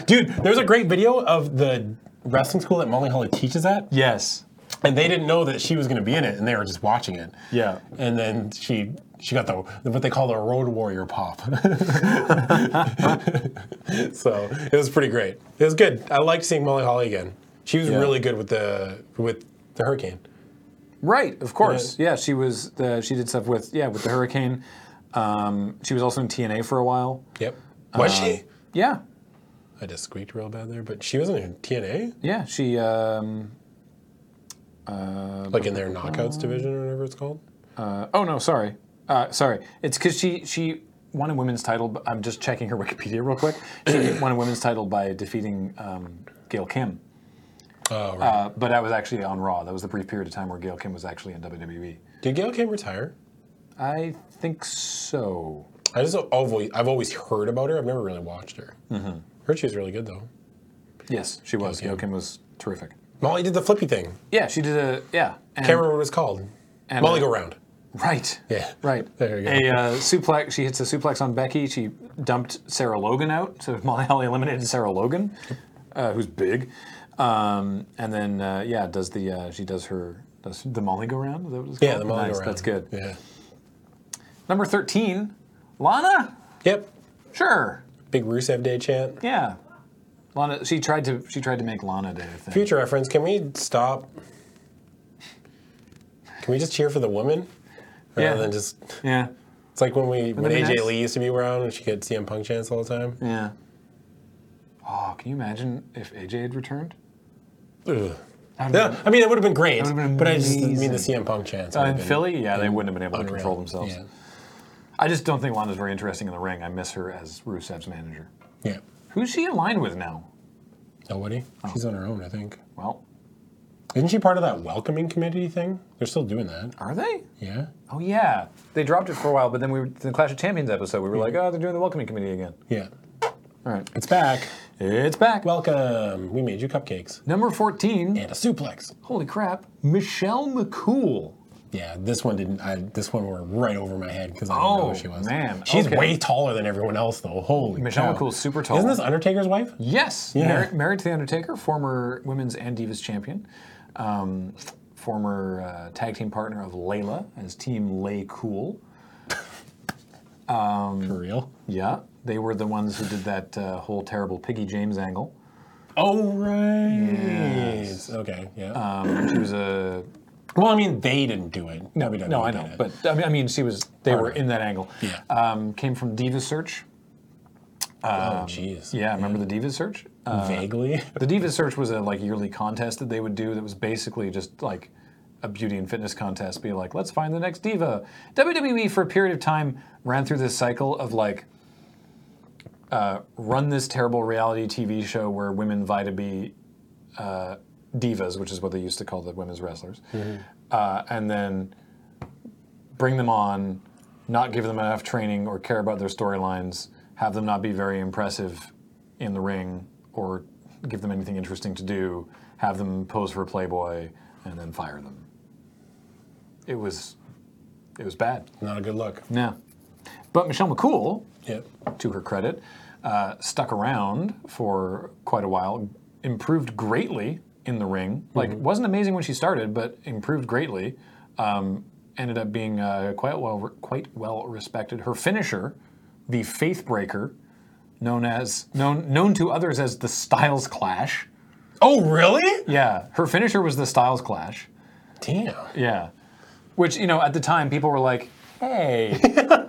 Dude, there's a great video of the wrestling school that Molly Holly teaches at,
Yes.
and they didn't know that she was going to be in it, and they were just watching it.
Yeah.
And then she she got the what they call the road warrior pop. so it was pretty great. It was good. I liked seeing Molly Holly again. She was
Yeah.
really good with the with the hurricane.
Right, of course. Yeah, she was the she did stuff with yeah, with the hurricane. Um, she was also in TNA for a while.
Yep. Was
Um,
she?
Yeah.
I just squeaked real bad there, but she wasn't in TNA,
Yeah, she um,
like in their knockouts division or whatever it's called.
uh, Oh no, sorry. Uh, sorry. It's cuz she she won a women's title but I'm just checking her Wikipedia real quick. She won a women's title by defeating um, Gail Kim.
Oh, right.
Uh, but that was actually on Raw. That was the brief period of time where Gail Kim was actually in WWE.
Did Gail Kim retire?
I think so.
I just always I've always heard about her. I've never really watched her. Mm-hmm. Heard she was really good though.
Yes, she was.
Gail
Gail Kim was terrific.
Molly did the flippy thing.
Yeah, she did a yeah. And,
Can't remember what it's called.
and
Molly
a-
go round.
Right.
Yeah.
Right.
There you go.
A uh, suplex. She hits a suplex on Becky. She dumped Sarah Logan out. So Molly Holly eliminated Sarah Logan, uh, who's big. Um, and then uh, yeah, does the uh, she does her does the Molly go round? Is that what it's called?
Yeah, the Molly
Nice,
go round.
That's good.
Yeah.
Number thirteen, Lana.
Yep.
Sure.
Big Rusev Day chant.
Yeah. Lana. She tried to she tried to make Lana Day a thing.
Future reference. Can we stop? Can we just cheer for the woman rather
Yeah.
than just?
Yeah.
It's like when we when
be
AJ
nice?
Lee used to be around and she could CM Punk chants all the time.
Yeah. Oh, can you imagine if AJ had returned?
Ugh. Yeah, I mean it would have been great,
would've been
but I just mean the
amazing.
CM Punk chants.
Uh,
would've
in
been
Philly, yeah, they wouldn't have been able to
unreal.
control themselves.
Yeah.
I just don't think Lana's very interesting in the ring. I miss her as Rusev's manager.
yeah. Oh,
Who's she aligned with now?
Nobody.
Oh.
She's on her own, I think.
Well,
Isn't she part of that welcoming committee thing? They're still doing that.
are they?
Yeah.
Oh yeah, they dropped it for a while, but then we were in the Clash of Champions episode. We were like, oh, they're doing the welcoming committee again.
Yeah.
All right,
It's back.
it's back.
Welcome. We made you cupcakes
number fourteen.
and a suplex.
Holy crap, Michelle McCool.
Yeah, this one didn't. I, this one were right over my head because I didn't know
Oh
who she was.
man,
She's
Okay.
way taller than everyone else, though. Holy
Michelle
cow.
McCool's super tall. Mm-hmm.
Isn't this Undertaker's wife?
Yes,
Yeah.
Mar- married to the Undertaker, former women's and divas champion, um, former uh, tag team partner of Layla as Team Lay Cool.
For real?
Yeah, they were the ones who did that uh, whole terrible Piggy James angle.
Oh right. Okay. Yeah.
Um, she was a
well, I mean, they didn't do it. No,
no, I know, but I mean, I mean, she was. They
Part
were
of it.
in that angle.
Yeah.
Um, came from Diva Search.
oh jeez.
Yeah, remember the Diva Search? Uh,
Vaguely.
the Diva Search was a like yearly contest that they would do that was basically just like a beauty and fitness contest. Be like, let's find the next diva. WWE for a period of time ran through this cycle of like. Uh, run this terrible reality TV show where women vie to be uh, divas, which is what they used to call the women's wrestlers, uh, and then bring them on, not give them enough training or care about their storylines, have them not be very impressive in the ring or give them anything interesting to do, have them pose for Playboy, and then fire them. It was, it was bad.
Not a good look.
Yeah, but Michelle McCool
Yep.
to her credit, uh, stuck around for quite a while, improved greatly in the ring. Like, wasn't amazing when she started, but improved greatly. Um, ended up being uh, quite well, quite well respected. Her finisher, the Faith Breaker, known as known known to others as the Styles Clash.
Oh really?
Yeah, her finisher was the Styles Clash.
Damn.
Yeah. Which, you know, at the time people were like, hey.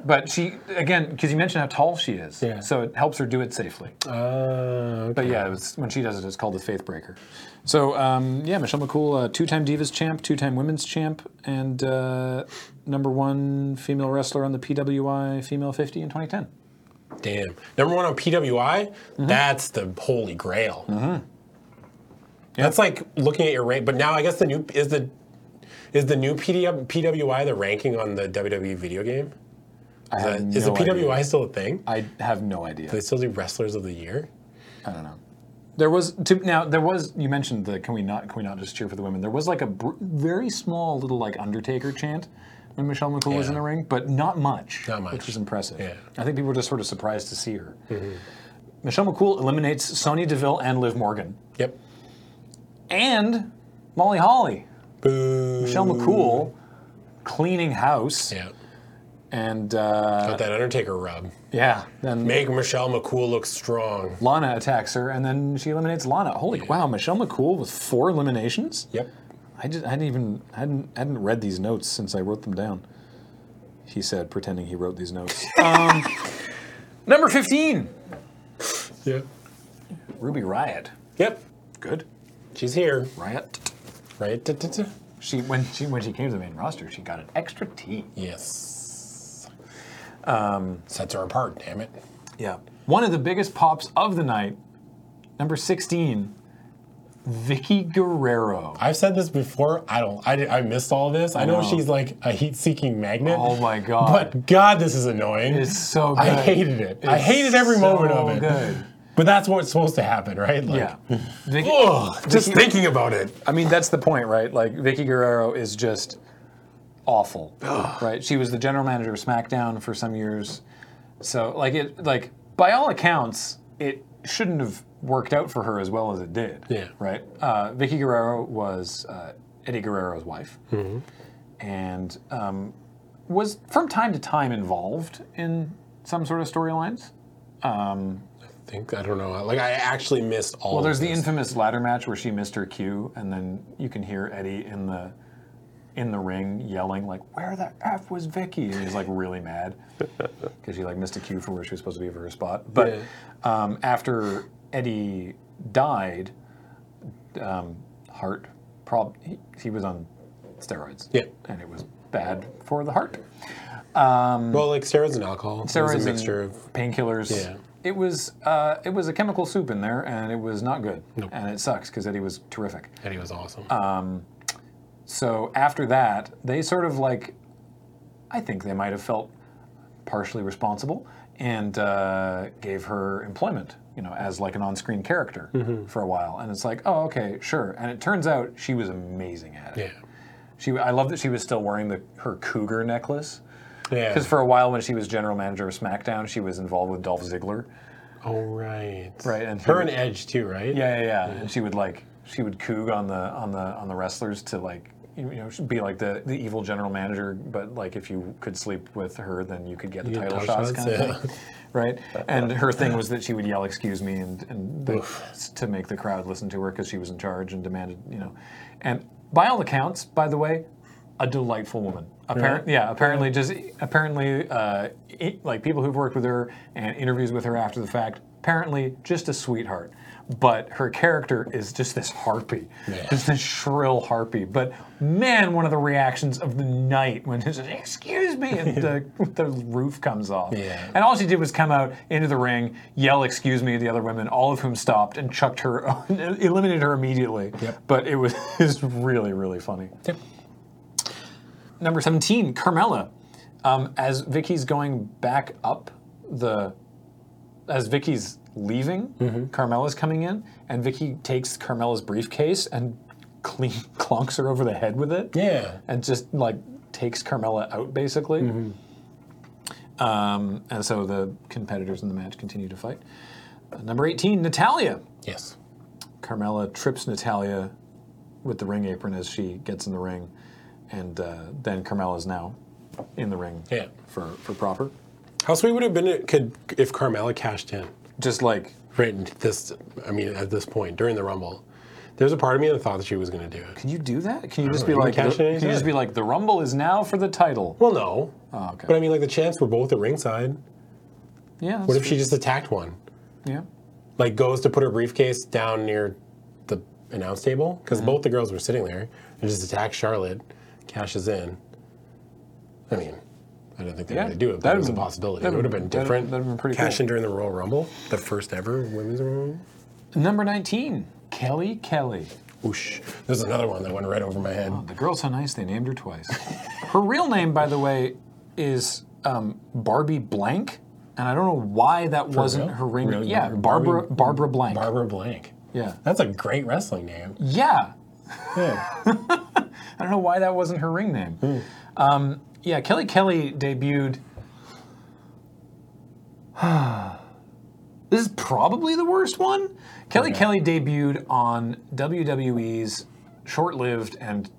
but she, again, because you mentioned how tall she is.
Yeah.
So it helps her do it safely.
Uh,
But yeah, it was, when she does it, it's called the Faith Breaker. So um, yeah, Michelle McCool, uh, two-time Divas champ, two-time Women's champ, and uh, number one female wrestler on the PWI Female 50 in 2010.
Damn. Mm-hmm. Number one on PWI, that's the holy grail. That's like looking at your rank, but now I guess the new is the is the new PD, PWI the ranking on the WWE video game?
I
Uh,
have no
is the PWI
Idea.
still a thing? Do
I have no idea.
they still do wrestlers of the year?
I don't know. There was to, now there was you mentioned the can we not can we not just cheer for the women? There was like a br- very small little like Undertaker chant when Michelle McCool was
Yeah.
in the ring, but not much.
Not much.
which was impressive.
Yeah.
I think people were just sort of surprised to see her. Michelle McCool eliminates Sonya Deville and Liv Morgan.
Yep.
and Molly Holly,
Boo.
Michelle McCool, cleaning house,
Yeah.
and uh,
Got that Undertaker rub.
yeah, then
Make Michelle McCool look strong.
Lana attacks her, and then she eliminates Lana. Holy wow, Michelle McCool with four eliminations.
Yep.
I just I hadn't even hadn't hadn't read these notes since I wrote them down. He said, pretending he wrote these notes. um, number fifteen,
Yep.
Ruby Riot.
Yep.
Good
She's here.
Riot.
Right? Da, da, da.
She when she when she came to the main roster, she got an extra T.
Yes. Um, Sets her apart, damn it.
Yeah. One of the biggest pops of the night, number sixteen, Vicky Guerrero.
I've said this before. I don't. I, did- I missed all this. I know
know.
she's like a heat-seeking magnet.
Oh my God.
But God, this is annoying.
It's so good.
I hated it. I
It's
hated every
so
moment of it.
Good.
But that's what's supposed to happen, right? Like,
Yeah. Vicky,
Ugh, just thinking about it.
I mean, that's the point, right? Like, Vicky Guerrero is just awful, right? She was the general manager of SmackDown for some years, so like it, like by all accounts, it shouldn't have worked out for her as well as it did.
Yeah.
Right. Uh, Vicky Guerrero was uh, Eddie Guerrero's wife, and um, was from time to time involved in some sort of storylines.
I think I don't know. Like I actually missed all.
Well, there's
of
the
this.
infamous ladder match where she missed her cue, and then you can hear Eddie in the in the ring yelling like, "Where the f was Vicky?" And he's like really mad because she like missed a cue for where she was supposed to be for her spot. But um, after Eddie died, um, heart prob he, he was on steroids.
Yeah.
and it was bad for the heart.
well, like steroids and alcohol. Steroids
Mm. Steroids
a mixture
and
of.
painkillers.
Yeah.
It was uh, it was a chemical soup in there, and it was not good, and it sucks because Eddie was terrific.
And he was awesome.
Uh, So after that, they sort of like, I think they might have felt partially responsible and uh, gave her employment, you know, as like an on-screen character
Mm-hmm.
for a while. And it's like, oh, okay, sure. And it turns out she was amazing at it.
yeah.
She, I love that she was still wearing the, her cougar necklace.
Yeah.
Because for a while, when she was general manager of SmackDown, she was involved with Dolph Ziggler.
Oh right.
Right, and
her
who-
and Edge too, right?
Yeah, yeah, yeah. And she would like she would coog on the on the on the wrestlers to like you you know she'd be like the, the evil general manager, but like if you could sleep with her, then you could get the
You get
title
title
shots,
shots,
kind of
yeah.
thing, right? And her thing was that she would yell "excuse me" and and the, to make the crowd listen to her because she was in charge and demanded you know. And by all accounts, by the way, a delightful woman. Apparent, yeah. apparently, just apparently, uh, i- like people who've worked with her and interviews with her after the fact. Apparently, just a sweetheart. But her character is just this harpy,
Yeah.
just this shrill harpy. But man, one of the reactions of the night when she says, "Excuse me," and the, the roof comes off.
Yeah.
And all she did was come out into the ring, yell "Excuse me" to the other women, all of whom stopped and chucked her, eliminated her immediately.
Yep.
But it was, it was really, really funny
Yep.
number 17, Carmella. Um, as Vicky's going back up the, as Vicky's leaving,
Mm-hmm.
Carmella's coming in, and Vicky takes Carmella's briefcase and clean, clunks her over the head with it,
Yeah.
and just like takes Carmella out basically. Um, and so the competitors in the match continue to fight. Uh, Number 18, Natalia.
Yes.
Carmella trips Natalia with the ring apron as she gets in the ring, and uh, then Carmella's now in the ring
Yeah.
for, for proper.
How sweet would it have been it could if Carmella cashed in?
Just like,
Right at this I mean at this point during the rumble. There's a part of me that thought that she was gonna do it.
can you do that? Can you just
know,
be
Oh, you can
like, the,
cash it
can you just
anytime.
be like, the Rumble is now for the title?
Well no.
Oh, okay.
But I mean like the chance were both at ringside.
yeah.
What if she just attacked one?
Yeah.
Like goes to put her briefcase down near the announce table? Because
Mm-hmm.
both the girls were sitting there and just attacks Charlotte, cashes in. I mean, I didn't think they were
Yeah.
gonna do it, but
That'd
it was a
been-
possibility. It
that'd
would have
been-
been
that'd-
different.
that'd been pretty
Cash
cool.
in during the Royal Rumble, the first ever women's Royal Rumble.
Number 19, Kelly Kelly.
Whoosh. There's another one that went right over my head.
The girl's so nice, they named her twice. her real name, by the way, is um, Barbie Blank. And I don't know why that wasn't
real?
her ring.
Really?
yeah,
Barbie-
Barbara Barbara Blank.
Barbara Blank.
yeah.
That's a great wrestling name.
Yeah.
Yeah.
I don't know why that wasn't her ring name.
Hmm.
Um, yeah, Kelly Kelly debuted. This is probably the worst one. Kelly Kelly debuted on WWE's short lived and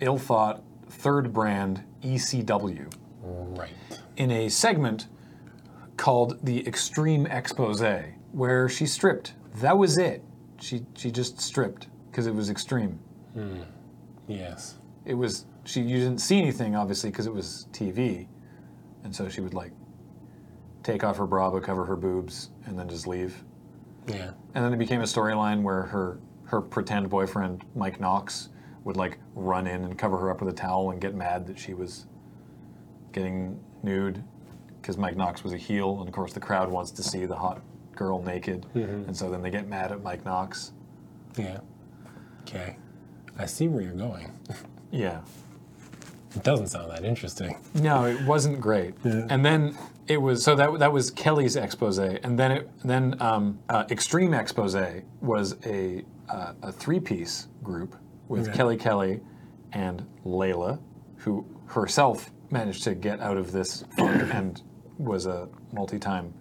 ill thought third brand, E ECW,
Right.
in a segment called The Extreme Expose, where she stripped. That was it. She, she just stripped because it was extreme.
Yes.
it was she you didn't see anything obviously because it was TV, and so she would like take off her bra but cover her boobs and then just leave.
Yeah.
And then it became a storyline where her her pretend boyfriend Mike Knox would like run in and cover her up with a towel and get mad that she was getting nude because Mike Knox was a heel and of course the crowd wants to see the hot girl naked and so then they get mad at Mike Knox.
Yeah. Okay. I see where you're going.
Yeah.
It doesn't sound that interesting.
No, it wasn't great. And then it was so that that was Kelly's expose, and then it then um, uh, Extreme Expose was a uh, a three piece group with
Okay.
Kelly Kelly and Layla, who herself managed to get out of this funk and was a multi time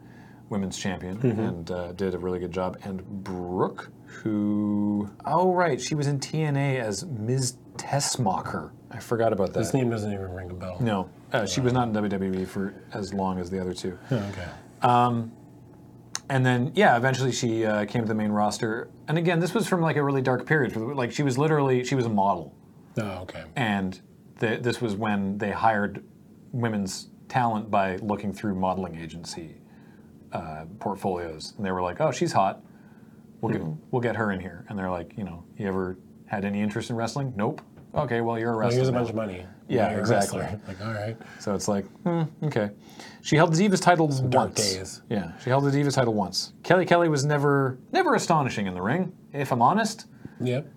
women's champion and uh, did a really good job, and Brooke. Who? Oh, right. She was in TNA as Ms. Tessmacher. I forgot about that.
This name doesn't even ring a bell.
No, uh, she was not in WWE for as long as the other two.
Oh, Okay.
And then, yeah, eventually she uh, came to the main roster. And again, this was from like a really dark period. for the- Like she was literally she was a model,
Oh, okay.
and th this was when they hired women's talent by looking through modeling agency uh, portfolios, and they were like, "Oh, she's hot. We'll
Hmm.
get we'll get her in here." And they're like, "You know, you ever had any interest in wrestling? Nope. Okay, well you're a
Well,
wrestler."
here's a
now."
bunch of money.
Yeah,
Now you're a
exactly.
wrestler. Like, all right.
So it's like, hmm, okay. She held the Divas title
dark
once.
days.
Yeah, she held the Divas title once. Kelly Kelly was never never astonishing in the ring, if I'm honest.
Yep.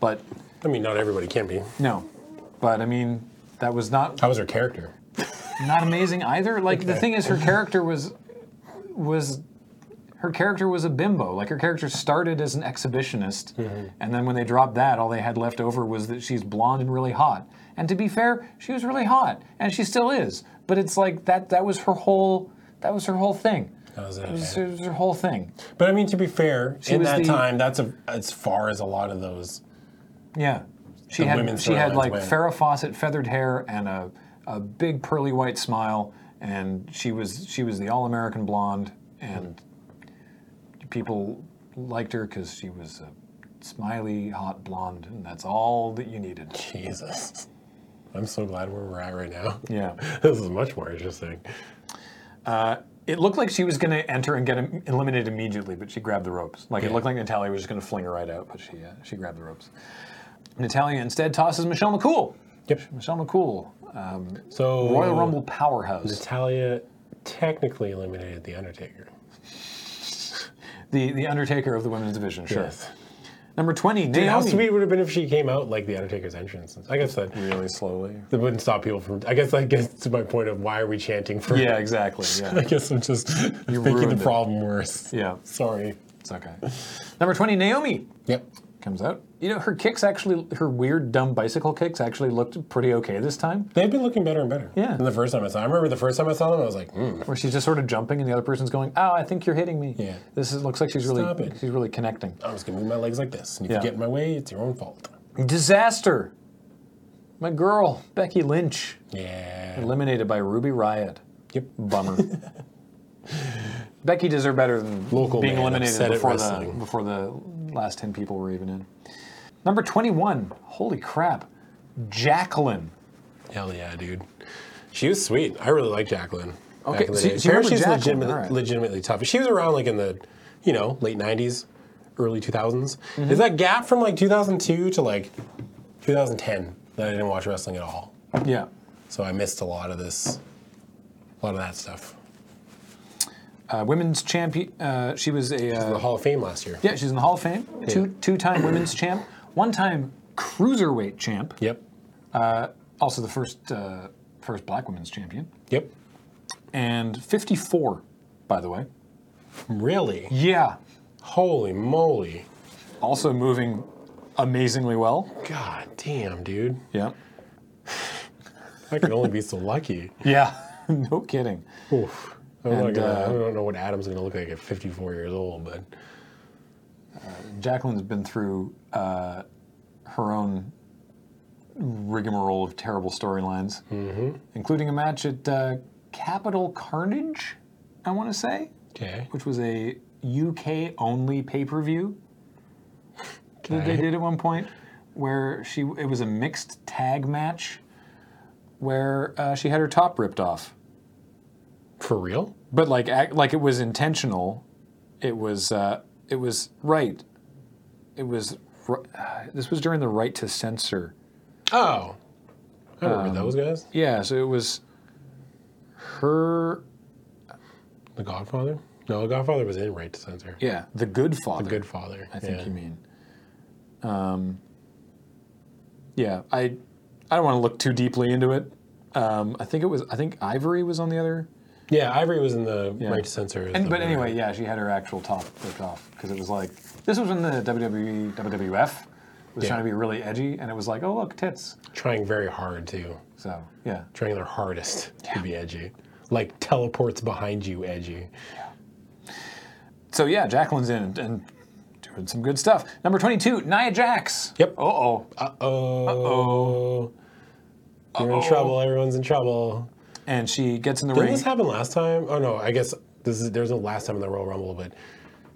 But
I mean, not everybody can be.
no, but I mean, that was not
How was her character?
not amazing either. Like the thing is, her character was was her character was a bimbo. Like her character started as an exhibitionist, and then when they dropped that, all they had left over was that she's blonde and really hot. And to be fair, she was really hot, and she still is. But it's like that that was her whole that was her whole thing.
That was it.
It was, it was her whole thing.
But I mean, to be fair, in
was
that
the-
time, that's a, as far as a lot of those.
Yeah, she
The
had
women's
she had
storylines
like
win.
Farrah Fawcett feathered hair and a, a big pearly white smile, and she was she was the all American blonde, and people liked her because she was a smiley hot blonde, and that's all that you needed.
Jesus. I'm so glad where we're at right now.
Yeah,
this is much more interesting.
it looked like she was going to enter and get em- eliminated immediately, but she grabbed the ropes. Like it
Yeah.
looked like Natalia was just going to fling her right out, but she uh, she grabbed the ropes. Natalia instead tosses Michelle McCool.
Yep.
Michelle McCool,
So
Royal Rumble powerhouse.
Natalia technically eliminated the Undertaker.
The the Undertaker of the women's division, sure.
Yes.
Number twenty,
How
Naomi.
sweet would it have been if she came out like the Undertaker's entrance? I guess that
really slowly.
that wouldn't stop people from. I guess that gets to my point of why are we chanting for?
Yeah, exactly.
I
Yeah,
guess I'm just making
ruined
the
it.
problem worse.
yeah,
Sorry.
it's okay. Number twenty, Naomi
Yep.
comes out. You know, her kicks actually, her weird dumb bicycle kicks actually looked pretty okay this time.
They've been looking better and better.
Yeah.
Than the first time I saw. I remember the first time I saw them, I was like, hmm.
Where she's just sort of jumping, and the other person's going, "Oh, I think you're hitting me."
Yeah.
This is, looks like she's
Stop
really
it.
she's really connecting.
I'm just gonna move my legs like this. And if
Yeah.
you get in my way, it's your own fault.
Disaster. My girl Becky Lynch
Yeah.
eliminated by Ruby Riot.
Yep.
Bummer. Becky deserved better than
Local
being
man
eliminated
upset at
before the,
wrestling.
before the last 10 people were even in. Number 21. Holy crap. Jacqueline.
Hell yeah, dude. She was sweet. I really like Jacqueline. back
Okay,
in the
so-
day.
so you remember
Apparently she's
Jacqueline,
legitimately,
all right.
legitimately tough. She was around like in the, you know, late '90s, early 2000s.
Mm-hmm.
Is that gap from like 2002 to like 2010 that I didn't watch wrestling at all?
Yeah.
So I missed a lot of this, a lot of that stuff.
Uh, women's champion. Uh, she was a. Uh,
The Hall of Fame last year.
yeah, she's in the Hall of Fame. Two, two-time women's champ. One-time cruiserweight champ.
Yep.
Also the first, uh, first black women's champion.
Yep.
And 54, by the way.
Really?
Yeah.
Holy moly!
Also moving amazingly well.
God damn, dude.
Yeah.
I can only be so lucky.
Yeah. no kidding.
Oof. I'm not
And,
gonna-
uh,
I don't know what Adam's going to look like at 54 years old, but
Jacqueline's been through uh, her own rigmarole of terrible storylines, including a match at uh, Capital Carnage, I want to say,
okay.
which was a UK only pay per view that they
Okay.
did at one point, where she it was a mixed tag match where uh, she had her top ripped off,
For real?
but like act, like it was intentional. It was uh, it was right. It was r- uh, this was during the right to censor.
Oh. I remember those guys.
Yeah, so it was her.
The Godfather? No, The Godfather was in Right to Censor.
Yeah, the good father.
The Good Father.
I think
yeah.
you mean. Um, yeah, I I don't want to look too deeply into it. Um, I think it was I think Ivory was on the other.
Yeah, Ivory was in the
Yeah.
Right to Censor. as
And,
the-
but anyway, yeah, she had her actual top ripped off because it was like this was when the E, WWE WWF was
Yeah.
trying to be really edgy, and it was like, oh look, tits.
Trying very hard, too.
So yeah,
Trying their hardest to be edgy. Like teleports behind you, edgy.
so yeah, Jacqueline's in and, and doing some good stuff. Number twenty-two, Nia Jax.
Yep.
Uh oh.
Uh oh. Uh oh. You're in trouble. Everyone's in trouble.
And she gets in the
Didn't
ring.
this happen last time? Oh no, I guess this is there's no last time in the Royal Rumble, but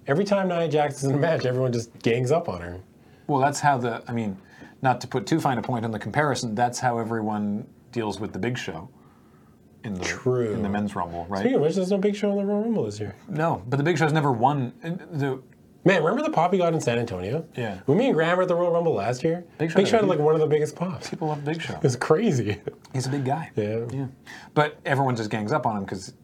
every time Nia Jax is in a match, everyone just gangs up on her.
Well, that's how the. I mean, not to put too fine a point on the comparison, that's how everyone deals with the Big Show. In the
True.
in the men's rumble, right?
Speaking of which, there's no big show in the Royal Rumble this year.
No, but the Big Show's never won. and The
Man, remember the pop he got in San Antonio?
Yeah.
When me and Graham were at the Royal Rumble last year,
Big
Big
Show
Show,
had a
had like
huge-
one of the biggest pops. It
people love Big Show.
was crazy.
He's a big guy.
Yeah.
Yeah. But everyone just gangs up on him because,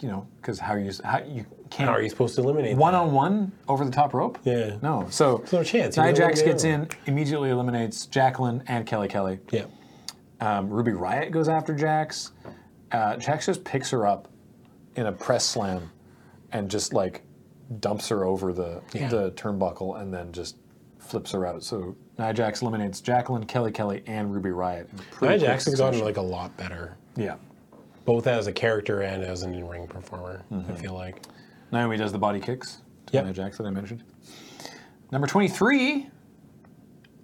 you know, because how you how you can't
How are you supposed to eliminate
one
that?
on one over the top rope.
Yeah.
No. So
no chance.
Nia
He's
Jax
eliminated
gets in, immediately eliminates Jacqueline and Kelly Kelly.
Yeah.
Um, Ruby Riot goes after Jax. Uh, Jax just picks her up in a press slam and just like dumps her over the,
Yeah.
the turnbuckle and then just flips her out. So Nia Jax eliminates Jacqueline, Kelly Kelly, and Ruby Riot. in pretty
Nia
quick
Jax has gotten
succession.
like a lot better,
Yeah.
both as a character and as an in-ring performer.
Mm-hmm.
I feel like.
Naomi does the body kicks to
Yep.
Nia Jax that I mentioned. Number 23,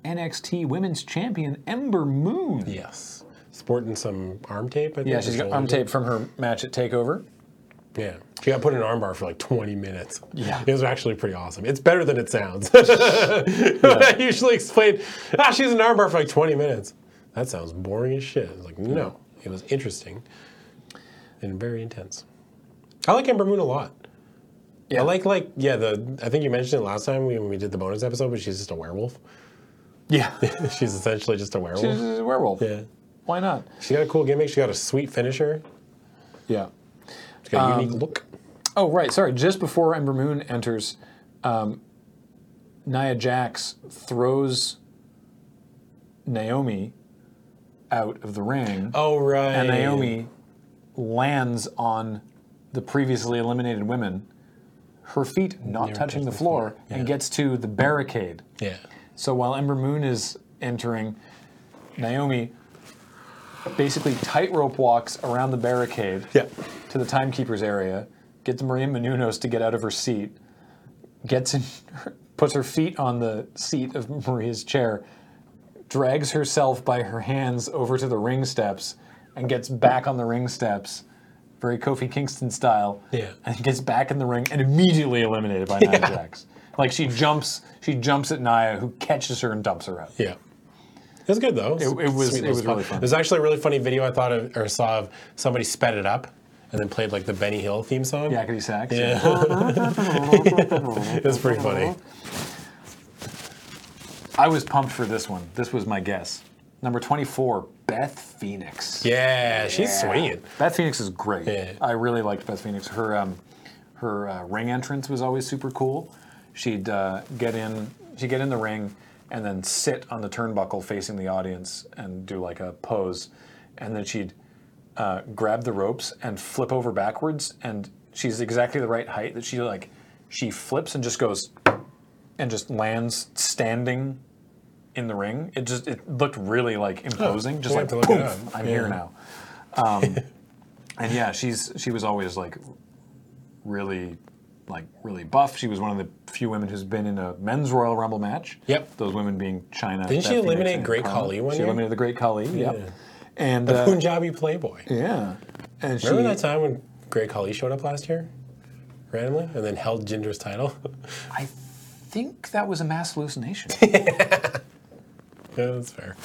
NXT Women's Champion Ember Moon.
Yes. Sporting some arm tape. I think,
Yeah,
or
she's got
shoulder
arm tape from her match at TakeOver.
Yeah. She got put in an armbar for like 20 minutes.
Yeah.
It was actually pretty awesome. It's better than it sounds. I usually explain, ah, she's in an armbar for like 20 minutes. That sounds boring as shit. It's like, no, it was interesting and very intense. I like Ember Moon a lot.
Yeah.
I like, like, yeah, the, I think you mentioned it last time when we did the bonus episode, but she's just a werewolf.
Yeah.
she's essentially just a
she's
werewolf.
a werewolf.
Yeah.
Why not?
She got a cool gimmick. She got a sweet finisher.
Yeah.
She's got a unique look.
Oh, right. Sorry. Just before Ember Moon enters, um, Nia Jax throws Naomi out of the ring,
Oh, right.
and Naomi lands on the previously eliminated women, her feet not touching
touch
the
the
floor, and
Yeah.
gets to the barricade.
Yeah.
So while Ember Moon is entering, Naomi basically tightrope walks around the barricade
Yeah.
to the timekeeper's area, gets Maria Menounos to get out of her seat, gets in, puts her feet on the seat of Maria's chair, drags herself by her hands over to the ring steps, and gets back on the ring steps, very Kofi Kingston style,
Yeah.
and gets back in the ring and immediately eliminated by Nia Jax. Like she jumps, she jumps at Nia, who catches her and dumps her out.
Yeah. It was good though. It,
it was- it was really fun.
There's actually a really funny video I thought of or saw of somebody sped it up and then played like the Benny Hill theme song.
Yakety Sax.
It was pretty funny.
I was pumped for this one. This was my guess. Number 24, Beth Phoenix.
Yeah, she's swinging.
Beth Phoenix is great.
Yeah.
I really liked Beth Phoenix. Her um, her uh, ring entrance was always super cool. She'd uh, get in, she'd get in the ring, and then sit on the turnbuckle facing the audience and do like a pose, and then she'd uh, grab the ropes and flip over backwards. And she's exactly the right height that she like. She flips and just goes, and just lands standing in the ring. It just it looked really like imposing. just
I'll
like
have to look it
poof,
up.
I'm
Yeah.
here now. Um, and yeah, she's she was always like really, like really buff. She was one of the few women who's been in a men's Royal Rumble match.
Yep.
Those women being China.
Didn't she
Beth Phoenix,
eliminate
and
Great
Carmella.
Khali one
She
year?
eliminated the Great Khali.
Yeah.
Yep. And
The
uh,
Punjabi Playboy.
yeah, and she
Remember that time when Greg Khali showed up last year, randomly, and then held Ginger's title?
I think that was a mass hallucination.
yeah, that's fair.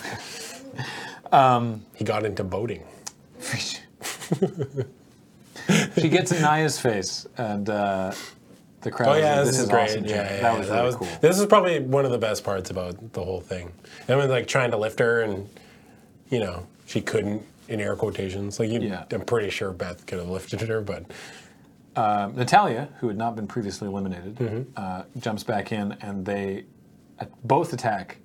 Um,
he got into boating.
she gets in Naya's face, and uh, the crowd.
Oh
was
yeah,
like,
this, is, great.
awesome.
yeah,
Jack."
yeah,
that was
yeah,
really cool.
This is probably one of the best parts about the whole thing. I mean, like trying to lift her, and you know, she couldn't. In air quotations, like you,
Yeah.
I'm pretty sure Beth could have lifted her, but
Um, Natalia, who had not been previously eliminated,
Mm-hmm.
uh, jumps back in, and they at- both attack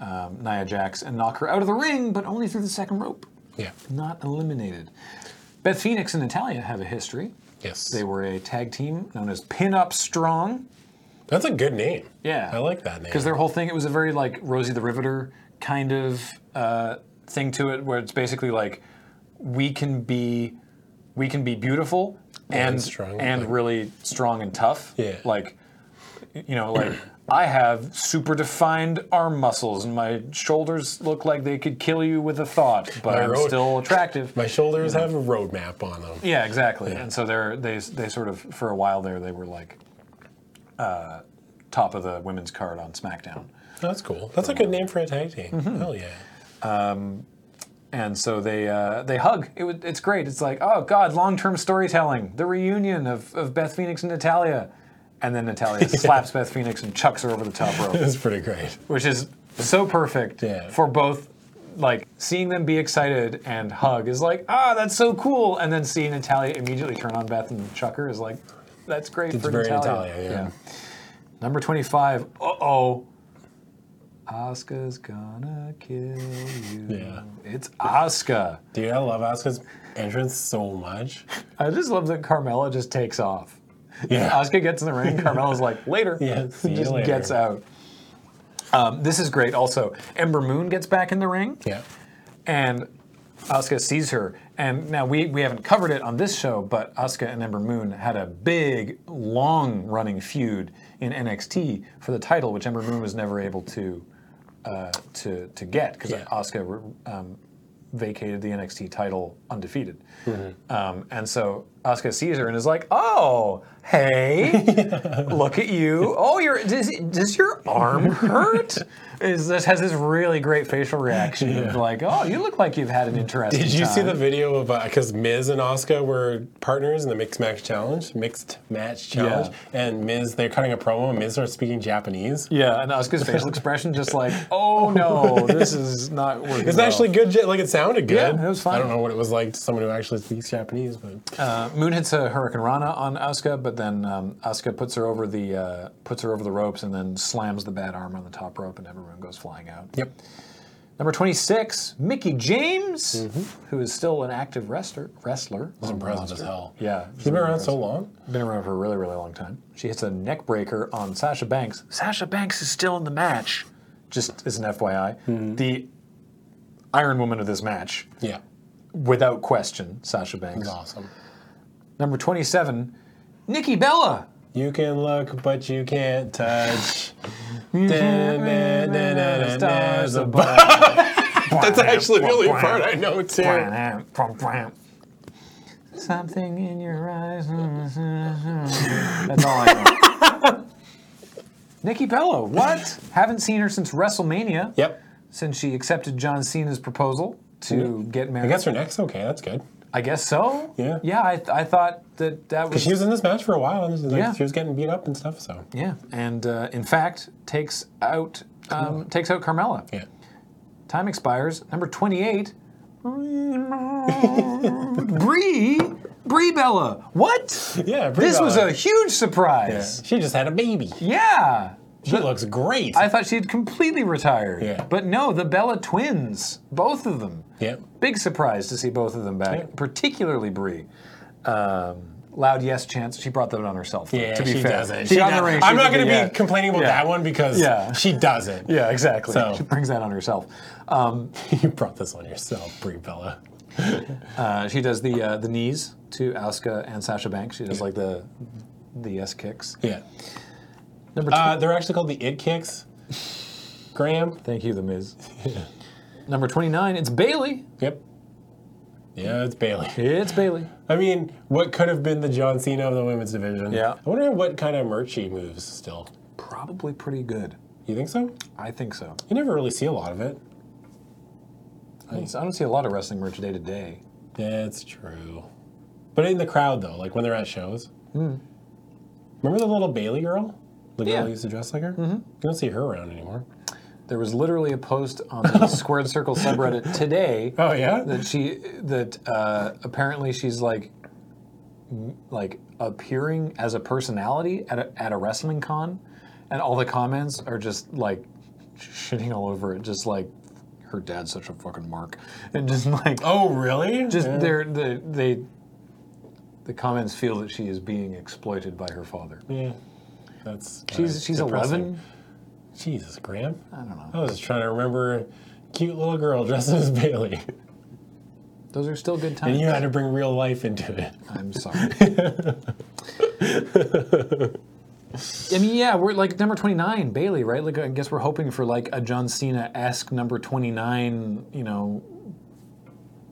um, Nia Jax and knock her out of the ring, but only through the second rope.
yeah,
Not eliminated. Beth Phoenix and Natalia have a history.
yes,
They were a tag team known as Pin Up Strong.
that's a good name.
Yeah.
I like that name.
because their whole thing it was a very like Rosie the Riveter kind of uh, thing to it, where it's basically like we can be we can be beautiful and and,
strong, like-
really strong and tough.
Yeah.
like you know, like I have super defined arm muscles and my shoulders look like they could kill you with a thought, but
My
I'm
road-
still attractive.
My shoulders have a roadmap on them.
Yeah, exactly. And so they're they they sort of for a while there they were like uh, top of the women's card on SmackDown.
That's cool. That's a good name for a tag team.
Mm-hmm.
Hell yeah.
and so they uh, they hug. It was, it's great. It's like oh god, long term storytelling. The reunion of, of Beth Phoenix and Natalia, and then Natalia slaps Beth Phoenix and chucks her over the top rope,
That's pretty great.
which is so perfect
Yeah.
for both. Like seeing them be excited and hug is like ah, that's so cool. And then seeing Natalia immediately turn on Beth and chuck her is like that's great
It's
for
very
Natalia.
Natalia, yeah.
Number twenty five. Uh oh. Asuka's gonna kill you.
Yeah.
It's Asuka.
Dude, I love Asuka's entrance so much.
I just love that Carmella just takes off.
Yeah.
Asuka gets in the ring, Carmella's like, later.
Yeah, see you
just
later.
gets out. Um, this is great. Also, Ember Moon gets back in the ring,
Yeah.
and Asuka sees her. And now we, we haven't covered it on this show, but Asuka and Ember Moon had a big, long running feud in NXT for the title, which Ember Moon was never able to uh, to, to get because
Yeah.
Asuka um, vacated the NXT title undefeated. Um, and so Asuka sees her and is like, "Oh, hey, look at you! Oh, your does, does your arm hurt?" Is this has this really great facial reaction of like, "Oh, you look like you've had an interesting."
Did you see the
time."
video of because Miz and Asuka were partners in the Mixed Match Challenge, Mixed Match Challenge, and Miz they're cutting a promo and Miz starts speaking Japanese.
Yeah, and Asuka's facial expression just like, "Oh no, this is not working."
It's
well."
actually good. ja- Like it sounded good.
Yeah, it was fine.
I don't know what it was like to someone who actually speaks Japanese, but
Uh, Moon hits a Hurricane Rana on Asuka, but then um, Asuka puts her over the uh, puts her over the ropes and then slams the bad arm on the top rope, and everyone goes flying out.
yep.
Number twenty six, Mickey James, who is still an active wrestler. Wrestler, Um,
It's Mm-hmm. impressive as hell.
yeah,
He's been around so long.
been around for a really, really long time. She hits a neck breaker on Sasha Banks. Sasha Banks is still in the match. Just as an FYI,
Mm-hmm.
the Iron Woman of this match,
Yeah.
without question, Sasha Banks.
It's awesome.
Number twenty-seven, Nikki Bella.
You can look, but you can't touch.
Stars
That's
above.
actually the only part I know too.
Something in your eyes. That's all I know. Nikki Bello, what? Haven't seen her since WrestleMania,
Yep.
since she accepted John Cena's proposal to get married.
I guess her neck's okay. That's good.
I guess so.
Yeah.
Yeah, I, I thought that that was.
She was in this match for a while, and like,
Yeah.
she was getting beat up and stuff. So
yeah, and uh, in fact, takes out um, takes out Carmella.
yeah,
Time expires. Number 28. Bree. Bree Bella. What?
yeah. Brie
This was
Bella.
a huge surprise.
She just had a baby.
Yeah.
She looks great.
I thought she had completely retired.
Yeah.
But no, the Bella twins, both of them.
yep.
Big surprise to see both of them back,
Yeah.
particularly Bree. Um, loud yes chance. She brought that on herself. though,
Yeah,
to be
she
fair.
does it.
She
She
got in the
does-
ring,
I'm
she
not
did
going
the
to
yeah.
be complaining about
Yeah.
that one because
Yeah.
she does it.
Yeah, exactly.
So-
She brings that on herself. Um,
You brought this on yourself, Brie Bella.
Uh, she does the uh, the knees to Asuka and Sasha Banks. She does like the the S kicks.
Yeah.
Number two.
Uh, they're actually called the It Kicks. Graham.
Thank you, The Miz. Number 29, it's Bailey.
Yep. Yeah, it's Bailey.
It's Bailey.
I mean, what could have been the John Cena of the women's division?
Yeah.
I wonder what kind of merch she moves still.
Probably pretty good.
You think so?
I think so.
You never really see a lot of it.
I don't I don't see a lot of wrestling merch day to day.
That's true. But in the crowd though, like when they're at shows. Remember the little Bailey girl? The girl
Hmm. Yeah.
who used to dress like her? Mm-hmm. You don't see her around anymore.
There was literally a post on the Squared Circle subreddit today
Oh yeah?
that she that uh, apparently she's like m- like appearing as a personality at a, at a wrestling con, and all the comments are just like shitting all over it, just like her dad's such a fucking mark, and just like
Oh really?
just
Yeah.
they're the they the comments feel that she is being exploited by her father.
Yeah. That's kinda
She's she's
depressing. Oh.
eleven.
Jesus, Graham.
I don't know.
I was just trying to remember a cute little girl dressed as Bailey.
Those are still good
And
times.
you had to bring real life into it.
I'm sorry. I mean, yeah, we're like number 29, Bailey, right? Like, I guess we're hoping for like a John Cena esque number 29, you know,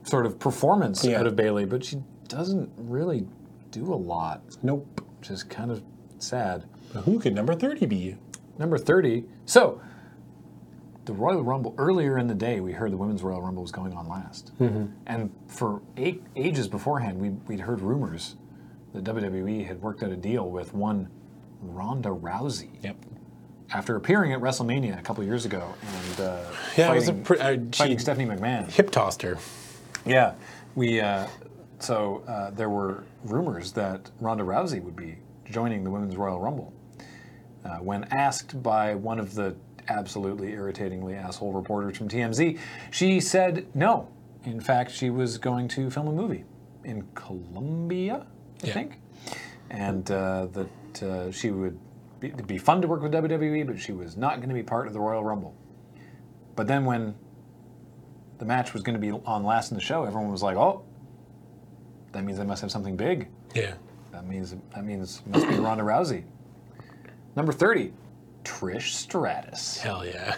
sort of performance
Yeah.
out of Bailey, but she doesn't really do a lot,
Nope.
which is kind of sad.
But who could number 30 be?
Number 30. So, the Royal Rumble, earlier in the day, we heard the Women's Royal Rumble was going on last.
Mm-hmm.
And for a- ages beforehand, we, we'd heard rumors that WWE had worked out a deal with one Ronda Rousey
Yep.
after appearing at WrestleMania a couple years ago and uh,
Yeah, it was a
fighting,
pre- uh, she
fighting Stephanie McMahon.
hip tossed her.
Yeah, we. Uh, so uh, there were rumors that Ronda Rousey would be joining the Women's Royal Rumble. Uh, when asked by one of the absolutely irritatingly asshole reporters from TMZ, she said no. In fact, she was going to film a movie in Colombia, I
Yeah.
think, and uh, that uh, she would be, it'd be fun to work with WWE, but she was not going to be part of the Royal Rumble. But then when the match was going to be on last in the show, everyone was like, "Oh, that means they must have something big.
Yeah.
That means that means must be Ronda Rousey." Number thirty, Trish Stratus.
Hell yeah.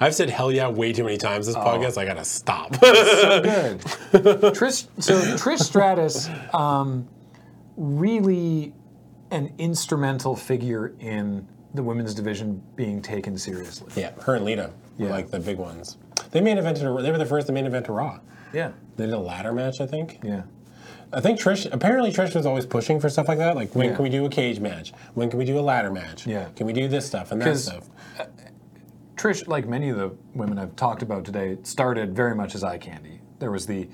I've said hell yeah way too many times
Oh.
this podcast. I gotta stop.
Good. Trish. So Trish Stratus, um, really an instrumental figure in the women's division being taken seriously.
yeah, her and Lita were
Yeah.
like the big ones. They main evented. They were the first to main event to Raw.
Yeah.
They did a ladder match, I think.
Yeah.
I think Trish. Apparently, Trish was always pushing for stuff like that. Like, when
Yeah.
can we do a cage match? When can we do a ladder match?
Yeah.
Can we do this stuff and that
'Cause-
stuff?
Trish, like many of the women I've talked about today, started very much as eye candy. There was the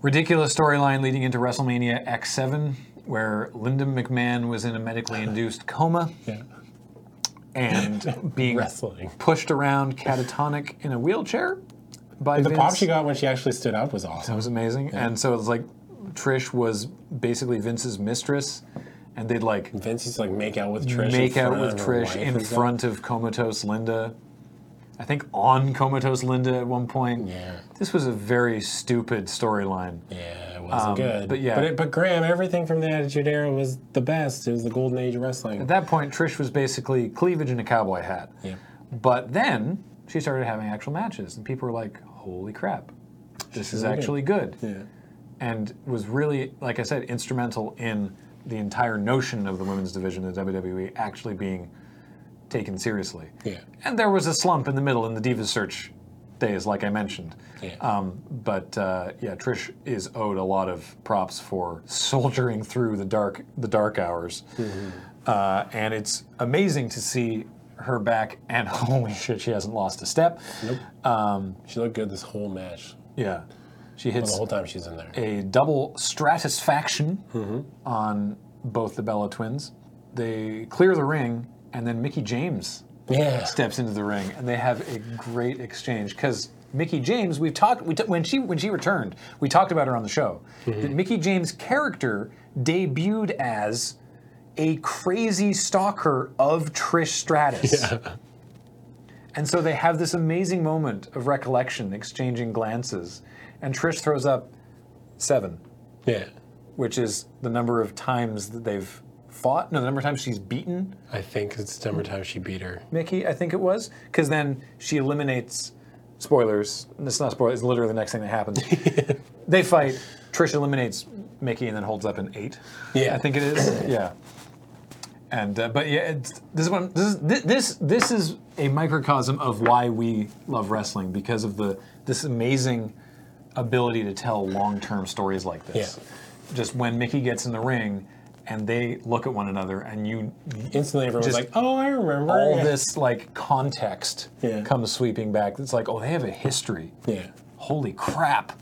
ridiculous storyline leading into WrestleMania X7, where Linda McMahon was in a medically induced coma
Yeah.
and being
Wrestling.
pushed around catatonic in a wheelchair by
The
Vince.
pop she got when she actually stood up was
That
awesome.
was amazing. And so it was like Trish was basically Vince's mistress, and they'd like
Vince used to like make out with Trish. in
make out
front
with
of her
Trish
wife
in
and stuff.
front of comatose Linda. I think on comatose Linda at one point.
Yeah.
This was a very stupid storyline.
Yeah, it wasn't good.
Um, but yeah.
but, it, but Graham, everything from the Attitude Era was the best. It was the golden age of wrestling.
At that point, Trish was basically cleavage and a cowboy hat.
Yeah.
But then she started having actual matches, and people were like, "Holy crap, this is actually good."
Yeah.
And was really, like I said, instrumental in the entire notion of the women's division in WWE actually being taken seriously.
Yeah.
And there was a slump in the middle in the Divas search days, like I mentioned.
Yeah.
Um, but uh, yeah, Trish is owed a lot of props for soldiering through the dark the dark hours, uh, and it's amazing to see her back. And holy shit, she hasn't lost a step.
Nope. she looked good this whole match.
Yeah, she
The
hits
whole time she's in there.
a double stratisfaction on both the Bella twins. They clear the ring, and then Mickey James
Yeah.
steps into the ring and they have a great exchange because Mickey James, we've talked we t- when she when she returned, we talked about her on the show that Mickey James' character debuted as a crazy stalker of Trish Stratus. And so they have this amazing moment of recollection, exchanging glances, and Trish throws up seven,
Yeah.
which is the number of times that they've fought. No, the number of times she's beaten
I think it's the number of times she beat her.
Mickey, I think it was, because then she eliminates. Spoilers. It's not spoilers. It's literally the next thing that happens. they fight. Trish eliminates Mickey and then holds up an eight.
Yeah.
I think it is. yeah. And uh, but yeah, it's, this one this is thi- this this is a microcosm of why we love wrestling because of the this amazing ability to tell long-term stories like this. Just when Mickey gets in the ring and they look at one another and you
Instantly, everyone's
Just
like, "Oh, I remember."
all
Yeah.
this like context
Yeah.
comes sweeping back. It's like, oh, they have a history.
Yeah.
Holy crap.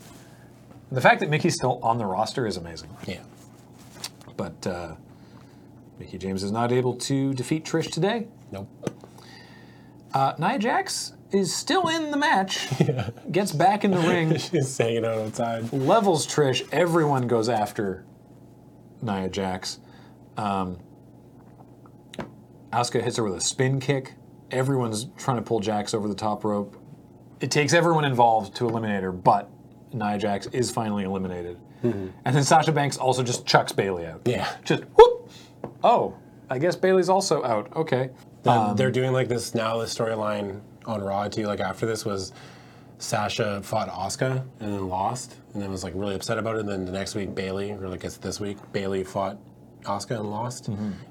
The fact that Mickey's still on the roster is amazing.
Yeah.
But uh, Mickey James is not able to defeat Trish today.
Nope.
Uh, Nia Jax is still in the match, gets back in the ring,
She's hanging out outside.
levels Trish. Everyone goes after Nia Jax. Um, Asuka hits her with a spin kick. Everyone's trying to pull Jax over the top rope. It takes everyone involved to eliminate her, but Nia Jax is finally eliminated. And then Sasha Banks also just chucks Bailey out.
Mm-hmm. Yeah.
Just whoop. Oh, I guess Bailey's also out. Okay.
Then they're doing like this now. This storyline on Raw too. Like after this was Sasha fought Oscar and then lost, and then was like really upset about it. And then the next week Bailey, or like it's this week Bailey fought Oscar and lost,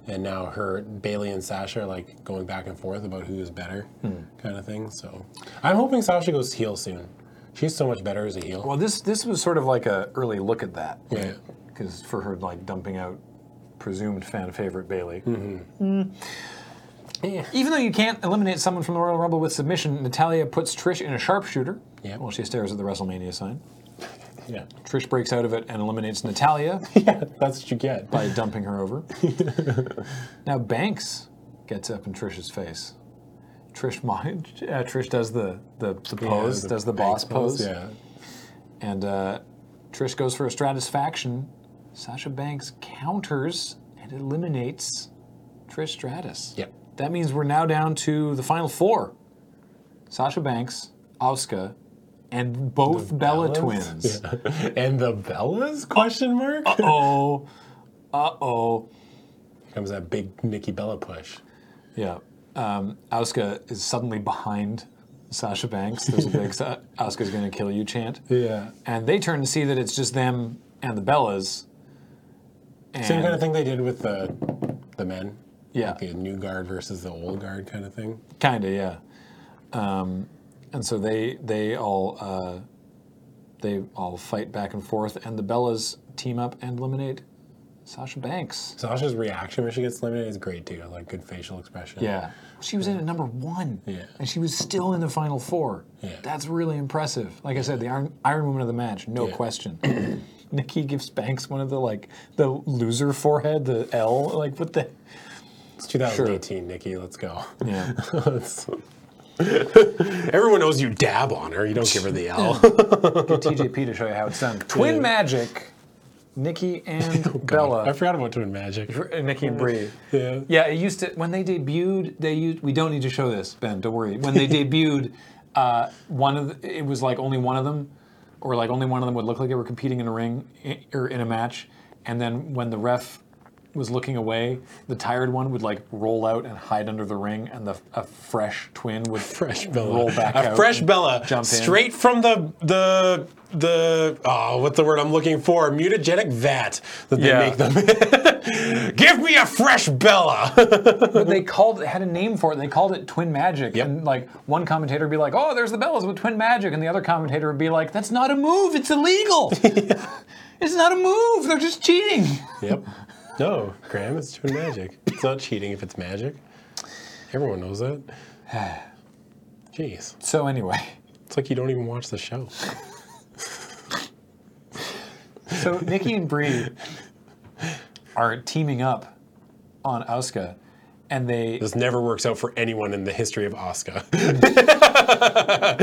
and now her Bailey and Sasha are like going back and forth about who is better, kind of thing. So I'm hoping Sasha goes heel soon. She's so much better as a heel.
Well, this this was sort of like a early look at that.
Yeah.
because for her like dumping out presumed fan favorite Bailey.
Mm-hmm.
Mm. Eh.
Yeah.
Even though you can't eliminate someone from the Royal Rumble with submission, Natalia puts Trish in a sharpshooter.
Yep.
While she stares at the WrestleMania sign,
Yeah.
Trish breaks out of it and eliminates Natalia
That's what you get.
by dumping her over. now Banks gets up in Trish's face. Trish, mo- uh, Trish does the the, the pose,
Yeah,
does the
bank
boss pose,
Yeah.
and uh, Trish goes for a stratisfaction. Sasha Banks counters and eliminates Trish Stratus.
Yep.
That means we're now down to the final four: Sasha Banks, Asuka, and both Bella
Bellas?
twins.
And the Bellas? Question mark.
Uh oh, uh oh.
Comes that big Nikki Bella push.
Yeah. Um, Asuka is suddenly behind Sasha Banks. There's a big Sa- "Asuka's going to kill you" chant.
Yeah.
And they turn and see that it's just them and the Bellas. And
Same kind of thing they did with the the men.
Yeah.
The new guard versus the old guard kind of thing.
Kinda, yeah. Um, and so they they all uh, they all fight back and forth, and the Bellas team up and eliminate Sasha Banks.
Sasha's reaction when she gets eliminated is great too. Like good facial expression.
Yeah, she was in at number one,
Yeah.
and she was still in the final four.
Yeah.
That's really impressive. Like I said, the Iron, Iron Woman of the match, no
Yeah.
question. Nikki gives Banks one of the like the loser forehead, the L. Like what the?
It's 2018, Nikki. Let's go.
Yeah.
It's- Everyone knows you dab on her. You don't give her the L.
TJP to show you how it's done. Oh, Twin
Yeah.
Magic, Nikki and Bella.
I forgot about doing magic.
Nikki and Brie.
Yeah.
Yeah, it used to when they debuted. They used, we don't need to show this, Ben. Don't worry. When they debuted, uh, one of the, it was like only one of them, or like only one of them would look like they were competing in a ring i- or in a match. And then when the ref was looking away, the tired one would like roll out and hide under the ring, and the a fresh twin would
Fresh Bella.
roll back
a
out
fresh
and
Bella.
jump in.
straight from the the the oh, what's the word I'm looking for? Mutagenic vat that they
Yeah.
make them. Give me a fresh Bella.
But they called it had a name for it. They called it Twin Magic.
Yep.
And like one commentator would be like, "Oh, there's the bells with Twin Magic," and the other commentator would be like, "That's not a move. It's illegal. it's not a move. They're just cheating."
yep. No, Graham, it's true magic. It's not cheating if it's magic. Everyone knows that. Jeez,
So anyway,
it's like you don't even watch the show.
so Nikki and Bree are teaming up on Auska, and they
This never works out for anyone in the history of Oscar.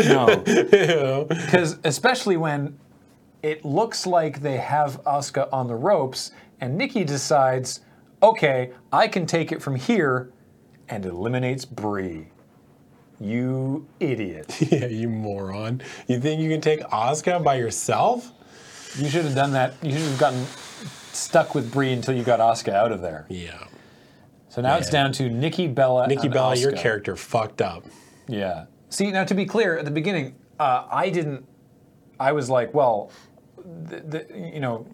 No. Because especially when it looks like they have Asuka on the ropes, and Nikki decides, okay, I can take it from here, and eliminates Bree. You idiot.
yeah, you moron. You think you can take Oscar by yourself?
You should have done that. You should have gotten stuck with Bree until you got Asuka out of there.
Yeah.
So now it's
Yeah.
down to Nikki Bella.
Nikki
and
Bella, your
Asuka.
character fucked up.
Yeah. See, now to be clear, at the beginning, uh, I didn't. I was like, well, th the, you know,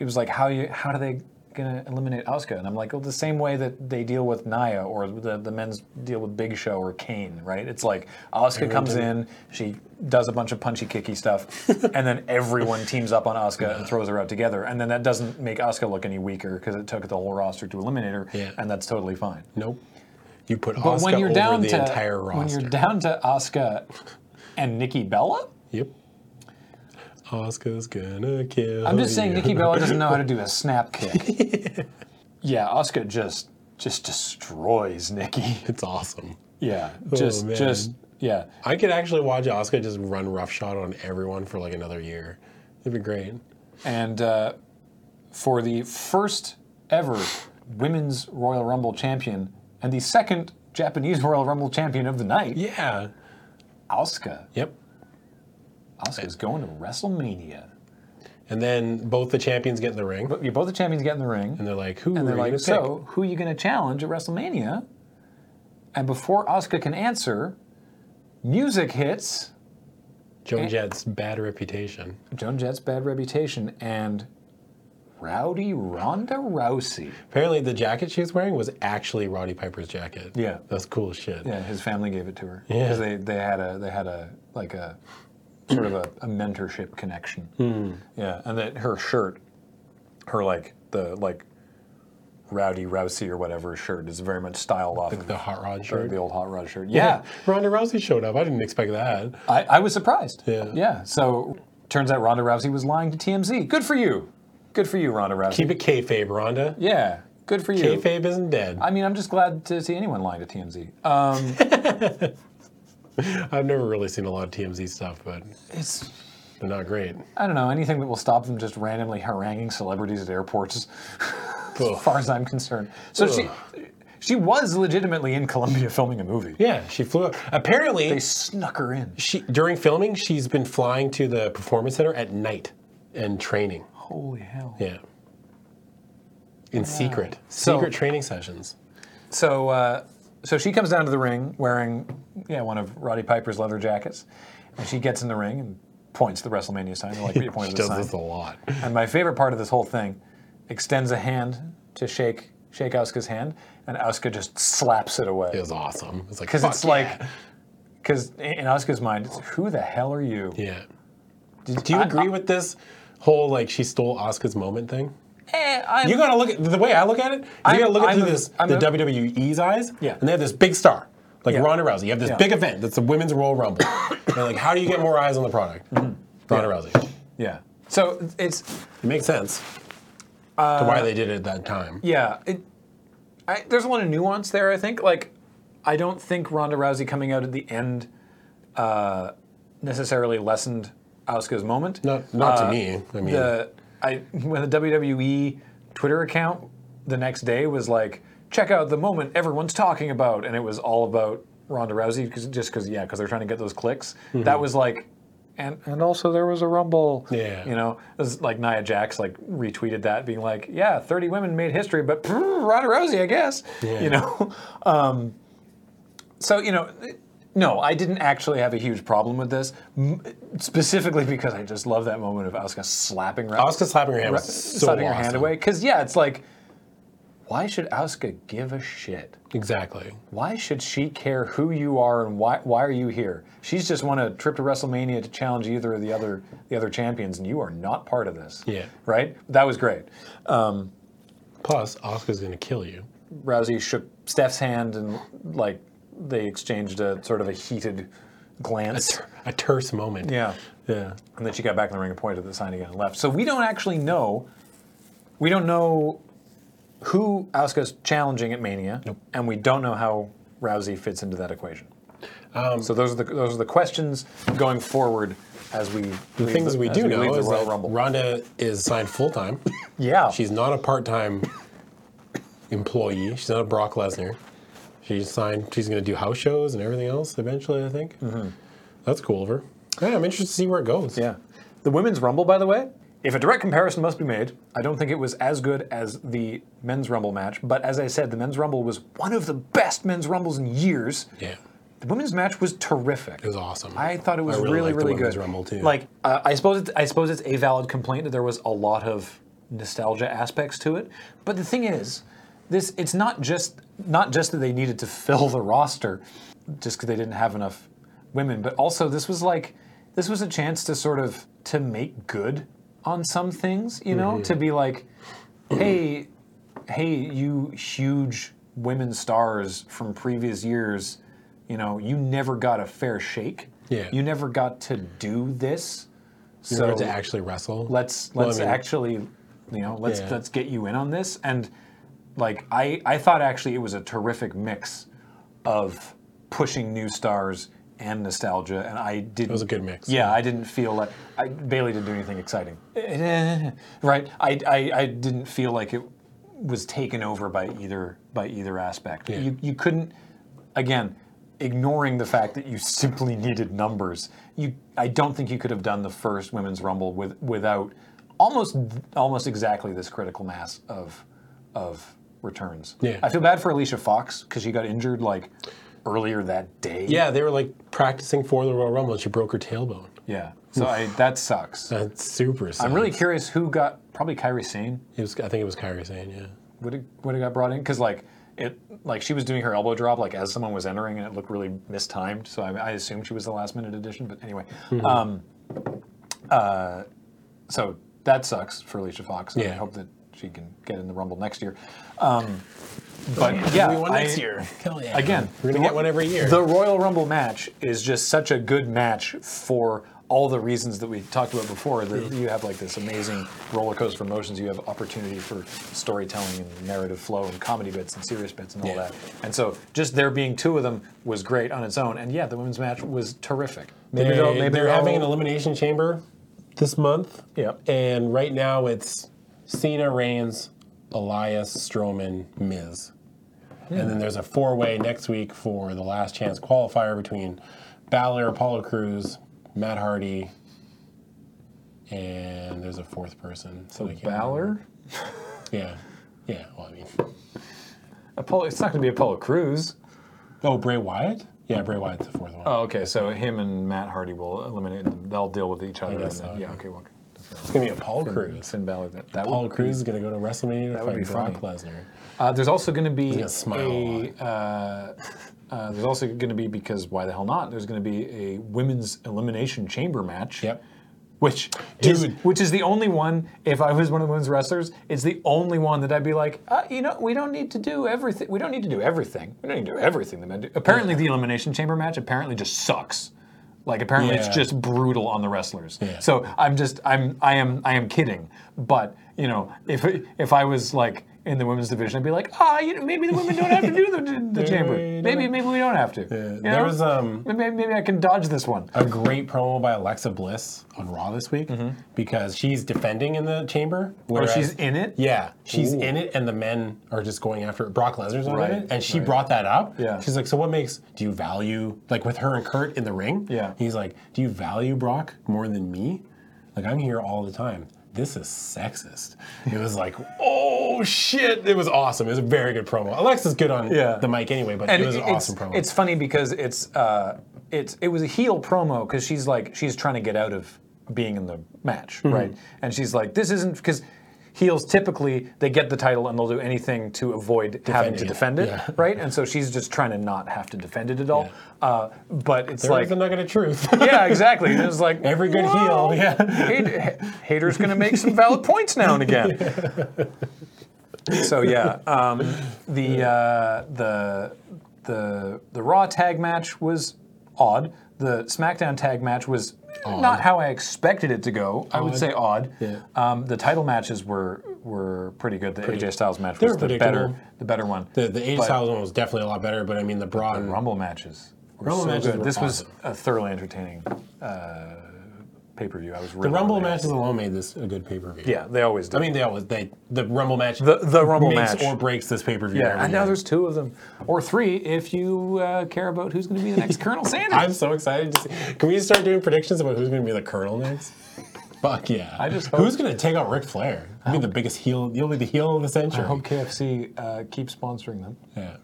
it was like, how you how do they gonna eliminate Asuka? And I'm like, well, the same way that they deal with Naya or the the men's deal with Big Show or Kane, right? It's like Asuka comes in, she does a bunch of punchy kicky stuff, and then everyone teams up on Asuka and throws her out together, and then that doesn't make Asuka look any weaker because it took the whole roster to eliminate her,
Yeah.
and that's totally fine.
Nope. You put
But
Oscar
when you're
over
down
the
to
entire roster.
when you're down to Asuka and Nikki Bella,
Yep. Oscar's gonna kill.
I'm just saying
you.
Nikki Bella doesn't know how to do a snap kick. yeah, Asuka just just destroys Nikki.
It's awesome.
Yeah, just
Oh, man.
just yeah.
I could actually watch Oscar just run roughshod on everyone for like another year. It'd be great.
And uh, for the first ever women's Royal Rumble champion and the second Japanese Royal Rumble champion of the night,
Yeah.
Asuka.
Yep.
Asuka's going to WrestleMania.
And then both the champions get in the ring,
But you both the champions get in the ring.
and they're like, "Who
And
are
they're
you gonna
like,
pick?"
so who are you going to challenge at WrestleMania? And before Asuka can answer, music hits eh
Joan Jett's bad reputation.
Joan Jett's bad reputation and Rowdy Ronda Rousey.
Apparently, the jacket she was wearing was actually Roddy Piper's jacket.
Yeah.
that's cool as shit.
Yeah, his family gave it to her
Yeah.
they, they had a they had a like a sort of a, a mentorship connection. Yeah, and that her shirt, her like the like Rowdy Rousey or whatever shirt is very much styled off of
The hot rod
or
shirt.
the old hot rod shirt. Yeah,
Ronda Rousey showed up. I didn't expect that.
I, I was surprised.
Yeah.
Yeah. So turns out Ronda Rousey was lying to TMZ. Good for you. Good for you, Ronda Rousey.
Keep it kayfabe, Ronda.
yeah. Good for you.
Kayfabe isn't dead.
I mean, I'm just glad to see anyone lying to TMZ. Uh,
I've never really seen a lot of TMZ stuff, but
it's
they're not great.
I don't know anything that will stop them just randomly haranguing celebrities at airports.
Ugh.
as far as I'm concerned. So she she was legitimately in Colombia filming a movie.
Yeah, she flew up. Apparently,
They snuck her in.
she during filming, she's been flying to the performance center at night and training.
Holy hell.
Yeah. In secret,
So-
secret training sessions.
So, uh, so she comes down to the ring wearing, yeah, one of Roddy Piper's leather jackets, and she gets in the ring and points to the WrestleMania sign. They're like, "What are you
She
pointing to
does
the
this a
sign?"
lot.
And my favorite part of this whole thing, extends a hand to shake shake Asuka's hand, and Asuka just slaps it away
It was awesome. It's like
because
fuck
it's
yeah.
like, because in Asuka's mind, it's like, who the hell are you?
yeah. Do, do you agree with this whole like she stole Oscar's moment thing?
Eh, I'm-
You gotta look at the way I look at it. You
I'm-
gotta look at
I'm
through
a-
this
I'm
the
a-
WWE's eyes.
Yeah.
And they have this big star, like
Yeah.
Ronda Rousey. You have this
Yeah.
big event that's the Women's Royal Rumble. and like, how do you get more eyes on the product? Ronda Rousey.
Mm-hmm. yeah. So it's
It makes sense to why they did it at that time.
Uh, Yeah, it, I, there's a lot of nuance there. I think like I don't think Ronda Rousey coming out at the end uh, necessarily lessened Asuka's moment.
Not not
Uh,
to me. I mean,
The I when the WWE Twitter account the next day was like, check out the moment everyone's talking about, and it was all about Ronda Rousey 'cause- just because yeah, because they're trying to get those clicks.
Mm-hmm.
That was like. And, and also there was a rumble.
Yeah.
You know, it was like Nia Jax like retweeted that, being like, "Yeah, 30 women made history, but pff, Ronda Rousey, I guess."
Yeah.
You know, um, so you know, no, I didn't actually have a huge problem with this, m- specifically because I just love that moment of Asuka slapping Ra-
Oscar slapping her hand
Ra-
was so
slapping her hand
awesome.
away. Because yeah, it's like, why should Asuka give a shit?
Exactly.
Why should she care who you are and why why are you here? She's just won a trip to WrestleMania to challenge either of the other the other champions, and you are not part of this.
Yeah.
Right? That was great.
Plus, Oscar's gonna kill you.
Rousey shook Steph's hand and like they exchanged a sort of a heated glance.
A terse moment.
Yeah.
Yeah.
And then she got back in the ring and pointed at the sign again and left. So we don't actually know. We don't know who Asuka's challenging at Mania, and we don't know how Rousey fits into that equation.
Um,
so those are the those are the questions going forward as we
The things we do know
the
is
Royal
that
Rumble.
Ronda is signed full time.
yeah,
She's not a part time employee. She's not a Brock Lesnar. She signed. She's going to do house shows and everything else eventually. I think. That's cool of her. Yeah, I'm interested to see where it goes.
Yeah. The women's rumble, by the way, if a direct comparison must be made, I don't think it was as good as the men's rumble match, but as I said, the men's rumble was one of the best men's rumbles in years.
Yeah.
The women's match was terrific.
It was awesome.
I thought it was
I
really,
really liked the
really,
women's
good.
rumble, too.
Like, uh, I suppose it's, I suppose it's a valid complaint that there was a lot of nostalgia aspects to it. But the thing is, this it's not just not just that they needed to fill the roster, just because they didn't have enough women, but also this was like this was a chance to sort of to make good on some things, you know,
Mm-hmm.
to be like, hey, hey, you huge women stars from previous years, you know, you never got a fair shake.
Yeah.
You never got to do this.
In order
So
to actually wrestle.
let's let's
Well, I mean-
actually, you know, let's
Yeah.
let's get you in on this. And like I I thought actually it was a terrific mix of pushing new stars and nostalgia, and I didn't. It
was a good mix.
Yeah, I didn't feel like I, Bailey didn't do anything exciting. Right, I, I I didn't feel like it was taken over by either by either aspect.
Yeah.
You you couldn't again ignoring the fact that you simply needed numbers. You I don't think you could have done the first women's rumble with without almost almost exactly this critical mass of of returns.
Yeah.
I feel bad for Alicia Fox cuz she got injured like earlier that day.
Yeah, they were like practicing for the Royal Rumble and she broke her tailbone.
Yeah. So I, that sucks.
That's super sad.
I'm really curious who got probably Kyrie Sane
It was, I think it was Kyrie saying, yeah.
would have would have got brought in because like it like she was doing her elbow drop like as someone was entering and it looked really mistimed so I, I assumed she was the last minute addition but anyway um, uh, so that sucks for Alicia Fox I
Yeah.
hope that she can get in the Rumble next year um, but yeah
we won
I-
next year. Hell yeah.
again
We're
the
going to
Ro-
get one every year.
the Royal Rumble match is just such a good match for all the reasons that we talked about before. That you have like this amazing roller coaster of emotions. You have opportunity for storytelling and narrative flow and comedy bits and serious bits and all
Yeah.
that. And so, just there being two of them was great on its own. And yeah, the women's match was terrific. Maybe
they,
they'll- maybe
are having an
they'll-
elimination chamber this month.
Yep.
And right now it's Cena, Reigns, Elias, Strowman, Miz. And
Hmm.
then there's a four way next week for the last chance qualifier between Balor, Apollo Cruz, Matt Hardy, and there's a fourth person. So, I can't
Oh, Balor.
Yeah. Yeah. Well, I mean.
Apollo. It's not going to be Apollo Cruz.
Oh, Bray Wyatt? Yeah, Bray Wyatt's the fourth one.
Oh, okay. So him and Matt Hardy will eliminate. Them. They'll deal with each other.
guess
and then-
so,
yeah.
yeah.
Okay. Well,
It's going to be Apollo Cruz.
Finn Balor. That, that
Apollo
would be-
Cruz is going to go to WrestleMania to
would be
fight Brock
funny.
Lesnar.
Uh, there's also going to be
gonna smile a
a. Uh, uh, there's also going to be because why the hell not? There's going to be a women's elimination chamber match.
Yep.
Which is,
Dude.
which is the only one. If I was one of the women's wrestlers, it's the only one that I'd be like, uh, you know, we don't need to do everything. We don't need to do everything. We don't need to do everything. The men do. Apparently, the elimination chamber match apparently just sucks. Like apparently, it's
Yeah.
just brutal on the wrestlers.
Yeah.
So I'm just I'm I am I am kidding. But you know, if if I was like in the women's division, I'd be like, ah, you know, maybe the women don't have to do the, the chamber.
we
Maybe maybe we don't have to. You
There
know?
was um, Oh,
maybe, maybe I can dodge this one.
a great promo by Alexa Bliss on Raw this week because she's defending in the chamber.
Or
whereas-
Mm-hmm. Oh, she's in it.
Yeah, she's in it, and the men are just going after it. Brock Lesnar's on
Right,
it, and she
right.
brought that up.
Yeah.
she's like, "So what makes do you value like with her and Kurt in the ring?"
Yeah.
he's like, "Do you value Brock more than me? Like I'm here all the time. This is sexist." It was like, "Oh shit!" It was awesome. It was a very good promo. Alexa's good on
Yeah.
the mic anyway, but
And
it was an
it's,
awesome promo.
It's funny because it's uh, it's it was a heel promo because she's like she's trying to get out of being in the match,
Mm-hmm.
right? And she's like, this isn't because heels typically they get the title and they'll do anything to avoid having to
Defending it.
defend it,
Yeah.
right? And so she's just trying to not have to defend it at all. Uh, but it's
there
like.
was a nugget of truth.
yeah, exactly. And it's like
Every good
whoa,
heel, yeah.
hate- ha- haters gonna make some valid points now and again. So yeah, um, the uh, the the the Raw tag match was odd. The SmackDown tag match was not how I expected it to go. I would
Odd.
say odd.
Yeah.
Um, the title matches were were pretty good. The AJ Styles match
They're
was the
predictable.
better the better one.
The the eight
But-
thousand one was definitely a lot better, but I mean the broad
Rumble matches. Were
Rumble
so
matches
good.
were
this was
awesome.
a thoroughly entertaining uh, pay per view. I was
The Rumble matches alone made this a good pay per view.
Yeah, they always do.
I mean, they always they the Rumble match
the the Rumble
makes
match.
or breaks this pay per view.
yeah, and now there's two of them, or three if you uh, care about who's going to be the next Colonel Sanders.
I'm so excited. To see. Can we start doing predictions about who's going to be the Colonel next? Fuck yeah! I
just hope-
who's going to take out Ric Flair? You'll be the biggest heel. You'll be the heel of the century.
I hope KFC uh, keeps sponsoring them.
Yeah.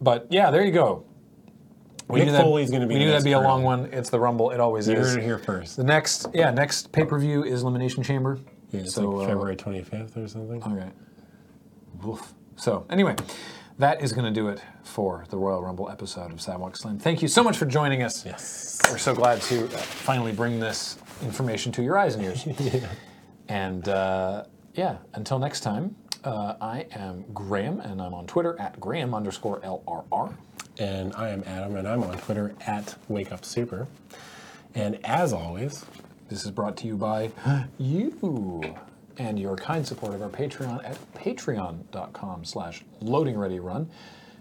But yeah, there you go. We
Mick
knew that-
Foley's gonna be
We
the
knew that'd
next
be a
Colonel.
long one. It's the Rumble. It always
You
is.
heard it here first.
The next, yeah, next pay per view is Elimination Chamber.
Yeah, it's
so
like
uh, oh,
February 25th or something.
Okay. Woof. So, anyway, that is going to do it for the Royal Rumble episode of Sidewalk Slam. Thank you so much for joining us.
Yes.
We're so glad to uh, finally bring this information to your eyes and ears. And uh, yeah, until next time, uh, I am Graham, and I'm on Twitter at Graham underscore LRR.
And I am Adam, and I'm on Twitter at Wake Up Super. And as always,
This is brought to you by you and your kind support of our Patreon at patreon.com slash loadingreadyrun.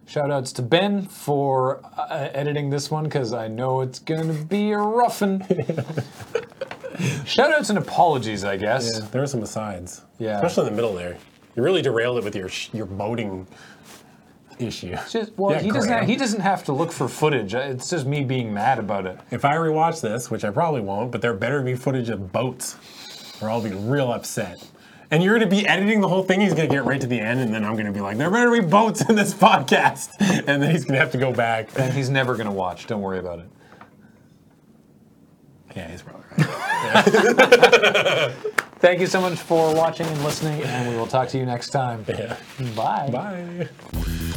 Shout outs to Ben for uh, editing this one because I know it's going to be a roughin'. Shout outs and apologies, I guess.
there are some asides.
Yeah.
Especially in the middle there. You really derailed it with your sh- your boating issue.
Just, well,
Yeah,
he, doesn't
Graham.
have, he doesn't have to look for footage. Uh, It's just me being mad about it.
If I rewatch this, which I probably won't, but there better be footage of boats, or I'll be real upset. And you're going to be editing the whole thing. He's going to get right to the end, and then I'm going to be like, "There better be boats in this podcast," and then he's going to have to go back.
And he's never going to watch. Don't worry about it.
Yeah, he's probably right.
Thank you so much for watching and listening, and we will talk to you next time.
Yeah.
Bye.
Bye.